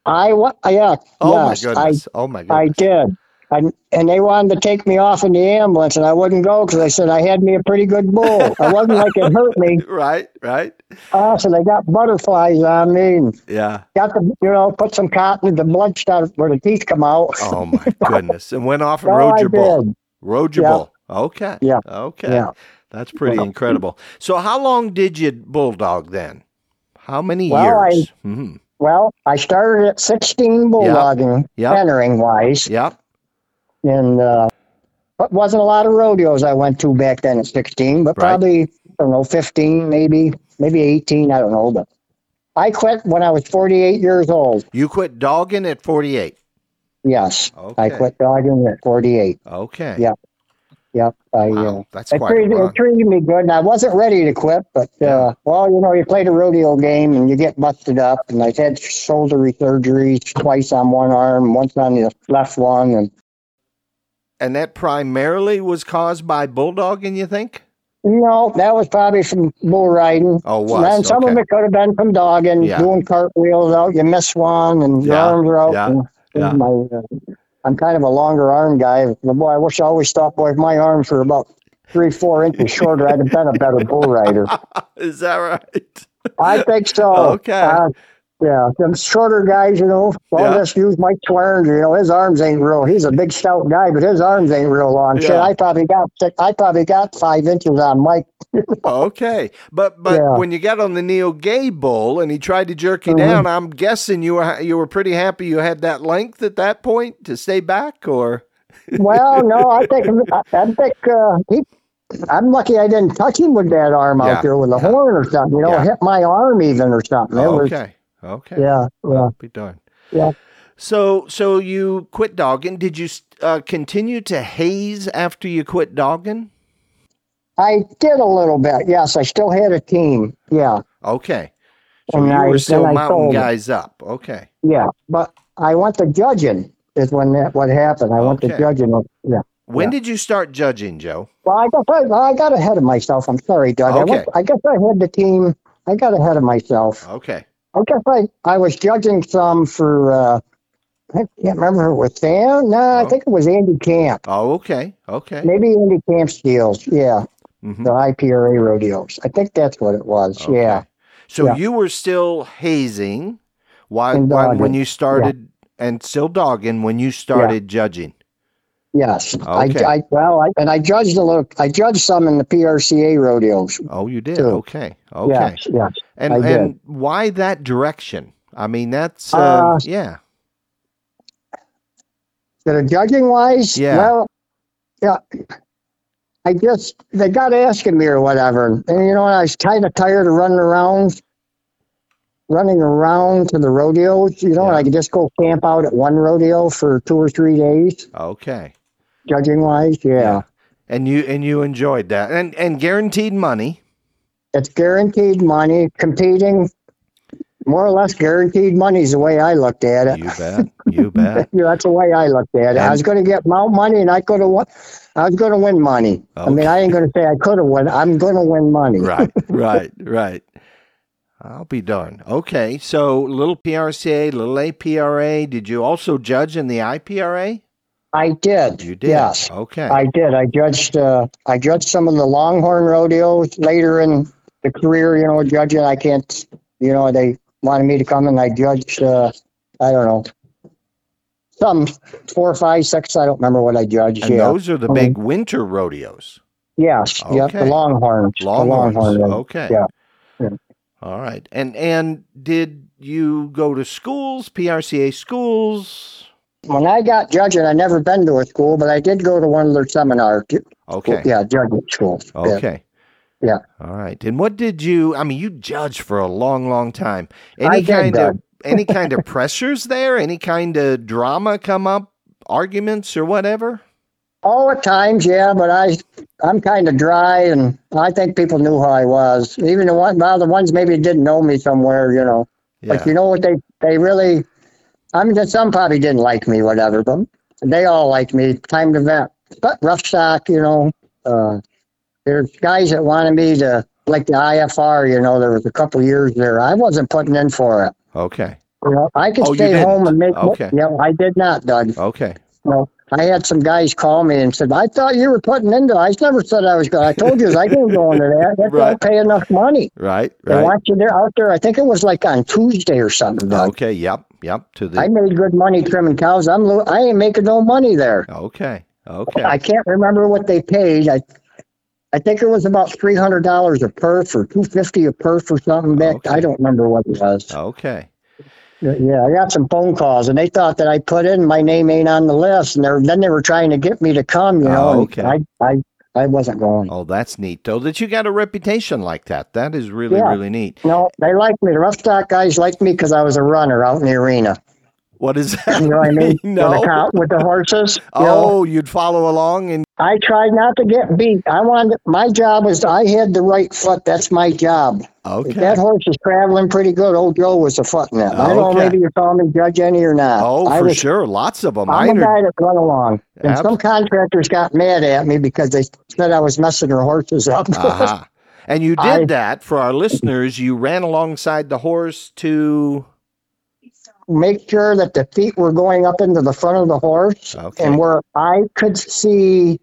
Speaker 1: I wa- uh, Yeah.
Speaker 2: Oh
Speaker 1: yes,
Speaker 2: my
Speaker 1: I
Speaker 2: goodness! oh my
Speaker 1: I
Speaker 2: goodness!
Speaker 1: did. And, and they wanted to take me off in the ambulance, and I wouldn't go because I said I had me a pretty good bull. I wasn't like it hurt me.
Speaker 2: right, right.
Speaker 1: I said I got butterflies on me, and
Speaker 2: Yeah.
Speaker 1: got the you know put some cotton, the blood started where the teeth come out.
Speaker 2: Oh my goodness! And went off and
Speaker 1: No,
Speaker 2: rode
Speaker 1: I
Speaker 2: your
Speaker 1: did.
Speaker 2: bull. Rode your
Speaker 1: Yeah.
Speaker 2: bull. Okay.
Speaker 1: Yeah.
Speaker 2: Okay.
Speaker 1: Yeah.
Speaker 2: That's pretty
Speaker 1: Yeah.
Speaker 2: incredible. So, how long did you bulldog then? How many
Speaker 1: Well, I-
Speaker 2: years? Mhm.
Speaker 1: Well, I started at 16 bulldogging,
Speaker 2: Yep.
Speaker 1: entering wise,
Speaker 2: Yep.
Speaker 1: and uh, but wasn't a lot of rodeos I went to back then at 16, but
Speaker 2: Right.
Speaker 1: probably I don't know 15, maybe maybe 18, I don't know. But I quit when I was 48 years old.
Speaker 2: You quit dogging at 48.
Speaker 1: Yes.
Speaker 2: Okay.
Speaker 1: I quit dogging at 48.
Speaker 2: Okay.
Speaker 1: Yeah, Yep. I,
Speaker 2: Wow,
Speaker 1: uh,
Speaker 2: that's
Speaker 1: it,
Speaker 2: quite a
Speaker 1: treated,
Speaker 2: run.
Speaker 1: it treated me good, and I wasn't ready to quit, but,
Speaker 2: Yeah.
Speaker 1: uh, well, you know, you played a rodeo game and you get busted up, and I've had shoulder surgeries twice on one arm, once on the left one, and
Speaker 2: And that primarily was caused by bulldogging, you think?
Speaker 1: you know, that was probably from bull riding.
Speaker 2: Oh, it
Speaker 1: And then
Speaker 2: was.
Speaker 1: some of
Speaker 2: okay.
Speaker 1: it could have been from dogging,
Speaker 2: Yeah.
Speaker 1: doing cartwheels out. You miss one, and your
Speaker 2: Yeah,
Speaker 1: arms are out.
Speaker 2: yeah,
Speaker 1: and- and
Speaker 2: yeah.
Speaker 1: My, uh, I'm kind of a longer arm guy. But boy, I wish I always thought, boy, if my arms were about three, four inches shorter, I'd have been a better bull rider.
Speaker 2: Is that right?
Speaker 1: I think so.
Speaker 2: Okay.
Speaker 1: Uh, yeah, them shorter guys, you know, well,
Speaker 2: Yeah.
Speaker 1: let's use Mike Swearinger. You know, his arms ain't real. He's a big, stout guy, but his arms ain't real long. Shit,
Speaker 2: Yeah.
Speaker 1: I probably got, six- I probably got five inches on Mike.
Speaker 2: Okay. But but
Speaker 1: Yeah.
Speaker 2: when you got on the Neil Gay bull and he tried to jerk you
Speaker 1: Mhm.
Speaker 2: down, I'm guessing you were ha- you were pretty happy you had that length at that point to stay back or
Speaker 1: Well, no, I think I, I think uh, he. I'm lucky I didn't touch him with that arm
Speaker 2: Yeah,
Speaker 1: out there with a
Speaker 2: yeah.
Speaker 1: horn or something. You know,
Speaker 2: Yeah. Oh,
Speaker 1: hit my arm even or something. It was,
Speaker 2: Okay. Okay.
Speaker 1: yeah, yeah.
Speaker 2: Be darned.
Speaker 1: Yeah.
Speaker 2: So so you quit dogging. Did you uh, continue to haze after you quit dogging?
Speaker 1: I did a little bit. Yes, I still had a team. Yeah,
Speaker 2: Okay. So
Speaker 1: And
Speaker 2: you
Speaker 1: I-
Speaker 2: were still
Speaker 1: and I
Speaker 2: mountain
Speaker 1: sold it.
Speaker 2: guys up. Okay.
Speaker 1: yeah. But I went to judging is when that what happened. I went to
Speaker 2: Okay.
Speaker 1: judging. Yeah.
Speaker 2: When
Speaker 1: Yeah.
Speaker 2: did you start judging, Joe?
Speaker 1: Well, I guess I, I got ahead of myself. I'm sorry, Doug. I, went,
Speaker 2: Okay.
Speaker 1: I guess I had the team. I got ahead of myself.
Speaker 2: Okay.
Speaker 1: I guess I, I was judging some for uh, I can't remember if it was Sam. No, I
Speaker 2: Oh.
Speaker 1: think it was Andy Camp.
Speaker 2: Oh, okay. Okay.
Speaker 1: Maybe Andy Camp's deals. Yeah,
Speaker 2: Mhm.
Speaker 1: the IPRA rodeos. I think that's what it was.
Speaker 2: Okay.
Speaker 1: Yeah.
Speaker 2: So
Speaker 1: Yeah.
Speaker 2: you were still hazing why,
Speaker 1: And
Speaker 2: why when
Speaker 1: dogging.
Speaker 2: you started and still dogging when you started judging.
Speaker 1: Yes.
Speaker 2: Okay.
Speaker 1: I, I well, I, and I judged a little. I judged some in the PRCA rodeos.
Speaker 2: Oh, you did.
Speaker 1: Two.
Speaker 2: Okay. Okay.
Speaker 1: Yes. Yes.
Speaker 2: And
Speaker 1: I did.
Speaker 2: and why that direction? I mean, that's uh,
Speaker 1: Uh,
Speaker 2: yeah.
Speaker 1: That are judging wise.
Speaker 2: Yeah.
Speaker 1: Well, yeah. I just they got asking me or whatever, and you know I was kind of tired of running around, running around to the rodeos. You know, and
Speaker 2: Yeah.
Speaker 1: I could just go camp out at one rodeo for two or three days,
Speaker 2: Okay.
Speaker 1: judging wise. Yeah,
Speaker 2: And you and you enjoyed that. And and guaranteed money.
Speaker 1: it's guaranteed money. Competing, more or less guaranteed money is the way I looked at it.
Speaker 2: You bet. You bet.
Speaker 1: Yeah, that's the way I looked at it. I
Speaker 2: And-
Speaker 1: was going to get my money, and I could have won. I was going to win money. I mean, I ain't going to say I could have won. I'm going to win money.
Speaker 2: right, right, right. I'll be darned. Okay, so little PRCA, little APRA. Did you also judge in the IPRA?
Speaker 1: I did.
Speaker 2: You did.
Speaker 1: Yes,
Speaker 2: Okay.
Speaker 1: I did. I judged. Uh, I judged some of the Longhorn rodeos later in the career. You know, judging. I can't. You know, they wanted me to come and I judged. Uh, I don't know. Some four, five, six. I don't remember what I judged.
Speaker 2: and
Speaker 1: yeah.
Speaker 2: those are the
Speaker 1: I
Speaker 2: big winter rodeos.
Speaker 1: yes. Yep. The
Speaker 2: Okay.
Speaker 1: Longhorns.
Speaker 2: Longhorns.
Speaker 1: The Longhorn.
Speaker 2: Okay.
Speaker 1: Yeah. Yeah.
Speaker 2: All right. And and did you go to schools, PRCA schools?
Speaker 1: When I got judging, I never been to a school, but I did go to one of their seminars.
Speaker 2: Okay. Oh.
Speaker 1: Yeah, judging schools. Yeah.
Speaker 2: Okay.
Speaker 1: Yeah.
Speaker 2: All right. And what did you I mean you judged for a long, long time. Any
Speaker 1: I did
Speaker 2: kind of any kind of pressures there? Any kind of drama come up, arguments or whatever?
Speaker 1: Oh, at times, yeah, but I, I'm kind of dry, and I think people knew who I was. Even the one, well, the ones maybe didn't know me somewhere, you know.
Speaker 2: Yeah.
Speaker 1: But you know what? They they really, I mean, some probably didn't like me, whatever, but they all liked me. Time to vent. But rough stock, you know. Uh, there's guys that wanted me to like the IFR, you know. There was a couple years there. I wasn't putting in for it.
Speaker 2: Okay.
Speaker 1: You know, I could
Speaker 2: Oh, you
Speaker 1: stay
Speaker 2: didn't.
Speaker 1: home and make.
Speaker 2: Okay.
Speaker 1: Yeah, I did not, Doug.
Speaker 2: Okay.
Speaker 1: Well, I had some guys call me and said, I thought you were putting into I never said I was going. I told you I didn't go into that. That's
Speaker 2: Right.
Speaker 1: don't pay enough money.
Speaker 2: Right.
Speaker 1: They
Speaker 2: Right.
Speaker 1: want you there out there. I think it was like on Tuesday or something. Doug.
Speaker 2: Okay. Yep. Yep. To the.
Speaker 1: I made good money trimming cows. I'm lo- I ain't making no money there.
Speaker 2: okay. Okay.
Speaker 1: Oh, I can't remember what they paid. I I think it was about three hundred dollars a perf or two fifty a perf or something. Back
Speaker 2: Okay. Oh,
Speaker 1: I don't remember what it was.
Speaker 2: okay.
Speaker 1: Yeah, I got some phone calls, and they thought that I put in my name ain't on the list, and they're, then they were trying to get me to come. You
Speaker 2: Oh,
Speaker 1: know, and
Speaker 2: okay.
Speaker 1: I, I, I wasn't going.
Speaker 2: Oh, that's neat though. That you got a reputation like that. That is really
Speaker 1: Yeah.
Speaker 2: really neat.
Speaker 1: No, they liked me. The rough stock guys liked me because I was a runner out in the arena.
Speaker 2: What is that?
Speaker 1: You know what I mean? With,
Speaker 2: no.
Speaker 1: the, cow- with the horses. you know?
Speaker 2: Oh, you'd follow along and
Speaker 1: I tried not to get beat. I wanted my job was I had the right foot. That's my job. If
Speaker 2: okay.
Speaker 1: that horse was traveling pretty good, old Joe was the foot in it. I don't know.
Speaker 2: Okay.
Speaker 1: Maybe you saw me judge any or not.
Speaker 2: Oh,
Speaker 1: I
Speaker 2: for
Speaker 1: was
Speaker 2: sure. Lots of them. I
Speaker 1: I'm a
Speaker 2: inter-
Speaker 1: guy that run along. And
Speaker 2: Ab-
Speaker 1: some contractors got mad at me because they said I was messing their horses up.
Speaker 2: Aha. And you did
Speaker 1: I-
Speaker 2: that for our listeners. You ran alongside the horse to.
Speaker 1: Make sure that the feet were going up into the front of the horse
Speaker 2: Okay.
Speaker 1: and where I could see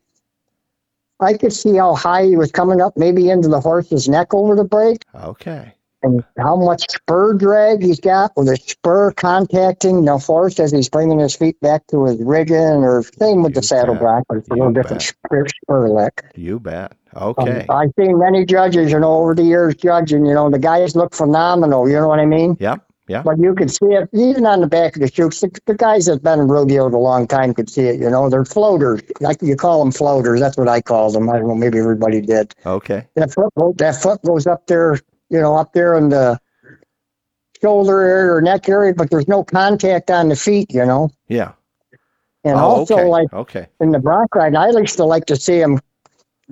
Speaker 1: I could see how high he was coming up, maybe into the horse's neck over the brake,
Speaker 2: Okay.
Speaker 1: and how much spur drag he's got with the spur contacting the horse as he's bringing his feet back to his rigging, or same with
Speaker 2: You
Speaker 1: the saddle
Speaker 2: bet.
Speaker 1: block, but it's a
Speaker 2: You
Speaker 1: little different spur, spur lick.
Speaker 2: You bet.
Speaker 1: Um,
Speaker 2: Okay.
Speaker 1: I've seen many judges, you know, over the years judging, you know, the guys look phenomenal, you know what I mean?
Speaker 2: Yep, yeah.
Speaker 1: But you can see it even on the back of the chutes. The, the guys that have been rodeoed a long time could see it, you know. They're floaters. Like you call them floaters. That's what I call them. I don't know, maybe everybody did.
Speaker 2: Okay.
Speaker 1: That foot, go- that foot goes up there, you know, up there in the shoulder area or neck area, but there's no contact on the feet, you know.
Speaker 2: Yeah.
Speaker 1: And
Speaker 2: oh,
Speaker 1: also,
Speaker 2: okay.
Speaker 1: like,
Speaker 2: okay.
Speaker 1: in the bronc ride, I used to like to see him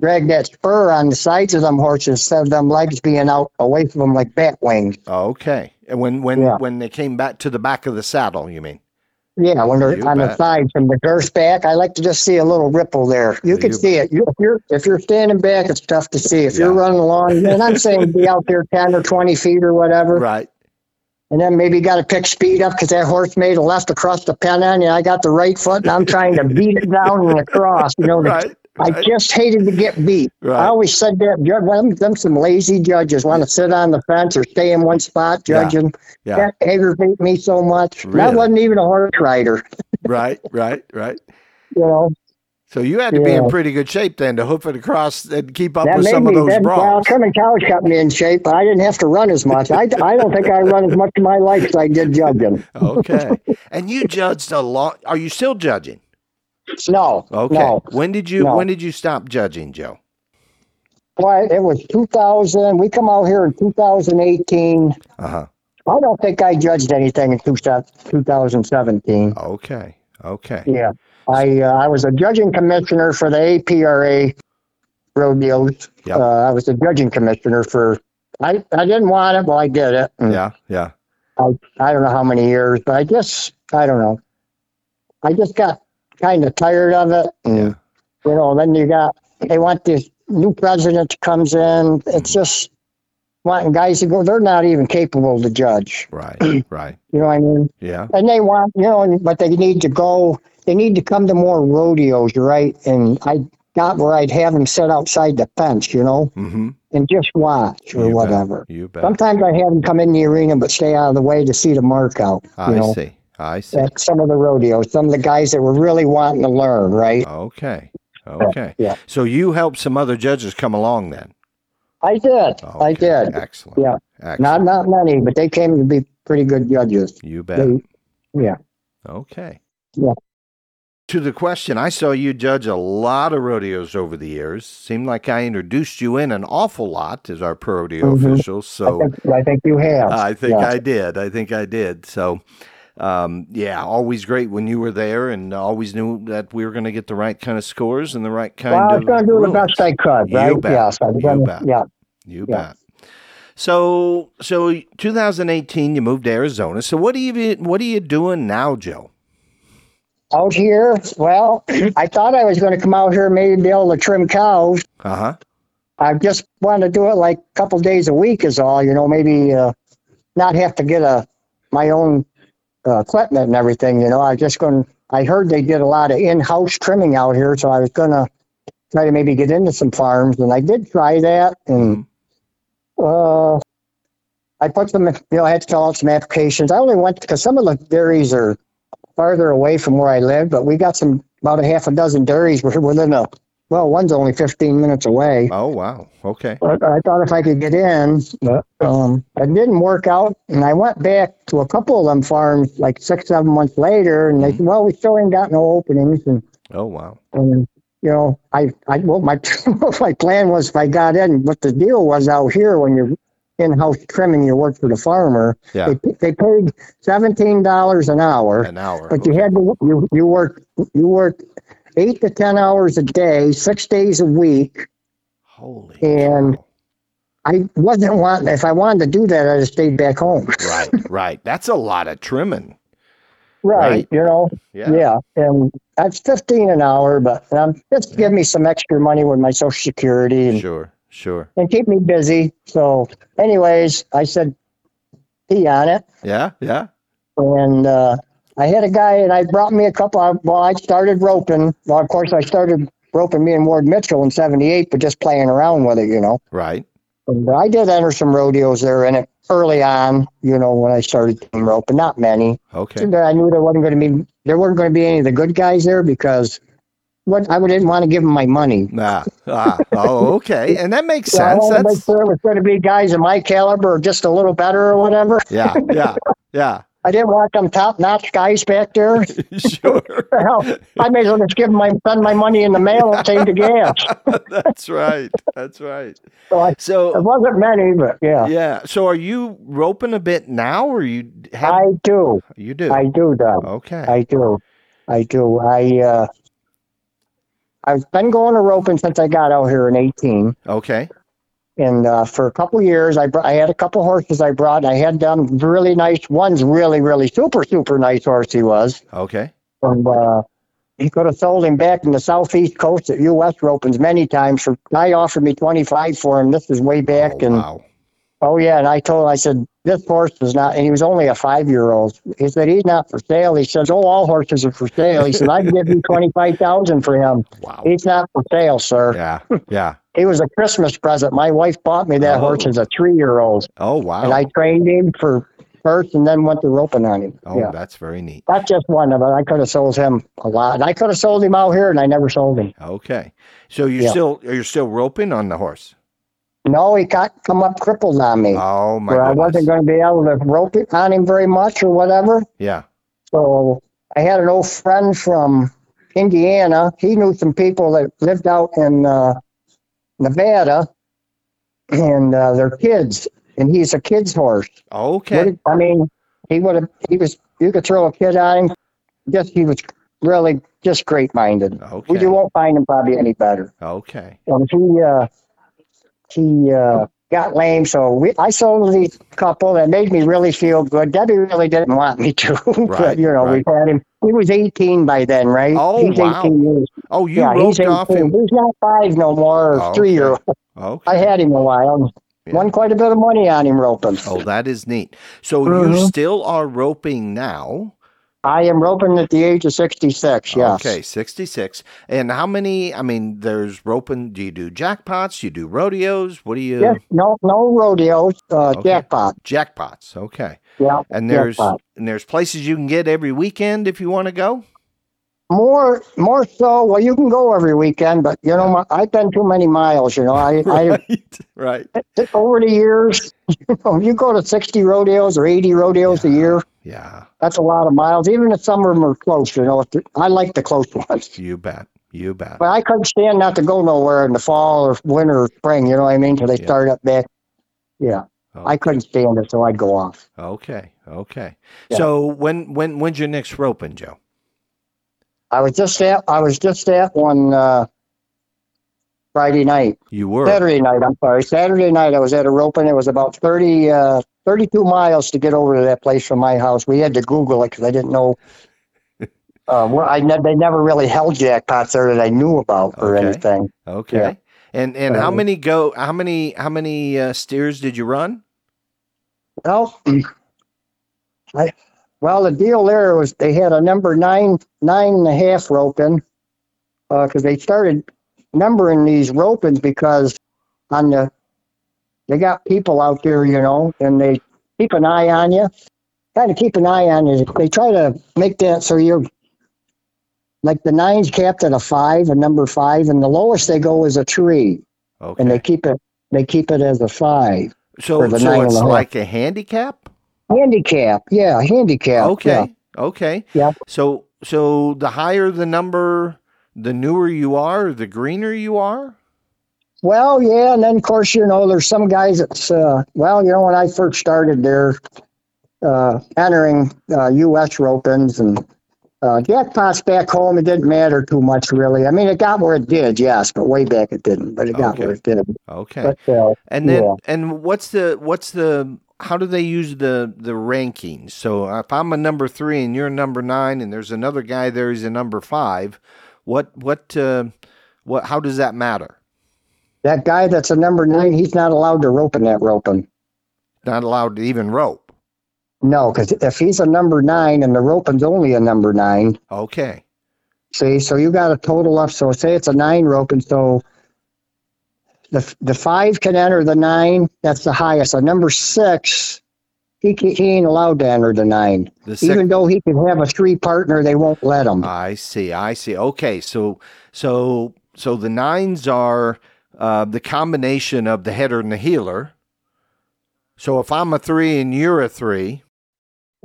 Speaker 1: drag that spur on the sides of them horses instead of them legs being out away from them like bat wings.
Speaker 2: Okay. And when when
Speaker 1: Yeah.
Speaker 2: when they came back to the back of the saddle, you mean?
Speaker 1: Yeah, when they're
Speaker 2: You
Speaker 1: on the
Speaker 2: bet.
Speaker 1: sides from the girth back, I like to just see a little ripple there. You can
Speaker 2: You
Speaker 1: see it. You, if you're if you're standing back, it's tough to see. If you're
Speaker 2: Yeah.
Speaker 1: running along, and I'm saying be out there ten or twenty feet or whatever,
Speaker 2: Right.
Speaker 1: and then maybe got to pick speed up because that horse made a left across the pen on you. I got the right foot, and I'm trying to beat it down and across. You know, the
Speaker 2: Right.
Speaker 1: I
Speaker 2: right,
Speaker 1: just hated to get beat.
Speaker 2: Right.
Speaker 1: I always said that. Judge, them, them some lazy judges want to sit on the fence or stay in one spot
Speaker 2: Yeah,
Speaker 1: judging.
Speaker 2: yeah.
Speaker 1: That aggravate me so much. And
Speaker 2: Really?
Speaker 1: I wasn't even a horse rider,
Speaker 2: right. Right. Right.
Speaker 1: you know.
Speaker 2: So you had to be in
Speaker 1: Yeah.
Speaker 2: pretty good shape then to hoof it across and keep up
Speaker 1: that
Speaker 2: with
Speaker 1: made
Speaker 2: some of
Speaker 1: me.
Speaker 2: those
Speaker 1: That, well,
Speaker 2: brawls.
Speaker 1: Kermit College got me in shape, but I didn't have to run as much. I, I don't think I run as much in my life as I did judging.
Speaker 2: okay. And you judged a lot. Are you still judging?
Speaker 1: No,
Speaker 2: Okay.
Speaker 1: no.
Speaker 2: When did you
Speaker 1: No.
Speaker 2: when did you stop judging, Joe?
Speaker 1: Boy, it was 2000. We come out here in 2018.
Speaker 2: Uh-huh.
Speaker 1: I don't think I judged anything in two, 2017.
Speaker 2: Okay. Okay.
Speaker 1: Yeah, I uh, I was a judging commissioner for the APRA rodeos.
Speaker 2: Yeah.
Speaker 1: Uh, I was a judging commissioner for. I, I didn't want it. Well, I did it. And
Speaker 2: Yeah. Yeah.
Speaker 1: I don't know how many years, but I guess I don't know. I just got kind of tired of it. And,
Speaker 2: Yeah.
Speaker 1: You know, then you got they want this new president comes in. It's just wanting guys to go. They're not even capable to judge.
Speaker 2: Right. right.
Speaker 1: You know what I mean?
Speaker 2: Yeah.
Speaker 1: and they want you know but they need to go they need to come to more rodeos right and i got where i'd have them sit outside the fence you know
Speaker 2: Mm-hmm.
Speaker 1: and just watch or
Speaker 2: You bet.
Speaker 1: whatever
Speaker 2: You bet.
Speaker 1: sometimes i have them come in the arena but stay out of the way to see the mark out you
Speaker 2: Ah, I
Speaker 1: know
Speaker 2: see. I see.
Speaker 1: at some of the rodeos some of the guys that were really wanting to learn right
Speaker 2: Ah. Okay. Okay.
Speaker 1: Yeah.
Speaker 2: So you helped some other judges come along then.
Speaker 1: i did i
Speaker 2: Okay.
Speaker 1: did
Speaker 2: Excellent.
Speaker 1: Yeah. not
Speaker 2: Excellent.
Speaker 1: not many but they came to be pretty good judges
Speaker 2: you bet.
Speaker 1: they, yeah
Speaker 2: Okay.
Speaker 1: Yeah.
Speaker 2: to the question, I saw you judge a lot of rodeos over the years. Seemed like I introduced you in an awful lot as our pro rodeo
Speaker 1: Mhm.
Speaker 2: official. So
Speaker 1: I, think, I think you have.
Speaker 2: I think
Speaker 1: Yeah.
Speaker 2: I did. I think I did. So, um, yeah, always great when you were there, and always knew that we were going to get the right kind of scores and the right kind
Speaker 1: well, I was
Speaker 2: of.
Speaker 1: going to do the
Speaker 2: rules.
Speaker 1: best I could,
Speaker 2: You
Speaker 1: right?
Speaker 2: bet.
Speaker 1: Yes, I was
Speaker 2: You
Speaker 1: gonna,
Speaker 2: bet.
Speaker 1: yeah.
Speaker 2: You
Speaker 1: Yeah.
Speaker 2: bet. So, so 2018, you moved to Arizona. So, what are you what are you doing now, Joe?
Speaker 1: Out here, well, I thought I was going to come out here maybe be able to trim cows.
Speaker 2: Uh huh.
Speaker 1: I just want to do it like a couple days a week is all, you know, maybe uh, not have to get a my own uh, equipment and everything, you know. I just going to, I heard they did a lot of in-house trimming out here, so I was going to try to maybe get into some farms, and I did try that, and uh, I put them, you know, I had to fill out some applications. I only went because some of the dairies are farther away from where I live, but we got some about a half a dozen dairies were within a well, one's only 15 minutes away.
Speaker 2: Oh wow. Okay.
Speaker 1: But I thought if I could get in, but um, it didn't work out. And I went back to a couple of them farms like six, seven months later, and they said, "Well, we still ain't got no openings." And,
Speaker 2: Oh wow.
Speaker 1: and you know, I, I, well, my my plan was if I got in, what the deal was out here when you're in-house trimming, you work for the farmer.
Speaker 2: Yeah.
Speaker 1: They, they paid seventeen dollars an hour.
Speaker 2: An hour.
Speaker 1: But you had to you you work you work eight to ten hours a day, six days a week.
Speaker 2: Holy.
Speaker 1: and-
Speaker 2: cow.
Speaker 1: I wasn't wanting. If I wanted to do that, I'd have stayed back home.
Speaker 2: right, right. That's a lot of trimming. Right.
Speaker 1: You know.
Speaker 2: Yeah.
Speaker 1: Yeah. And that's fifteen an hour, but um, just give me some extra money with my Social Security and,
Speaker 2: Sure. Sure.
Speaker 1: and keep me busy. So, anyways, I said, "Be on it."
Speaker 2: Yeah. Yeah.
Speaker 1: and uh, I had a guy, and I brought me a couple. I, well, I started roping. Well, of course, I started roping me and Ward Mitchell in '78, but just playing around with it, you know.
Speaker 2: Right.
Speaker 1: But I did enter some rodeos there in it early on, you know, when I started doing roping, not many.
Speaker 2: Okay.
Speaker 1: I knew there wasn't going to be there weren't going to be any of the good guys there because what I didn't want to give them my money.
Speaker 2: Ah, ah, oh, okay. And that makes
Speaker 1: So I
Speaker 2: sense.
Speaker 1: wanted to make
Speaker 2: That's
Speaker 1: sure it was going to be guys of my caliber or just a little better or whatever.
Speaker 2: yeah, yeah, yeah.
Speaker 1: I didn't want them top notch guys back there.
Speaker 2: Sure.
Speaker 1: Hell, I may as well just give my send my money in the mail and save the gas.
Speaker 2: That's right. That's right.
Speaker 1: So I, it
Speaker 2: So
Speaker 1: wasn't many, but yeah,
Speaker 2: yeah. So are you roping a bit now or you have
Speaker 1: I do,
Speaker 2: you do?
Speaker 1: I do, Doug,
Speaker 2: okay.
Speaker 1: I do, I do. I uh, I've been going to roping since I got out here in eighteen,
Speaker 2: okay.
Speaker 1: and uh, for a couple years, I br- I had a couple horses I brought. I had them really nice. One's really, really super, super nice horse. He was.
Speaker 2: Okay.
Speaker 1: And uh, he could have sold him back in the southeast coast at U.S. Ropings many times. For I offered me twenty five for him. This is way back,
Speaker 2: Oh,
Speaker 1: and
Speaker 2: wow.
Speaker 1: oh yeah, and I told him, I said this horse is not, and he was only a five year old. He said he's not for sale. He says, oh, all horses are for sale. He said I'd give you twenty five thousand for him.
Speaker 2: Wow.
Speaker 1: He's not for sale, sir.
Speaker 2: Yeah. Yeah.
Speaker 1: He was a Christmas present. My wife bought me that
Speaker 2: Oh.
Speaker 1: horse as a three year old,
Speaker 2: Oh wow.
Speaker 1: and I trained him for first, and then went to roping on him.
Speaker 2: oh,
Speaker 1: yeah.
Speaker 2: that's very neat.
Speaker 1: That's just one of it. I could have sold him a lot. And I could have sold him out here, and I never sold him.
Speaker 2: Okay. So you
Speaker 1: Yeah.
Speaker 2: still are you still roping on the horse?
Speaker 1: No, he got come up crippled on me.
Speaker 2: Oh my
Speaker 1: where I
Speaker 2: goodness.
Speaker 1: wasn't going to be able to rope it on him very much or whatever.
Speaker 2: yeah.
Speaker 1: So I had an old friend from Indiana. He knew some people that lived out in uh, Nevada, and uh, their kids. And he's a kid's horse.
Speaker 2: Okay.
Speaker 1: What- I mean, he would have. He was. You could throw a kid on him. Just he was really just great minded.
Speaker 2: Okay.
Speaker 1: You won't find him probably any better.
Speaker 2: Okay.
Speaker 1: And he uh, he uh, got lame, so we, I sold the couple. That made me really feel good. Debbie really didn't want me to,
Speaker 2: Right,
Speaker 1: but you know we had him. He was 18 by then, right?
Speaker 2: Oh,
Speaker 1: he's
Speaker 2: wow.
Speaker 1: 18 years.
Speaker 2: Oh, you
Speaker 1: yeah, he's
Speaker 2: roped off
Speaker 1: 18.
Speaker 2: him.
Speaker 1: He's not five no more, or
Speaker 2: Oh,
Speaker 1: three year.
Speaker 2: okay. Okay.
Speaker 1: I had him a while.
Speaker 2: Yeah.
Speaker 1: Won quite a bit of money on him roping.
Speaker 2: Oh, that is neat. So you
Speaker 1: Mhm.
Speaker 2: still are roping now.
Speaker 1: I am roping at the age of 66. Yes.
Speaker 2: Okay, 66. And how many? I mean, there's roping. Do you do jackpots? You do rodeos? What do you?
Speaker 1: Yes, no, no rodeos, uh,
Speaker 2: Okay.
Speaker 1: jackpot.
Speaker 2: Jackpots. Okay.
Speaker 1: Yeah,
Speaker 2: And there's
Speaker 1: Jackpot.
Speaker 2: and there's places you can get every weekend if you want to go.
Speaker 1: more, more so. Well, you can go every weekend, but you know, my, I've done too many miles. You know, I,
Speaker 2: Right. Right.
Speaker 1: I over the years, you know, you go to sixty rodeos or eighty rodeos a year.
Speaker 2: Yeah.
Speaker 1: That's a lot of miles. Even if some of them are close, you know, if the- I like the close ones.
Speaker 2: You bet. You bet.
Speaker 1: But I couldn't stand not to go nowhere in the fall or winter or spring, you know what I mean? Till they
Speaker 2: Yeah.
Speaker 1: start up back. Yeah,
Speaker 2: Oh,
Speaker 1: I couldn't stand it, so I'd go off.
Speaker 2: Okay. Okay.
Speaker 1: Yeah.
Speaker 2: So when when when's your next roping, Joe?
Speaker 1: I was just at I was just at one uh, Friday night,
Speaker 2: You were
Speaker 1: Saturday night. I'm sorry, Saturday night. I was at a rope and it was about 30, uh, 32 miles to get over to that place from my house. We had to Google it because I didn't know. Uh, well, I ne- they never really held jackpots there that I knew about or
Speaker 2: Okay.
Speaker 1: anything.
Speaker 2: okay. And and how
Speaker 1: Um,
Speaker 2: many go? How many how many uh, steers did you run?
Speaker 1: Well, I, well, the deal there was they had a number nine, nine and a half roping, because they started numbering these ropings because on the, they got people out there, you know, and they keep an eye on you, kind of keep an eye on you. They try to make that so you're like the nine's capped at a five, a number five, and the lowest they go is a three,
Speaker 2: Okay.
Speaker 1: and they keep it, they keep it as a five.
Speaker 2: so
Speaker 1: for the nine
Speaker 2: so
Speaker 1: and
Speaker 2: it's
Speaker 1: a half.
Speaker 2: like a handicap.
Speaker 1: Handicap, yeah, handicap.
Speaker 2: okay.
Speaker 1: yeah.
Speaker 2: Okay.
Speaker 1: Yeah.
Speaker 2: So so the higher the number, the newer you are, the greener you are.
Speaker 1: Well, yeah, and then of course you know there's some guys that's uh, well, you know when I first started there, uh, entering uh, U.S. ropings and uh, jackpots back home, it didn't matter too much really. I mean, it got where it did, yes, but way back it didn't. But it got
Speaker 2: Okay.
Speaker 1: where it did.
Speaker 2: Okay.
Speaker 1: But uh,
Speaker 2: And then
Speaker 1: Yeah.
Speaker 2: and what's the what's the how do they use the the rankings? So if I'm a number three and you're a number nine, and there's another guy there who's a number five, what what uh, what how does that matter?
Speaker 1: that guy that's a number nine, he's not allowed to rope in that roping.
Speaker 2: Not allowed to even rope.
Speaker 1: No, because if he's a number nine and the roping's only a number nine,
Speaker 2: Okay.
Speaker 1: See, so you got a total up. So say it's a nine rope, and so the the five can enter the nine. That's the highest. A number six, he can, he ain't allowed to enter the nine,
Speaker 2: The six. Uh.
Speaker 1: even though he can have a three partner. They won't let him.
Speaker 2: I see. I see. Okay. So so so the nines are uh, the combination of the header and the healer. So if I'm a three and you're a three,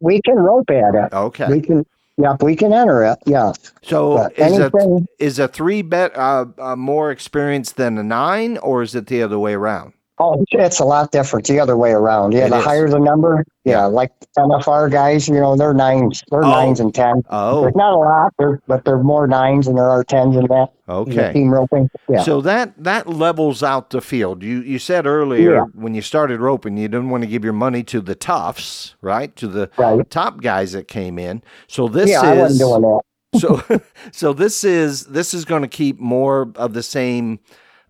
Speaker 1: we can rope at it.
Speaker 2: okay.
Speaker 1: We can. Yep, we can enter it. Yes.
Speaker 2: So
Speaker 1: But
Speaker 2: is a
Speaker 1: anything-
Speaker 2: is a three bet uh, uh, more experienced than a nine, or is it the other way around?
Speaker 1: Oh, it's a lot different the other way around. Yeah,
Speaker 2: It
Speaker 1: the
Speaker 2: is.
Speaker 1: higher the number, yeah,
Speaker 2: Yeah.
Speaker 1: like MFR guys, you know, they're nines, they're
Speaker 2: Oh.
Speaker 1: nines and tens.
Speaker 2: Oh,
Speaker 1: There's not a lot, there, but there are more nines and there are tens and that. in the
Speaker 2: okay.
Speaker 1: Team roping. Yeah.
Speaker 2: So that that levels out the field. You you said earlier when you started roping, you didn't want to give your money to the toughs, right? To the
Speaker 1: Right.
Speaker 2: top guys that came in. So this
Speaker 1: yeah,
Speaker 2: is
Speaker 1: I wasn't doing that.
Speaker 2: so so this is this is going to keep more of the same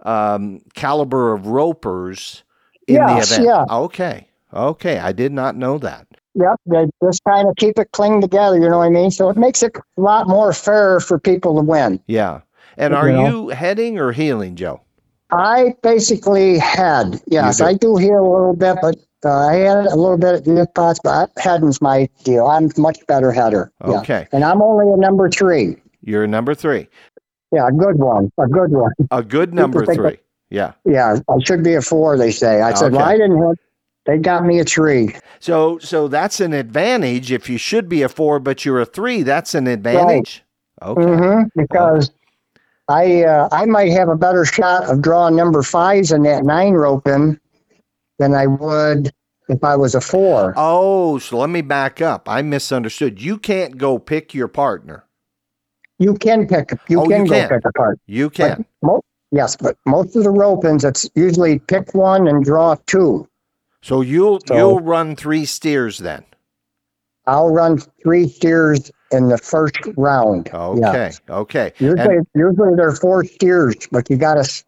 Speaker 2: um, caliber of ropers in
Speaker 1: Yes,
Speaker 2: the event.
Speaker 1: yeah.
Speaker 2: Okay. Okay, I did not know that.
Speaker 1: Yep, they just kind of keep it cling together. You know what I mean? So it makes it a lot more fair for people to win.
Speaker 2: Yeah. And are
Speaker 1: Yeah.
Speaker 2: you heading or healing, Joe?
Speaker 1: I basically had yes,
Speaker 2: You do.
Speaker 1: I do hear a little bit, but uh, I had a little bit at the spots, but heading's my deal. I'm much better header. Yeah.
Speaker 2: Okay.
Speaker 1: And I'm only a number three.
Speaker 2: You're number three.
Speaker 1: Yeah, a good one. A good one.
Speaker 2: A good number
Speaker 1: think
Speaker 2: three. Yeah.
Speaker 1: Yeah, I should be a four. They say. I said, well,
Speaker 2: Okay.
Speaker 1: I didn't have. They got me a three.
Speaker 2: So so that's an advantage. If you should be a four, but you're a three, that's an advantage. Okay.
Speaker 1: hmm because I uh, I might have a better shot of drawing number fives in that nine rope in than I would if I was a four.
Speaker 2: Oh, so let me back up. I misunderstood. You can't go pick your partner.
Speaker 1: You can pick you
Speaker 2: Oh, you
Speaker 1: can go
Speaker 2: can.
Speaker 1: pick apart.
Speaker 2: You can.
Speaker 1: Yes, but most of the rope ins it's usually pick one and draw two.
Speaker 2: So you'll
Speaker 1: So-
Speaker 2: you'll run three steers then.
Speaker 1: I'll run three steers in the first round.
Speaker 2: Okay.
Speaker 1: Yeah.
Speaker 2: Okay.
Speaker 1: Usually, usually there are four steers, but you got to.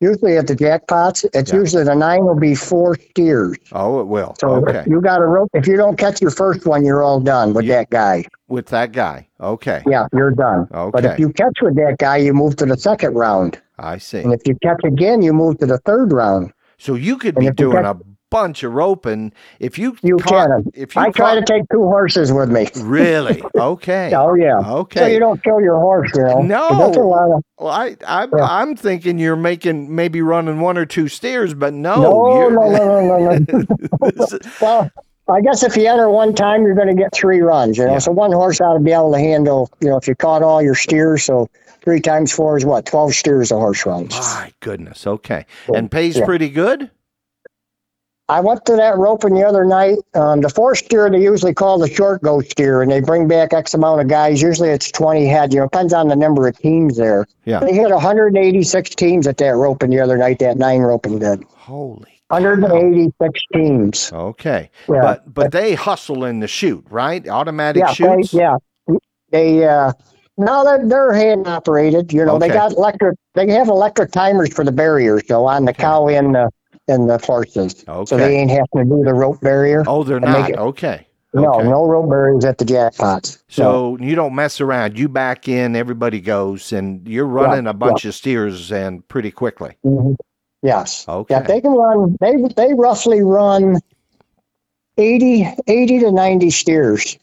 Speaker 1: Usually at the jackpots, it's
Speaker 2: Yeah.
Speaker 1: usually the nine will be four steers.
Speaker 2: Oh, it will.
Speaker 1: So
Speaker 2: okay.
Speaker 1: you got to rope. If you don't catch your first one, you're all done with
Speaker 2: Yeah.
Speaker 1: that guy.
Speaker 2: With that guy. Okay.
Speaker 1: Yeah, you're done. But
Speaker 2: Okay.
Speaker 1: if you catch with that guy, you move to the second round,
Speaker 2: I see.
Speaker 1: and if you catch again, you move to the third round.
Speaker 2: So you could
Speaker 1: And
Speaker 2: be
Speaker 1: if you
Speaker 2: doing
Speaker 1: got-
Speaker 2: a bunch of roping if you
Speaker 1: You
Speaker 2: caught,
Speaker 1: can.
Speaker 2: if you
Speaker 1: I try to
Speaker 2: caught-
Speaker 1: take two horses with me.
Speaker 2: really okay
Speaker 1: Oh yeah. So
Speaker 2: okay
Speaker 1: you don't kill your horse, you know. 'Cause That's a
Speaker 2: No.
Speaker 1: lot of,
Speaker 2: well, I, I
Speaker 1: Yeah.
Speaker 2: I'm thinking you're making maybe running one or two steers but no
Speaker 1: no,
Speaker 2: Oh, you're,
Speaker 1: no, no, no, no, no.
Speaker 2: this is-
Speaker 1: well, I guess if you enter one time, you're going to get three runs. You know,
Speaker 2: Yeah.
Speaker 1: so one horse ought to be able to handle. You know, if you caught all your steers, so three times four is what twelve steers a horse runs.
Speaker 2: My goodness. Okay.
Speaker 1: Well,
Speaker 2: And pays
Speaker 1: yeah.
Speaker 2: pretty good.
Speaker 1: I went to that roping the other night. Um, the four steer they usually call the short goat steer, and they bring back X amount of guys. Usually it's 20 head. You know, depends on the number of teams there.
Speaker 2: Yeah.
Speaker 1: They hit 186 teams at that roping the other night. That nine roping did
Speaker 2: Holy.
Speaker 1: 186 teams.
Speaker 2: Okay.
Speaker 1: Yeah.
Speaker 2: But but they hustle in the shoot, right? Automatic
Speaker 1: yeah,
Speaker 2: shoots.
Speaker 1: They, yeah. They uh, no, they're, they're hand operated. You know,
Speaker 2: Okay.
Speaker 1: they got electric. They have electric timers for the barriers, though, on the
Speaker 2: Okay.
Speaker 1: cow and the and the horses.
Speaker 2: Okay.
Speaker 1: So they ain't having to do the rope barrier.
Speaker 2: oh, they're
Speaker 1: they
Speaker 2: not.
Speaker 1: get-
Speaker 2: okay.
Speaker 1: No,
Speaker 2: Okay.
Speaker 1: no rope barriers at the jackpots. No.
Speaker 2: So you don't mess around. You back in, everybody goes, and you're running a bunch of steers and pretty quickly.
Speaker 1: Mhm. yes,
Speaker 2: Okay.
Speaker 1: yeah, they can run. They they roughly run 80, 80 to ninety steers,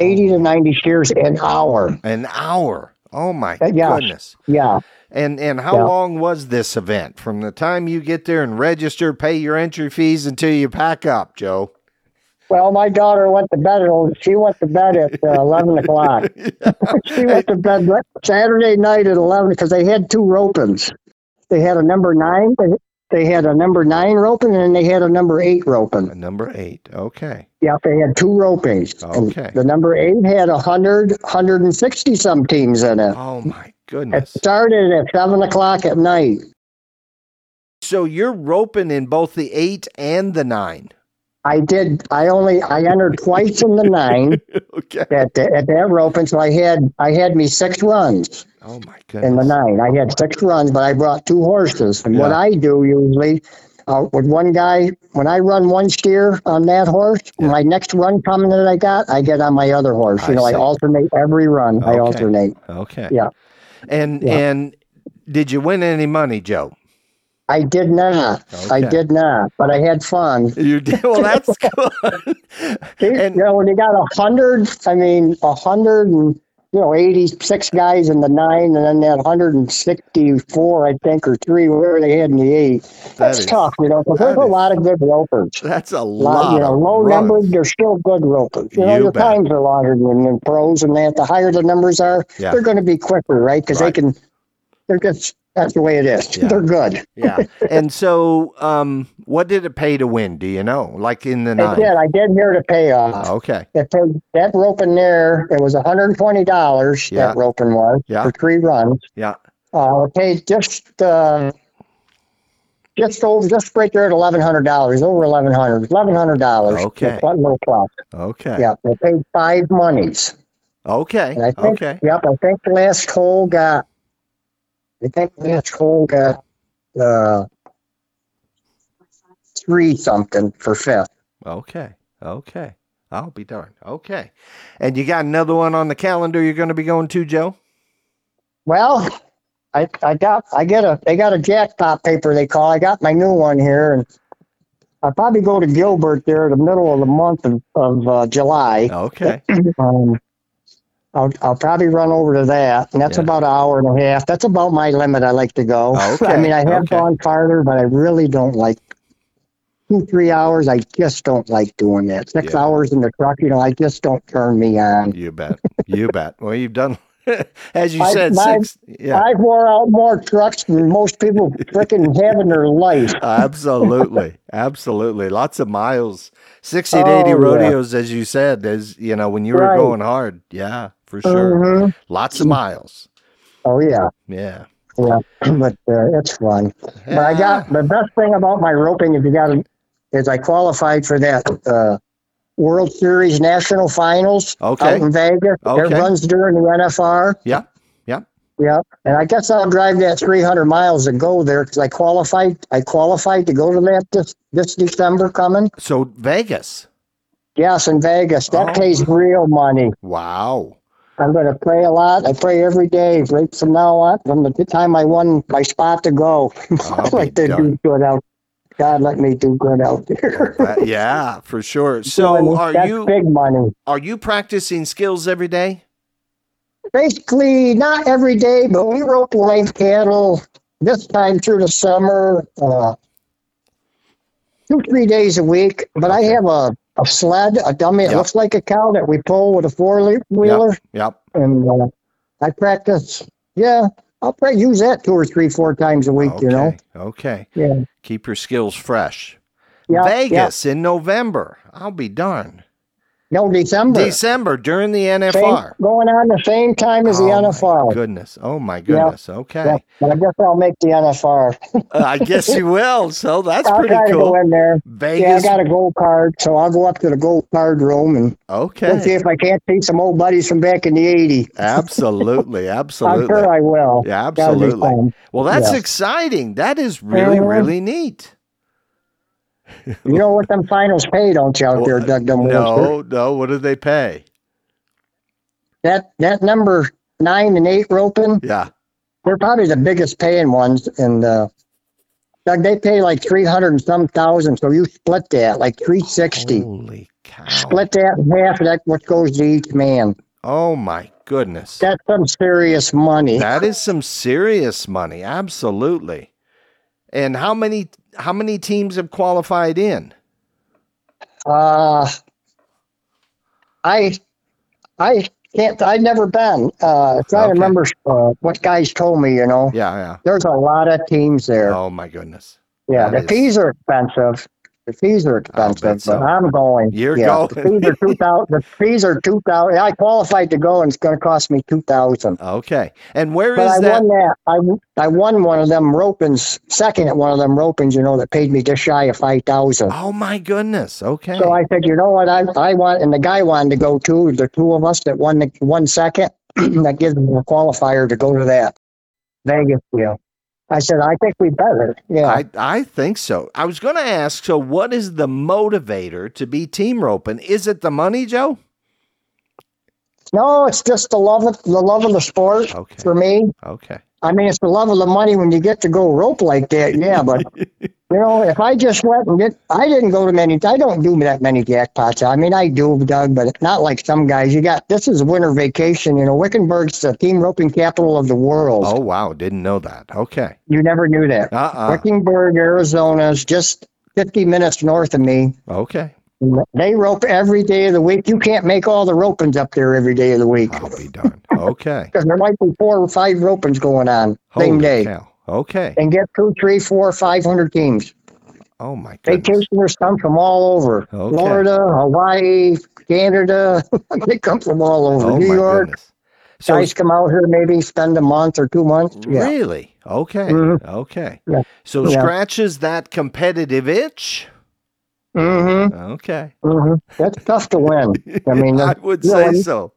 Speaker 1: eighty to ninety steers an hour.
Speaker 2: An hour. Oh my
Speaker 1: Uh, yeah.
Speaker 2: goodness.
Speaker 1: Yeah,
Speaker 2: And and how
Speaker 1: Yeah.
Speaker 2: long was this event? From the time you get there and register, pay your entry fees until you pack up, Joe.
Speaker 1: Well, my daughter went to bed. at- She went to bed at uh, eleven o'clock. she went to bed le- Saturday night at eleven because they had two ropings. They had a number nine. They, they had a number nine roping, and they had a number eight roping.
Speaker 2: Number eight. Okay.
Speaker 1: Yeah, they had two ropings. And
Speaker 2: Okay.
Speaker 1: The number eight had a hundred, hundred and sixty some teams in it.
Speaker 2: Oh my
Speaker 1: It
Speaker 2: goodness.
Speaker 1: started at seven o'clock at night.
Speaker 2: So you're roping in both the eight and the nine.
Speaker 1: I did. I only I entered twice in the nine
Speaker 2: okay.
Speaker 1: at the, at that roping, so I had I had me six runs.
Speaker 2: Oh my
Speaker 1: in the
Speaker 2: goodness.
Speaker 1: nine. I had six runs, but I brought two horses. And what
Speaker 2: Yeah.
Speaker 1: I do usually uh, with one guy, when I run one steer on that horse,
Speaker 2: Yeah.
Speaker 1: my next run coming that I got, I get on my other horse. You
Speaker 2: I
Speaker 1: know,
Speaker 2: see.
Speaker 1: I alternate every run.
Speaker 2: Okay.
Speaker 1: I alternate.
Speaker 2: Okay.
Speaker 1: Yeah.
Speaker 2: And
Speaker 1: Yeah.
Speaker 2: and did you win any money, Joe?
Speaker 1: I did not. I
Speaker 2: Okay.
Speaker 1: did not, but I had fun.
Speaker 2: You did. Well, that's good.
Speaker 1: you know, when you got a hundred, I mean, a hundred and you know, eighty-six guys in the nine, and then that hundred and sixty-four, I think, or three, whatever they had in the eight. That's
Speaker 2: is-
Speaker 1: tough, you know, because
Speaker 2: that
Speaker 1: there's a
Speaker 2: is-
Speaker 1: lot of good ropers.
Speaker 2: That's a
Speaker 1: lot,
Speaker 2: lot.
Speaker 1: you know,
Speaker 2: of
Speaker 1: low
Speaker 2: runs.
Speaker 1: numbers, they're still good ropers. You know,
Speaker 2: You
Speaker 1: your
Speaker 2: bet.
Speaker 1: times are longer than the pros, and that the higher the numbers are,
Speaker 2: Yeah.
Speaker 1: they're going to be quicker, right? Because
Speaker 2: Right.
Speaker 1: they can, they're just, that's the way it is.
Speaker 2: Yeah.
Speaker 1: They're good.
Speaker 2: yeah. And so, um, what did it pay to win? Do you know? Like in the
Speaker 1: They
Speaker 2: nine?
Speaker 1: did. I did hear the payoff.
Speaker 2: Okay.
Speaker 1: It paid, that roping there, it was $120,
Speaker 2: Yeah.
Speaker 1: that roping was,
Speaker 2: Yeah.
Speaker 1: for three runs.
Speaker 2: Yeah.
Speaker 1: Uh, it paid just, uh, just over, just right there at eleven hundred dollars, over eleven hundred, eleven hundred dollars.
Speaker 2: Okay.
Speaker 1: one little clock.
Speaker 2: Okay.
Speaker 1: Yeah, they paid five monies.
Speaker 2: Okay.
Speaker 1: And I think,
Speaker 2: Okay.
Speaker 1: yep, I think the last hole got, I think the last hole got, uh, three something for fifth.
Speaker 2: Okay. Okay. I'll be darned. Okay. And you got another one on the calendar you're going to be going to, Joe?
Speaker 1: Well, I, I got, I get a, they got a jackpot paper they call. I got my new one here and I'll probably go to Gilbert there in the middle of the month of, of uh, July.
Speaker 2: Okay.
Speaker 1: Um, I'll, I'll probably run over to that, and that's
Speaker 2: Yeah. Oh,
Speaker 1: about an hour and a half. That's about my limit. I like to go.
Speaker 2: Okay,
Speaker 1: I mean, I have
Speaker 2: okay.
Speaker 1: gone farther, but I really don't like two, three hours. I just don't like doing that. Six
Speaker 2: Yeah.
Speaker 1: hours in the truck, you know, I just don't turn me on.
Speaker 2: You bet. You bet. Well, you've done, as you
Speaker 1: I-
Speaker 2: said,
Speaker 1: my-
Speaker 2: six. Yeah.
Speaker 1: I wore out more trucks than most people freaking have in their life.
Speaker 2: absolutely. Absolutely. Lots of miles. 60 to 80
Speaker 1: Oh, yeah.
Speaker 2: rodeos, as you said, as you know, when you were
Speaker 1: Right.
Speaker 2: going hard. Yeah, for sure.
Speaker 1: Mhm.
Speaker 2: Lots of miles.
Speaker 1: Oh yeah,
Speaker 2: Yeah.
Speaker 1: yeah, but uh, it's fun. But I got the best thing about my roping, if you got it, is I qualified for that uh, World Series National Finals
Speaker 2: Okay.
Speaker 1: out in Vegas. There
Speaker 2: Okay.
Speaker 1: runs during the NFR.
Speaker 2: Yeah.
Speaker 1: Yeah, and I guess I'll drive that 300 miles to go there because I qualified. I qualified to go to that this this December coming.
Speaker 2: So Vegas.
Speaker 1: Yes, in Vegas, that
Speaker 2: Oh.
Speaker 1: pays real money.
Speaker 2: Wow.
Speaker 1: I'm going to pray a lot. I pray every day right from now on, from the time I won my spot to go.
Speaker 2: I'll be
Speaker 1: like to do
Speaker 2: darned.
Speaker 1: good out. God, let me do good out there.
Speaker 2: That- yeah, for sure.
Speaker 1: Doing
Speaker 2: So
Speaker 1: it.
Speaker 2: are
Speaker 1: That's
Speaker 2: you
Speaker 1: big money?
Speaker 2: are you practicing skills every day?
Speaker 1: Basically, not every day, but we rope live cattle this time through the summer, uh, two three days a week. But I have a a sled, a dummy. It
Speaker 2: Yep.
Speaker 1: looks like a cow that we pull with a four wheeler.
Speaker 2: Yep.
Speaker 1: And uh, I practice. Yeah, I'll pra- use that two or three, four times a week.
Speaker 2: okay.
Speaker 1: You know.
Speaker 2: Okay.
Speaker 1: Yeah.
Speaker 2: Keep your skills fresh.
Speaker 1: Yeah. yeah.
Speaker 2: Vegas in November. I'll be darn.
Speaker 1: No, December.
Speaker 2: December during the
Speaker 1: Same-
Speaker 2: NFR.
Speaker 1: going on the same time as the
Speaker 2: Oh, my
Speaker 1: NFR.
Speaker 2: Goodness. Oh my goodness. Okay.
Speaker 1: Yeah, but I guess I'll make the NFR.
Speaker 2: Uh, I guess you will. So that's
Speaker 1: I'll
Speaker 2: pretty
Speaker 1: try to go
Speaker 2: cool.
Speaker 1: in there. Yeah, I
Speaker 2: Vegas.
Speaker 1: got a gold card, so I'll go up to the gold card room and go see
Speaker 2: okay.
Speaker 1: if I can't see some old buddies from back in the '80s.
Speaker 2: absolutely.
Speaker 1: I'm
Speaker 2: Absolutely.
Speaker 1: sure I will.
Speaker 2: Yeah,
Speaker 1: That'll be
Speaker 2: absolutely.
Speaker 1: fun.
Speaker 2: Well, that's
Speaker 1: Yes.
Speaker 2: exciting. That is really,
Speaker 1: Mhm.
Speaker 2: really neat.
Speaker 1: You know what them finals pay, don't you, out
Speaker 2: Well,
Speaker 1: there, Doug Dumwilster?
Speaker 2: No, no. What do they pay?
Speaker 1: That that number nine and eight roping,
Speaker 2: Yeah.
Speaker 1: they're probably the biggest paying ones. And uh, Doug, they pay like three hundred and some thousand. So you split that, like three sixty.
Speaker 2: Holy cow.
Speaker 1: Split that in half. That what goes to each man.
Speaker 2: Oh my goodness.
Speaker 1: That's some serious money.
Speaker 2: that is some serious money. Absolutely. And how many how many teams have qualified in?
Speaker 1: Uh, I, I can't. I've never been. Uh, I'm trying
Speaker 2: Okay.
Speaker 1: to remember uh, what guys told me. You know,
Speaker 2: Yeah,
Speaker 1: there's a lot of teams there.
Speaker 2: yeah. Oh my goodness.
Speaker 1: yeah,
Speaker 2: that
Speaker 1: the
Speaker 2: is-
Speaker 1: fees are expensive. The fees are
Speaker 2: I'll bet
Speaker 1: expensive,
Speaker 2: so.
Speaker 1: but I'm going.
Speaker 2: You're
Speaker 1: yeah,
Speaker 2: going.
Speaker 1: The fees are two thousand. The fees are two thousand. I qualified to go, and it's going to cost me two thousand.
Speaker 2: Okay. And where is
Speaker 1: But I
Speaker 2: that?
Speaker 1: won that. I, w- I won one of them ropings, second at one of them ropings. You know, that paid me just shy of five thousand.
Speaker 2: Oh my goodness. Okay.
Speaker 1: So I said, you know what, I, I want, and the guy wanted to go too. The two of us that won the one second, that gives them a qualifier to go to that Vegas deal. I said, I think we better. Yeah,
Speaker 2: I, I think so. I was going to ask. So, what is the motivator to be team roping? Is it the money, Joe?
Speaker 1: no, it's just the love of the love of the sport
Speaker 2: Okay.
Speaker 1: for me.
Speaker 2: Okay.
Speaker 1: I mean, it's the love of the money when you get to go rope like that. Yeah, but you know, if I just went and get, I didn't go to many. I don't do that many jackpots. I mean, I do, Doug, but it's not like some guys. You got this is winter vacation. You know, Wickenburg's the team roping capital of the world.
Speaker 2: Oh wow! Didn't know that. Okay.
Speaker 1: You never knew that.
Speaker 2: Uh uh
Speaker 1: Wickenburg, Arizona is just 50 minutes north of me.
Speaker 2: Okay.
Speaker 1: They rope every day of the week. You can't make all the ropings up there every day of the week
Speaker 2: I'll be darned. Okay.
Speaker 1: because there might be four or five ropings going on same
Speaker 2: Holy
Speaker 1: day.
Speaker 2: cow. Okay.
Speaker 1: And get two, three, four, five hundred teams.
Speaker 2: Oh my goodness.
Speaker 1: Vacationers come from all over
Speaker 2: Okay.
Speaker 1: Florida, Hawaii, Canada. they come from all over
Speaker 2: Oh
Speaker 1: New
Speaker 2: my
Speaker 1: York.
Speaker 2: goodness. So
Speaker 1: Guys come out here, maybe spend a month or two months. Yeah.
Speaker 2: really? Okay.
Speaker 1: Mhm.
Speaker 2: Okay.
Speaker 1: Yeah.
Speaker 2: So
Speaker 1: Yeah.
Speaker 2: scratches that competitive itch.
Speaker 1: Mm-hmm.
Speaker 2: Okay.
Speaker 1: Mm-hmm. That's tough to win. I mean,
Speaker 2: I would
Speaker 1: you know,
Speaker 2: say
Speaker 1: and-
Speaker 2: so.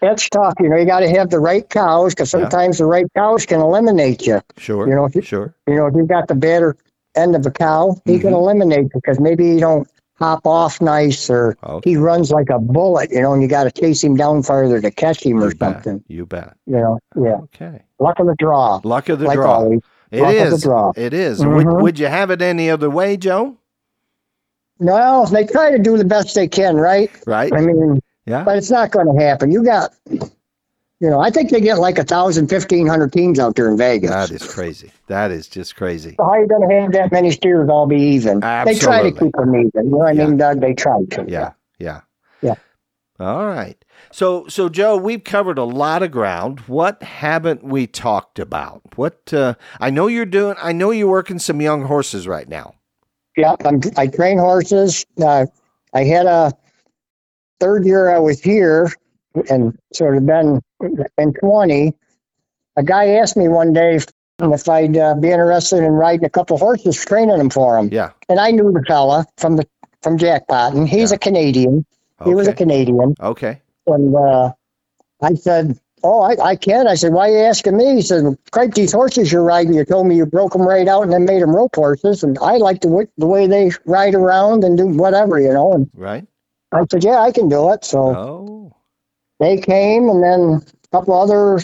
Speaker 1: That's tough. You know, you got to have the right cows because
Speaker 2: Yeah.
Speaker 1: sometimes the right cows can eliminate you.
Speaker 2: Sure.
Speaker 1: You know, if you-
Speaker 2: sure.
Speaker 1: You know, if you've got the better end of a cow, he can
Speaker 2: Mhm.
Speaker 1: eliminate you because maybe he don't hop off nice or
Speaker 2: Okay.
Speaker 1: he runs like a bullet, you know, and you got to chase him down further to catch him or
Speaker 2: You bet.
Speaker 1: something.
Speaker 2: You bet.
Speaker 1: You know, yeah.
Speaker 2: Okay.
Speaker 1: Luck of the draw.
Speaker 2: Luck of the
Speaker 1: like
Speaker 2: draw.
Speaker 1: always.
Speaker 2: It
Speaker 1: Luck of the
Speaker 2: is.
Speaker 1: draw.
Speaker 2: It is. Would,
Speaker 1: Mhm.
Speaker 2: would you have it any other way, Joe?
Speaker 1: No, they try to do the best they can, right?
Speaker 2: Right?
Speaker 1: I mean,
Speaker 2: Yeah.
Speaker 1: but it's not going to happen. You got, you know, I think they get like a thousand, fifteen hundred teams out there in Vegas.
Speaker 2: That is crazy. That is just crazy.
Speaker 1: So how you going to have that many steers all be even? They try to
Speaker 2: Absolutely.
Speaker 1: keep them even. You know what I mean, Doug? They try to.
Speaker 2: Yeah. Yeah.
Speaker 1: Yeah.
Speaker 2: All right. So so Joe, we've covered a lot of ground. What haven't we talked about? What uh, I know you're doing I know you're working some young horses right now.
Speaker 1: Yep. I'm, I train horses. Uh, I had a third year I was here and sort of been in 20. A guy asked me one day if I'd uh, be interested in riding a couple horses, training them for him.
Speaker 2: Yeah.
Speaker 1: And I knew the fella from the from Jackpot, and he's
Speaker 2: Yeah.
Speaker 1: a Canadian.
Speaker 2: Okay.
Speaker 1: He was a Canadian.
Speaker 2: okay.
Speaker 1: And uh, I said, Oh, I, I can. I said, Why you asking me? He said, Cripe, these horses you're riding, you told me you broke them right out and then made them rope horses. And I like the, w- the way they ride around and do whatever, you know. And
Speaker 2: Right?
Speaker 1: I said, Yeah, I can do it. So
Speaker 2: Oh.
Speaker 1: they came, and then a couple other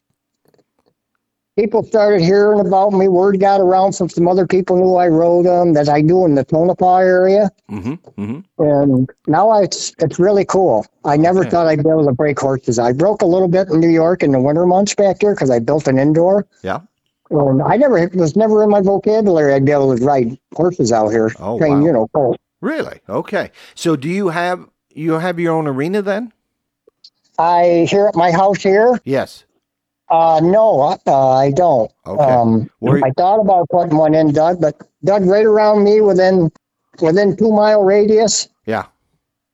Speaker 1: people started hearing about me. Word got around from some other people knew I rode them that I knew in the Tonopah area.
Speaker 2: Mm-hmm. Mm-hmm.
Speaker 1: And now it's it's really cool. I never
Speaker 2: Okay.
Speaker 1: thought I'd be able to break horses. I broke a little bit in New York in the winter months back there because I built an indoor.
Speaker 2: Yeah.
Speaker 1: And I never it was never in my vocabulary I'd be able to ride horses out here.
Speaker 2: Oh,
Speaker 1: train,
Speaker 2: wow.
Speaker 1: you know, colt.
Speaker 2: Really? Okay. So do you have you have your own arena then?
Speaker 1: I here at my house here.
Speaker 2: Yes.
Speaker 1: Uh, no, I- uh, I don't.
Speaker 2: Okay.
Speaker 1: Um,
Speaker 2: Where-
Speaker 1: I thought about putting one in, Doug, but Doug, right around me, within within two mile radius,
Speaker 2: Yeah.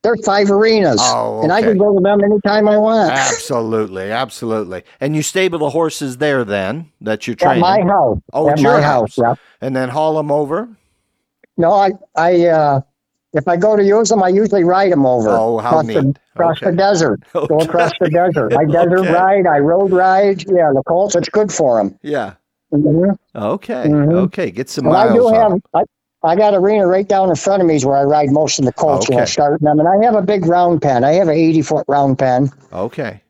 Speaker 1: there's five arenas,
Speaker 2: Oh,
Speaker 1: and I
Speaker 2: okay. Ah,
Speaker 1: can go to them anytime I want.
Speaker 2: Absolutely, absolutely. And you stable the horses there then that you're
Speaker 1: at
Speaker 2: training,
Speaker 1: my house.
Speaker 2: Oh,
Speaker 1: at
Speaker 2: it's
Speaker 1: my
Speaker 2: your house.
Speaker 1: house. yeah.
Speaker 2: and then haul them over.
Speaker 1: No, I, I, uh, if I go to use them, I usually ride them over.
Speaker 2: Oh, how
Speaker 1: across The,
Speaker 2: neat.
Speaker 1: across
Speaker 2: Okay.
Speaker 1: the desert. Go
Speaker 2: Okay.
Speaker 1: across the desert. I desert
Speaker 2: Okay.
Speaker 1: ride. I road ride. Yeah, the Colts. It's good for them.
Speaker 2: Yeah.
Speaker 1: hmm
Speaker 2: Okay.
Speaker 1: Mhm.
Speaker 2: Okay. Get some
Speaker 1: And I
Speaker 2: miles.
Speaker 1: do
Speaker 2: on.
Speaker 1: have. I, I got arena right down in front of me is where I ride most of the Colts. You know,
Speaker 2: Okay.
Speaker 1: starting them, and I have a big round pen. I have an eighty foot round pen.
Speaker 2: Okay.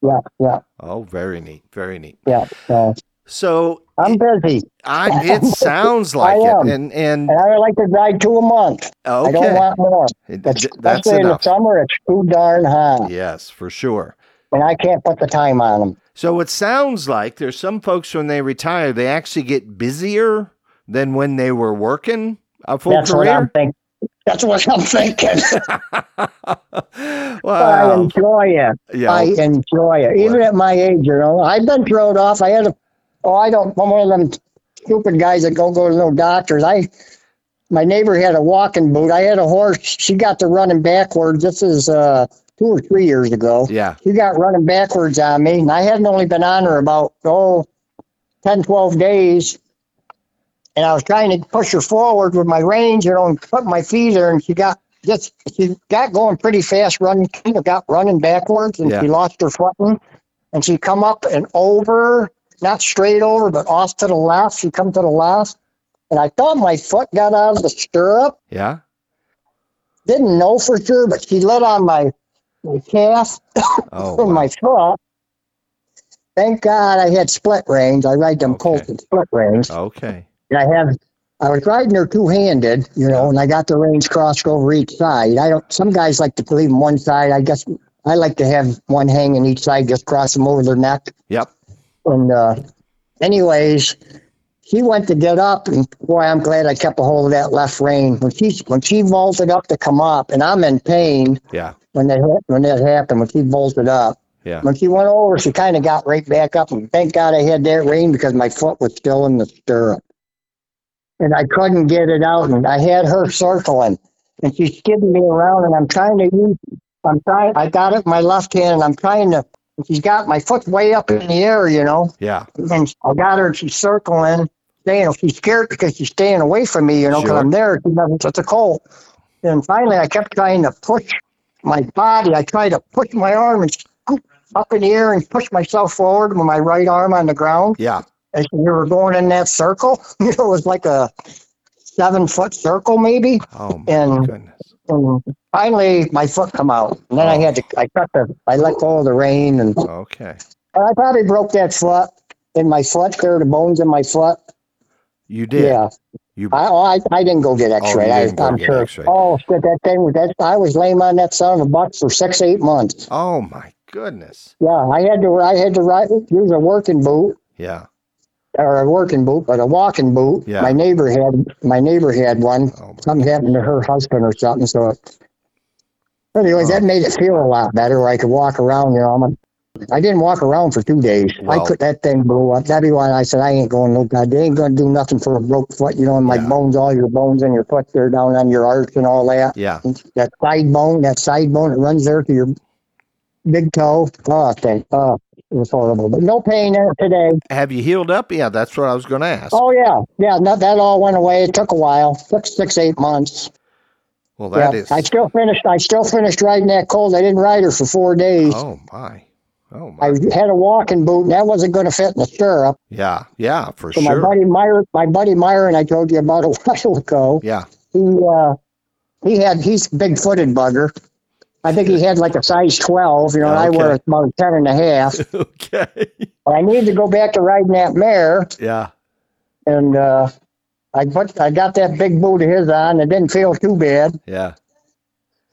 Speaker 1: Yeah, yeah,
Speaker 2: Oh, very neat. Very neat.
Speaker 1: yeah. So
Speaker 2: So
Speaker 1: I'm busy,
Speaker 2: I, it sounds like
Speaker 1: I
Speaker 2: it,
Speaker 1: am.
Speaker 2: and and
Speaker 1: and I like to ride two a month. I don't
Speaker 2: okay,
Speaker 1: want more.
Speaker 2: Th- that's
Speaker 1: Especially in the
Speaker 2: enough.
Speaker 1: summer, it's too darn hot,
Speaker 2: Yes, for sure.
Speaker 1: and I can't put the time on them.
Speaker 2: So it sounds like there's some folks when they retire, they actually get busier than when they were working a full
Speaker 1: That's what I'm
Speaker 2: career.
Speaker 1: thinking. That's what I'm thinking. I
Speaker 2: wow.
Speaker 1: enjoy it.
Speaker 2: Oh. Yeah.
Speaker 1: I enjoy it. Even
Speaker 2: Wow.
Speaker 1: at my age, you know, I've been thrown off. I had a, oh, I don't, I'm one of them stupid guys that don't go to no doctors. I, my neighbor had a walking boot. I had a horse. She got to running backwards. This is uh, two or three years ago.
Speaker 2: yeah.
Speaker 1: She got running backwards on me, and I hadn't only been on her about, oh, 10, 12 days. And I was trying to push her forward with my reins, you know, and put my feet in her, and she got just she got going pretty fast, running kind of got running backwards, and
Speaker 2: Yeah.
Speaker 1: she lost her footing, and she come up and over, not straight over, but off to the left. She come to the left, and I thought my foot got out of the stirrup.
Speaker 2: Yeah.
Speaker 1: Didn't know for sure, but she let on my my calf,
Speaker 2: Oh,
Speaker 1: for
Speaker 2: wow.
Speaker 1: my foot. Thank God I had split reins. I ride them
Speaker 2: Okay. Oh.
Speaker 1: Colts with split reins.
Speaker 2: okay.
Speaker 1: And I have I was riding her two handed, you know, and I got the reins crossed over each side. I don't some guys like to leave them one side. I guess I like to have one hanging each side, just cross them over their neck.
Speaker 2: Yep.
Speaker 1: And uh anyways, she went to get up and boy, I'm glad I kept a hold of that left rein. When she when she vaulted up to come up and I'm in pain
Speaker 2: Yeah.
Speaker 1: when that hap- when that happened, when she vaulted up.
Speaker 2: Yeah.
Speaker 1: When she went over, she kind of got right back up, and thank God I had that rein because my foot was still in the stirrup, and I couldn't get it out. And I had her circling, and she's skidding me around, and I'm trying to use. I'm trying. I got it in my left hand, and I'm trying to. She's got my foot way up in the air, you know,
Speaker 2: Yeah.
Speaker 1: and I got her, and she's circling. Staying, she's scared because she's staying away from me, you know, because
Speaker 2: Sure.
Speaker 1: I'm there. She doesn't it's a cold. And finally, I kept trying to push my body. I tried to push my arm and scoop up in the air and push myself forward with my right arm on the ground.
Speaker 2: Yeah.
Speaker 1: As we were going in that circle, you know, it was like a seven foot circle maybe.
Speaker 2: Oh my
Speaker 1: And,
Speaker 2: goodness.
Speaker 1: and finally, my foot come out. And then I had to, I cut the, I let go of the rein and
Speaker 2: Okay.
Speaker 1: and I probably broke that foot in my foot. There are the bones in my foot.
Speaker 2: You did.
Speaker 1: Yeah.
Speaker 2: You
Speaker 1: I, oh, I I didn't go get X-ray.
Speaker 2: you
Speaker 1: I,
Speaker 2: didn't go
Speaker 1: I'm
Speaker 2: get
Speaker 1: sure.
Speaker 2: X-ray.
Speaker 1: Oh shit! That thing was that. I was laying on that son of a buck for six eight months.
Speaker 2: Oh my goodness.
Speaker 1: Yeah, I had to. I had to ride, use a working boot
Speaker 2: Yeah.
Speaker 1: or a working boot, but a walking boot.
Speaker 2: Yeah.
Speaker 1: My neighbor had. My neighbor had one.
Speaker 2: Oh my.
Speaker 1: Something happened to her husband or something. So, anyway,
Speaker 2: Oh.
Speaker 1: that made it feel a lot better. Where I could walk around. You know, I'm. A, I didn't walk around for two days.
Speaker 2: Well-
Speaker 1: I could that thing blew up. That'd be why I said I ain't going no god. They ain't gonna do nothing for a broke foot. You know, and my
Speaker 2: Yeah.
Speaker 1: bones, all your bones in your foot, they're down on your arch and all that.
Speaker 2: Yeah.
Speaker 1: That side bone, that side bone, that runs there to your big toe. Oh, thing. Oh, it was horrible. But no pain there today.
Speaker 2: Have you healed up? Yeah, that's what I was going to ask.
Speaker 1: Oh yeah, yeah. No, that all went away. It took a while. Took six, eight months.
Speaker 2: well, that
Speaker 1: yeah,
Speaker 2: is.
Speaker 1: I still finished. I still finished riding that cold. I didn't ride her for four days.
Speaker 2: Oh my. Oh
Speaker 1: I
Speaker 2: my.
Speaker 1: had a walking boot, and that wasn't going to fit in the stirrup.
Speaker 2: Yeah. Yeah. For
Speaker 1: So
Speaker 2: sure.
Speaker 1: my buddy Myron, my buddy Myron, I told you about a while ago.
Speaker 2: yeah.
Speaker 1: He uh, he had he's big footed bugger. I think he had like a size twelve. You know, and I
Speaker 2: Okay.
Speaker 1: wear about a ten and a half.
Speaker 2: okay.
Speaker 1: But I needed to go back to riding that mare,
Speaker 2: Yeah.
Speaker 1: and uh, I put I got that big boot of his on. It didn't feel too bad,
Speaker 2: Yeah.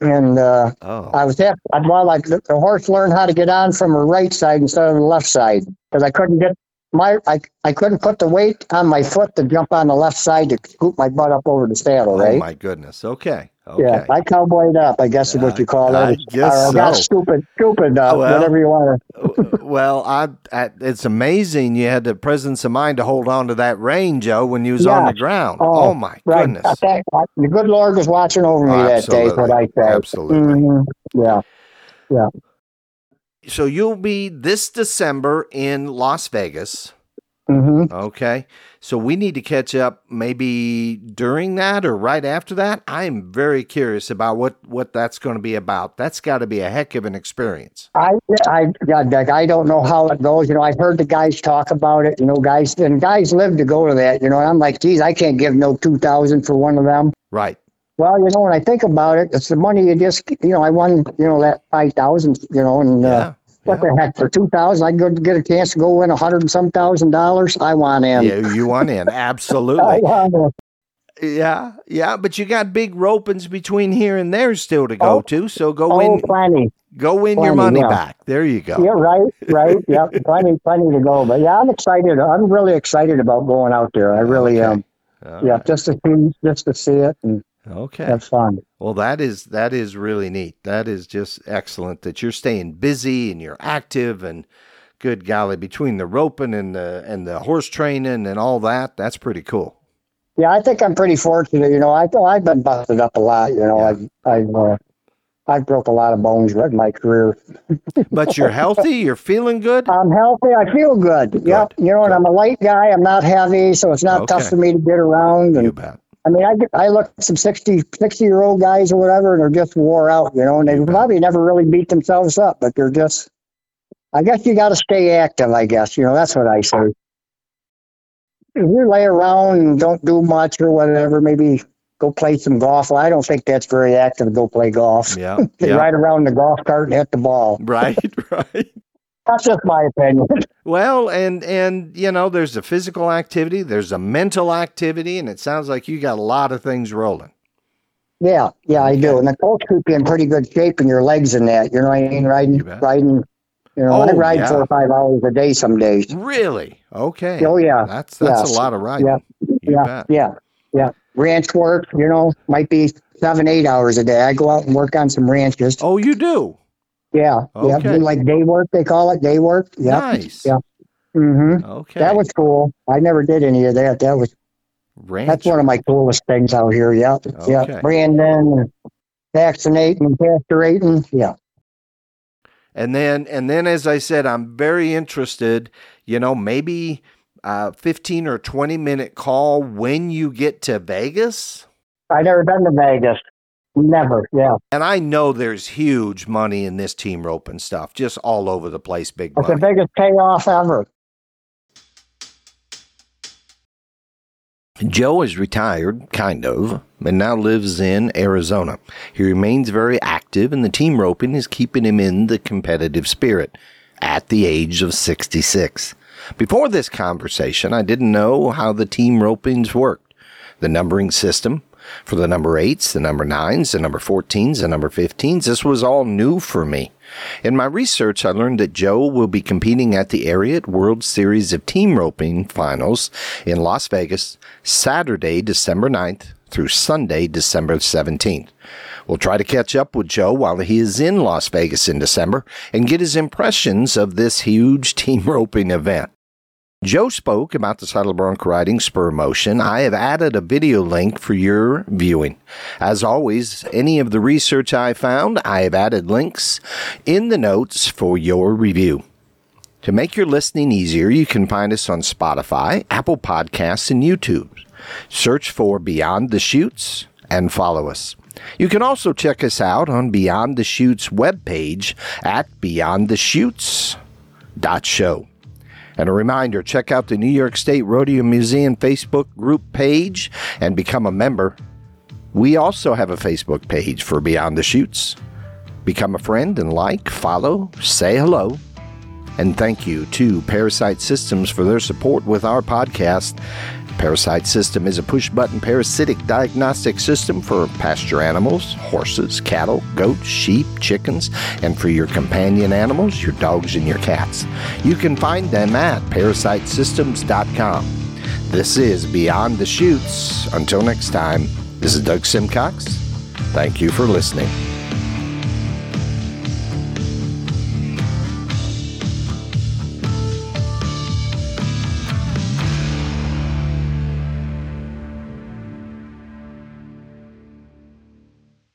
Speaker 1: and. Uh,
Speaker 2: Oh.
Speaker 1: I was happy. I'd well, like the, the horse learned how to get on from her right side instead of the left side because I couldn't get my I, I couldn't put the weight on my foot to jump on the left side to scoop my butt up over the saddle,
Speaker 2: Oh
Speaker 1: right?
Speaker 2: my goodness. Okay. Okay.
Speaker 1: Yeah, I cowboyed up. I guess is what you call
Speaker 2: I
Speaker 1: it.
Speaker 2: guess
Speaker 1: or not
Speaker 2: so.
Speaker 1: stupid, stupid, uh,
Speaker 2: Oh, well.
Speaker 1: whatever you want to.
Speaker 2: well, I, I it's amazing you had the presence of mind to hold on to that rein, Joe, when you was on
Speaker 1: Yeah.
Speaker 2: the ground.
Speaker 1: Oh,
Speaker 2: Oh, my
Speaker 1: Right,
Speaker 2: goodness.
Speaker 1: I think, uh, the good Lord was watching over me that day. What I
Speaker 2: Absolutely.
Speaker 1: say?
Speaker 2: Absolutely.
Speaker 1: Mhm, Yeah,
Speaker 2: So you'll be this December in Las Vegas.
Speaker 1: hmm
Speaker 2: Okay. So we need to catch up maybe during that or right after that. I am very curious about what what that's going to be about. That's got to be a heck of an experience.
Speaker 1: I, I, God, Doug, I don't know how it goes. You know, I've heard the guys talk about it. You know, guys and guys live to go to that. You know, and I'm like, geez, I can't give no two thousand for one of them.
Speaker 2: Right.
Speaker 1: Well, you know, when I think about it, it's the money you just, you know, I won, you know, that 5,000, you know, and uh,
Speaker 2: Yeah.
Speaker 1: what the heck, for 2,000, I can go get a chance to go win a hundred and some thousand dollars. I want in.
Speaker 2: Yeah, you want in.
Speaker 1: I
Speaker 2: Absolutely.
Speaker 1: want in.
Speaker 2: Yeah. Yeah, but you got big ropings between here and there still to go
Speaker 1: Oh.
Speaker 2: to. So go
Speaker 1: Oh,
Speaker 2: win
Speaker 1: plenty.
Speaker 2: go win your
Speaker 1: plenty,
Speaker 2: money
Speaker 1: yeah.
Speaker 2: back. There you go.
Speaker 1: Yeah, right, right. Yeah, plenty, plenty to go. But yeah, I'm excited. I'm really excited about going out there. I really
Speaker 2: Okay.
Speaker 1: am.
Speaker 2: All
Speaker 1: Yeah,
Speaker 2: right.
Speaker 1: just to see, just to see it and
Speaker 2: Okay.
Speaker 1: have fun.
Speaker 2: Well, that is that is really neat. That is just excellent that you're staying busy and you're active and good golly between the roping and the and the horse training and all that. That's pretty cool.
Speaker 1: Yeah, I think I'm pretty fortunate. You know, I I've been busted up a lot. You know,
Speaker 2: Yeah.
Speaker 1: I I uh, I broke a lot of bones in my career.
Speaker 2: But you're healthy. You're feeling good.
Speaker 1: I'm healthy. I feel good. Yep. You know, and I'm a light guy. I'm not heavy, so it's not
Speaker 2: Okay.
Speaker 1: tough for me to get around.
Speaker 2: You
Speaker 1: And
Speaker 2: bet.
Speaker 1: I mean, I, get- I look at some 60, 60 year old guys or whatever, and they're just wore out, you know, and they
Speaker 2: You bet.
Speaker 1: probably never really beat themselves up, but they're just, I guess you got to stay active, I guess. You know, that's what I say. If you lay around and don't do much or whatever, maybe go play some golf. Well, I don't think that's very active to go play golf.
Speaker 2: Yeah.
Speaker 1: They
Speaker 2: yeah.
Speaker 1: ride around in the golf cart and hit the ball.
Speaker 2: Right. Right.
Speaker 1: That's just my opinion.
Speaker 2: Well, and and you know, there's a physical activity, there's a mental activity, and it sounds like you got a lot of things rolling.
Speaker 1: Yeah, yeah, I do. And the Colts keep you in pretty good shape and your legs and that. You know what I mean? Riding,
Speaker 2: You bet.
Speaker 1: riding. You know, I
Speaker 2: Oh,
Speaker 1: ride
Speaker 2: yeah.
Speaker 1: four or five hours a day some days.
Speaker 2: Really? Okay.
Speaker 1: Oh yeah,
Speaker 2: That's that's
Speaker 1: yes.
Speaker 2: a lot of riding.
Speaker 1: Yeah.
Speaker 2: You
Speaker 1: yeah,
Speaker 2: bet.
Speaker 1: yeah, yeah. Ranch work, you know, might be seven, eight hours a day. I go out and work on some ranches.
Speaker 2: Oh, you do.
Speaker 1: yeah, yeah.
Speaker 2: Okay.
Speaker 1: Do like day work, they call it day work. Yeah,
Speaker 2: Nice.
Speaker 1: Yeah. Mm-hmm.
Speaker 2: Okay.
Speaker 1: That was cool. I never did any of that. That was
Speaker 2: ranch.
Speaker 1: that's one of my coolest things out here. Yeah,
Speaker 2: Okay.
Speaker 1: yeah. Brandon, vaccinating, and pasturating. Yeah.
Speaker 2: And then, and then, as I said, I'm very interested. You know, maybe a 15 or 20 minute call when you get to Vegas.
Speaker 1: I never been to Vegas. Never. Yeah.
Speaker 2: And I know there's huge money in this team roping stuff, just all over the place, big
Speaker 1: It's
Speaker 2: money.
Speaker 1: the biggest payoff ever.
Speaker 2: Joe is retired, kind of, and now lives in Arizona. He remains very active, and the team roping is keeping him in the competitive spirit at the age of 66. Before this conversation, I didn't know how the team ropings worked. The numbering system for the number eights, the number nines, the number 14s, the number 15s, this was all new for me. In my research, I learned that Joe will be competing at the Ariat World Series of Team Roping Finals in Las Vegas Saturday, December 9th through Sunday, December 17th. We'll try to catch up with Joe while he is in Las Vegas in December and get his impressions of this huge team roping event. Joe spoke about the saddle bronc riding spur motion. I have added a video link for your viewing. As always, any of the research I found, I have added links in the notes for your review. To make your listening easier, you can find us on Spotify, Apple Podcasts, and YouTube. Search for Beyond the Shoots and follow us. You can also check us out on Beyond the Shoots webpage at beyondtheshoots.show. And a reminder check out the New York State Rodeo Museum Facebook group page and become a member. We also have a Facebook page for Beyond the Shoots. Become a friend and like, follow, say hello. And thank you to Parasite Systems for their support with our podcast Parasite System is a push button parasitic diagnostic system for pasture animals, horses, cattle, goats, sheep, chickens, and for your companion animals, your dogs and your cats. You can find them at parasitesystems.com. This is Beyond the Shoots. Until next time, this is Doug Simcox. Thank you for listening.